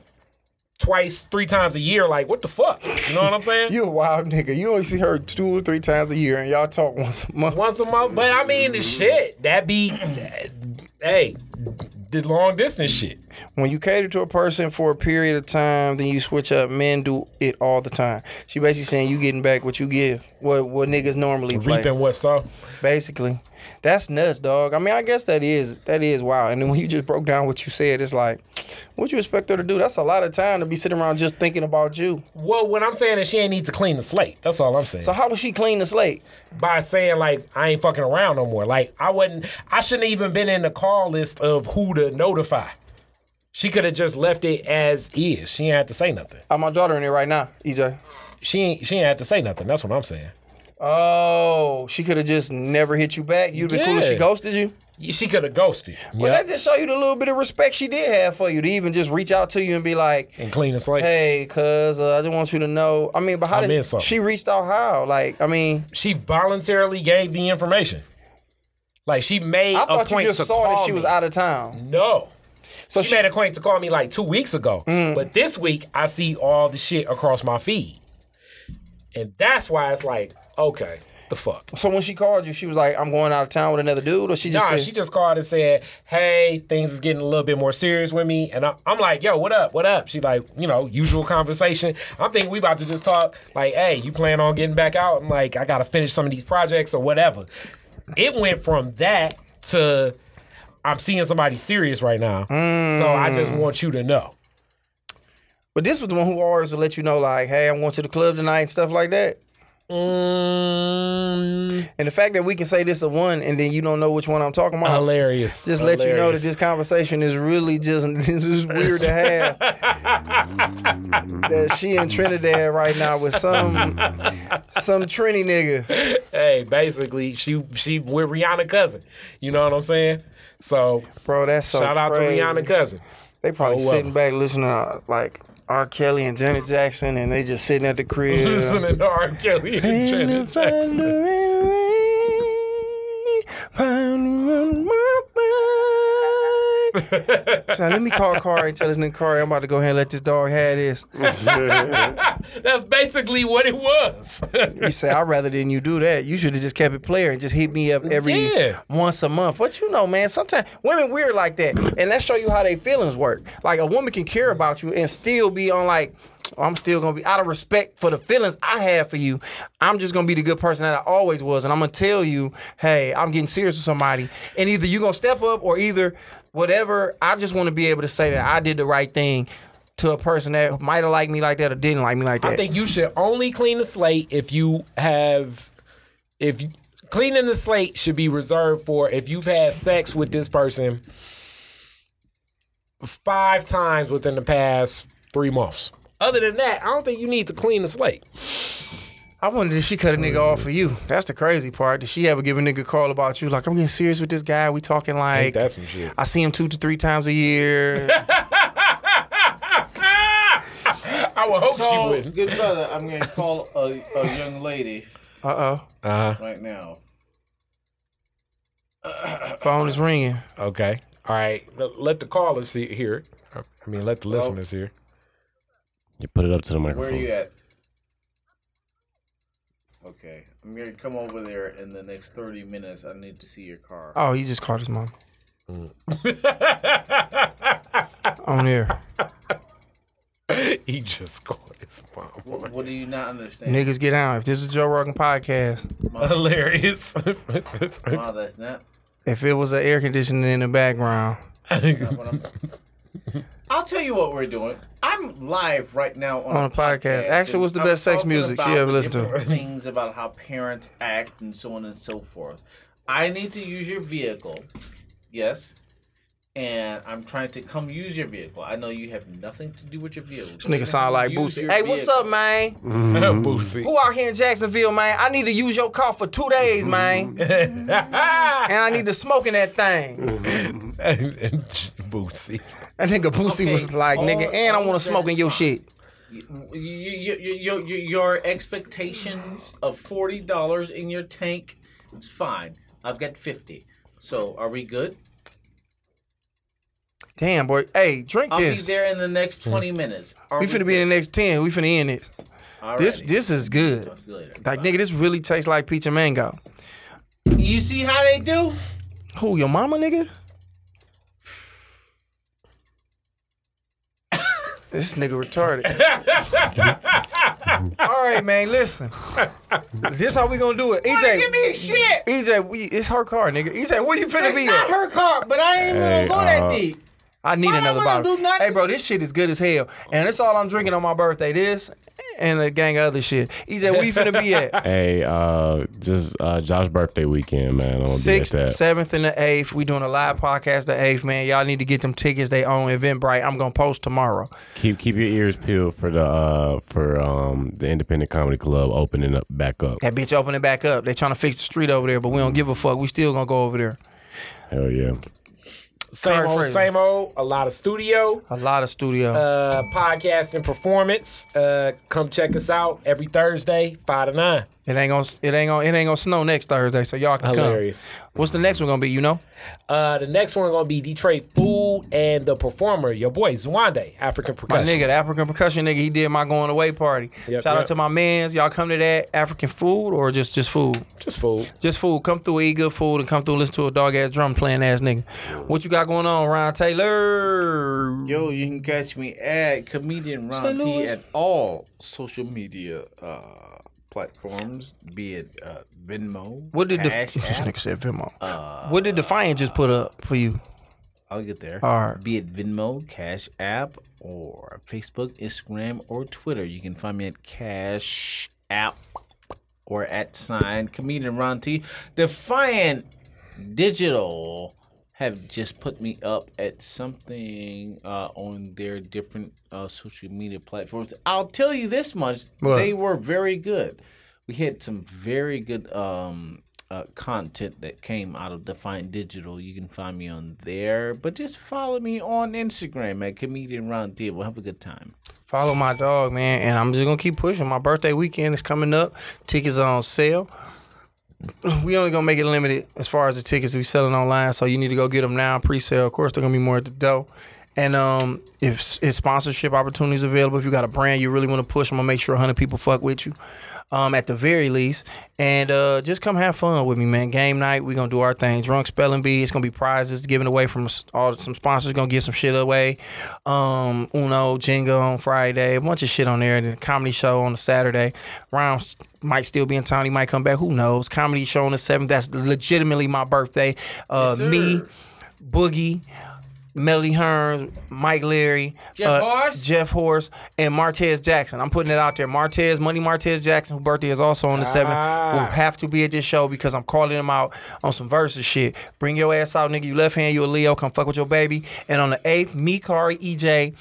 Speaker 3: twice, three times a year. Like, what the fuck? You know what I'm saying?
Speaker 2: You a wild nigga. You only see her two or three times a year, and y'all talk once a month.
Speaker 3: once a month. But I mean, the shit that be, hey, the long distance shit.
Speaker 2: when you cater to a person for a period of time, then you switch up. Men do it all the time. She basically saying you getting back what you give, what what niggas normally play.
Speaker 3: Reaping what's up.
Speaker 2: Basically, that's nuts, dog. I mean, I guess that is that is wild. And then when you just broke down what you said, it's like, what you expect her to do? That's a lot of time to be sitting around just thinking about you.
Speaker 3: Well, what I'm saying is she ain't need to clean the slate. That's all I'm saying.
Speaker 2: So how would she clean the slate?
Speaker 3: By saying like I ain't fucking around no more. Like I wasn't. I shouldn't even been in the call list of who to notify. She could have just left it as is. She ain't had to say nothing.
Speaker 2: I have Uh, my daughter in there right now, E EJ.
Speaker 3: She ain't. She ain't had to say nothing. That's what I'm saying.
Speaker 2: Oh, she could have just never hit you back. You'd be cool if
Speaker 3: Yeah.
Speaker 2: she ghosted you.
Speaker 3: She could have ghosted.
Speaker 2: Well,
Speaker 3: Yep.
Speaker 2: that just show you the little bit of respect she did have for you to even just reach out to you and be like,
Speaker 3: and clean the slate.
Speaker 2: Hey, cuz uh, I just want you to know. I mean, but how
Speaker 3: I
Speaker 2: did
Speaker 3: meant something.
Speaker 2: she reached out? How? Like, I mean,
Speaker 3: she voluntarily gave the information. Like she made
Speaker 2: I
Speaker 3: a
Speaker 2: thought you
Speaker 3: point
Speaker 2: just
Speaker 3: to
Speaker 2: saw that
Speaker 3: call
Speaker 2: she was
Speaker 3: me. Mm-hmm.
Speaker 2: out of town.
Speaker 3: No.
Speaker 2: So
Speaker 3: She,
Speaker 2: she,
Speaker 3: made a point to call me like two weeks ago. But this week I see all the shit across my feed. And that's why it's like, okay, the fuck.
Speaker 2: so when she called you, she was like, "I'm going out of town with another dude," or she just
Speaker 3: Nah,
Speaker 2: said,
Speaker 3: she just called and said, "Hey, things is getting a little bit more serious with me." And I, I'm like, "Yo, what up? What up?" She like, you know, usual conversation. I'm thinking we about to just talk. Like, "Hey, you plan on getting back out?" I'm like, "I gotta finish some of these projects or whatever." It went from that to, "I'm seeing somebody serious right now, so I just want you to know."
Speaker 2: "But this was the one who always would let you know, like, hey, I'm going to the club tonight and stuff like that."
Speaker 3: Mm,
Speaker 2: And the fact that we can say this of one and then you don't know which one I'm talking about.
Speaker 3: hilarious.
Speaker 2: Just let you know that
Speaker 3: Hilarious.
Speaker 2: this conversation is really just this is weird to have. that she in Trinidad right now with some some Trini nigga.
Speaker 3: Hey, basically, she she with Rihanna cousin. You know what I'm saying? So
Speaker 2: Bro, that's so
Speaker 3: shout out
Speaker 2: crazy.
Speaker 3: to Rihanna cousin.
Speaker 2: They probably
Speaker 3: Oh, well.
Speaker 2: sitting back listening to uh, like R. Kelly and Janet Jackson, and they just sitting at the crib.
Speaker 3: Listening to R. Kelly and
Speaker 2: In the
Speaker 3: Janet Jackson.
Speaker 2: thunder and rain, found you in my mind. So let me call Kari and tell this nigga Kari I'm about to go ahead and let this dog have this.
Speaker 3: That's basically what it was.
Speaker 2: You say I'd rather than you do that. You should have just kept it player and just hit me up every
Speaker 3: Yeah.
Speaker 2: once a month. But you know, man, sometimes women weird like that, and that show you how they feelings work. Like a woman can care about you and still be on like. "Oh, I'm still gonna be out of respect for the feelings I have for you. I'm just gonna be the good person that I always was, and I'm gonna tell you, hey, I'm getting serious with somebody, and either you gonna step up or either whatever. I just want to be able to say that I did the right thing to a person that might have liked me like that or didn't like me like that.
Speaker 3: I think you should only clean the slate if you have, if you- cleaning the slate should be reserved for if you've had sex with this person five times within the past three months. Other than that, I don't think you need to clean the slate.
Speaker 2: I wonder did she cut a nigga off for you? That's the crazy part. Did she ever give a nigga a call about you? Like I'm getting serious with this guy. We talking like
Speaker 3: that's some shit.
Speaker 2: I see him two to three times a year.
Speaker 3: I would hope Oh, she
Speaker 5: So,
Speaker 3: wouldn't.
Speaker 5: good brother, I'm going to call a, a young lady
Speaker 2: uh
Speaker 3: Uh,
Speaker 5: right now.
Speaker 2: oh, phone is ringing.
Speaker 3: okay. All right. Let- Let the callers see, hear it. I mean, let the listeners hear.
Speaker 4: You put it up to the microphone.
Speaker 5: Where are you at? Okay. I'm going to come over there in the next 30 minutes. I need to see your car.
Speaker 2: Oh, he just called his mom. On air,
Speaker 3: He just called his mom.
Speaker 5: What, what do you not understand?
Speaker 2: niggas get out. If this was Joe Rogan podcast,
Speaker 3: Hilarious.
Speaker 5: Wow, that's not.
Speaker 2: if it was an air conditioning in the background,
Speaker 5: I'll tell you what we're doing. I'm live right now on,
Speaker 2: On a podcast. Actually,
Speaker 5: and
Speaker 2: what's the
Speaker 5: I'm
Speaker 2: best sex
Speaker 5: talking
Speaker 2: music you
Speaker 5: about
Speaker 2: ever listened to?
Speaker 5: different Things about how parents act and so on and so forth. I need to use your vehicle. Yes. And I'm trying to come use your vehicle. I know you have nothing to do with your vehicle.
Speaker 2: this nigga sound like Boosie. Hey, what's up, man?
Speaker 3: Boosie.
Speaker 2: Who out here in Jacksonville, man? I need to use your car for two days, man. and I need to smoke in that thing.
Speaker 3: Boosie.
Speaker 2: That nigga Boosie
Speaker 5: Okay,
Speaker 2: was like, nigga,
Speaker 5: all-
Speaker 2: and I
Speaker 5: all
Speaker 2: want to
Speaker 5: that
Speaker 2: smoke in
Speaker 5: is
Speaker 2: your shit.
Speaker 5: fine. Your, your, your expectations of forty dollars in your tank is fine. I've got fifty. So are we good?
Speaker 2: Damn, boy. Hey, drink
Speaker 5: I'll
Speaker 2: this. Mm-hmm.
Speaker 5: be there in the next twenty minutes. Are
Speaker 2: We finna be in the next 10. We finna end it.
Speaker 5: Alrighty.
Speaker 2: This this is good.
Speaker 5: Talk to you later.
Speaker 2: Like, nigga, this really tastes like peach and mango.
Speaker 5: You see how they do?
Speaker 2: Who, your mama, nigga? this nigga retarded. All right, man, listen. This how we gonna do it. E EJ,
Speaker 5: Give me shit.
Speaker 2: EJ, we, it's her car, nigga. EJ, where you finna
Speaker 5: It's
Speaker 2: be at?
Speaker 5: not her car, but I ain't even
Speaker 4: Hey,
Speaker 5: gonna go
Speaker 4: uh,
Speaker 5: that deep.
Speaker 2: I need
Speaker 5: Why I
Speaker 2: another
Speaker 5: wanna
Speaker 2: bottle.
Speaker 5: do nothing?
Speaker 2: Hey, bro, this shit is good as hell, and it's all I'm drinking on my birthday. This and a gang of other shit. EJ, where you finna be at?
Speaker 4: Hey, uh, just uh, Josh birthday weekend, man. I'm gonna be at
Speaker 2: Sixth,
Speaker 4: that.
Speaker 2: seventh, and the eighth. We doing a live podcast the eighth, man. Y'all need to get them tickets. They own Eventbrite. I'm gonna post tomorrow.
Speaker 4: Keep keep your ears peeled for the uh, for um, the Independent Comedy Club opening up back up.
Speaker 2: That bitch opening back up. They trying to fix the street over there, but we don't give a fuck. We still gonna go over there.
Speaker 4: Hell yeah.
Speaker 3: Same old,
Speaker 2: Fraser.
Speaker 3: same old. A lot of studio,
Speaker 2: A lot of studio.
Speaker 3: uh, podcast and performance. Uh, come check us out every Thursday, five to nine.
Speaker 2: it ain't gonna. It ain't gonna. It ain't gonna snow next Thursday, so y'all can
Speaker 3: Hilarious.
Speaker 2: come. What's the next one gonna be? You know.
Speaker 3: Uh, the next one gonna be Detroit Food and the performer, your boy Zwande, African
Speaker 2: My
Speaker 3: percussion.
Speaker 2: nigga, the African percussion nigga, he did my going away party.
Speaker 3: Yep,
Speaker 2: Shout out
Speaker 3: yep.
Speaker 2: to my mans. Y'all come to that African food or just just food?
Speaker 3: Just food.
Speaker 2: Just food. Come through, eat good food, and come through, listen to a dog ass drum playing ass nigga. What you got going on, Ron Taylor?
Speaker 5: Yo, you can catch me at comedian Ron
Speaker 2: St.
Speaker 5: T
Speaker 2: Louis.
Speaker 5: at all social media uh, platforms, be it uh, Venmo.
Speaker 2: What did the
Speaker 5: Cash
Speaker 2: this
Speaker 5: App. Uh,
Speaker 2: nigga said Venmo? what did Defiant just put up for you?
Speaker 5: I'll get there.
Speaker 2: Alright.
Speaker 5: Be it Venmo, Cash App, or Facebook, Instagram, or Twitter. You can find me at Cash App or at sign comedian Ron T. Defiant Digital have just put me up at something uh, on their different uh, social media platforms. I'll tell you this much:
Speaker 2: What?
Speaker 5: they were very good. We had some very good um, uh, content that came out of Defiant Digital. You can find me on there, but just follow me on Instagram at comedian Ron T. We'll have a good time.
Speaker 2: Follow my dog, man, and I'm just gonna keep pushing. My birthday weekend is coming up. Tickets are on sale. we only gonna make it limited as far as the tickets we selling online. So you need to go get them now, pre-sale. Of course, they're gonna be more at the door. And um, if, if sponsorship opportunities available, if you got a brand you really want to push, I'm gonna make sure 100 people fuck with you, um, at the very least. And uh, just come have fun with me, man. Game night, we gonna do our thing. Drunk spelling bee, it's gonna be prizes given away from s- all some sponsors. Gonna give some shit away. Um, Uno, Jenga on Friday, a bunch of shit on there. The comedy show on the Saturday. Rounds might still be in town. He might come back. Who knows? Comedy show on the seventh. That's legitimately my birthday. Uh, me, Boogie. Melody Hearns, Mike Leary, Jeff
Speaker 5: Horst?
Speaker 2: Jeff Horst, and Martez Jackson. I'm putting it out there. Martez, Money Martez Jackson, whose birthday is also on the seventh, will have to be at this show because I'm calling him out on some versus shit. Bring your ass out, nigga. You left hand, you a Leo. Come fuck with your baby. And on the eighth, me, Kari, EJ,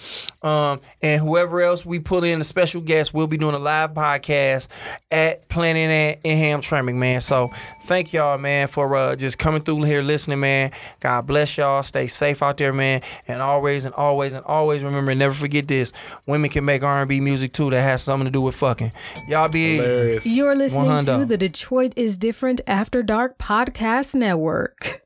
Speaker 2: um, and whoever else we pull in, a special guest, we'll be doing a live podcast at Planet Ant in Ham Tramick, man. So thank y'all, man, for uh, just coming through here listening, man. God bless y'all. Stay safe out there, man. And always and always and always remember, and never forget this: women can make R and B music too that has something to do with fucking. Y'all be easy.
Speaker 8: You're listening
Speaker 2: One hundo.
Speaker 8: to the Detroit is Different After Dark Podcast Network.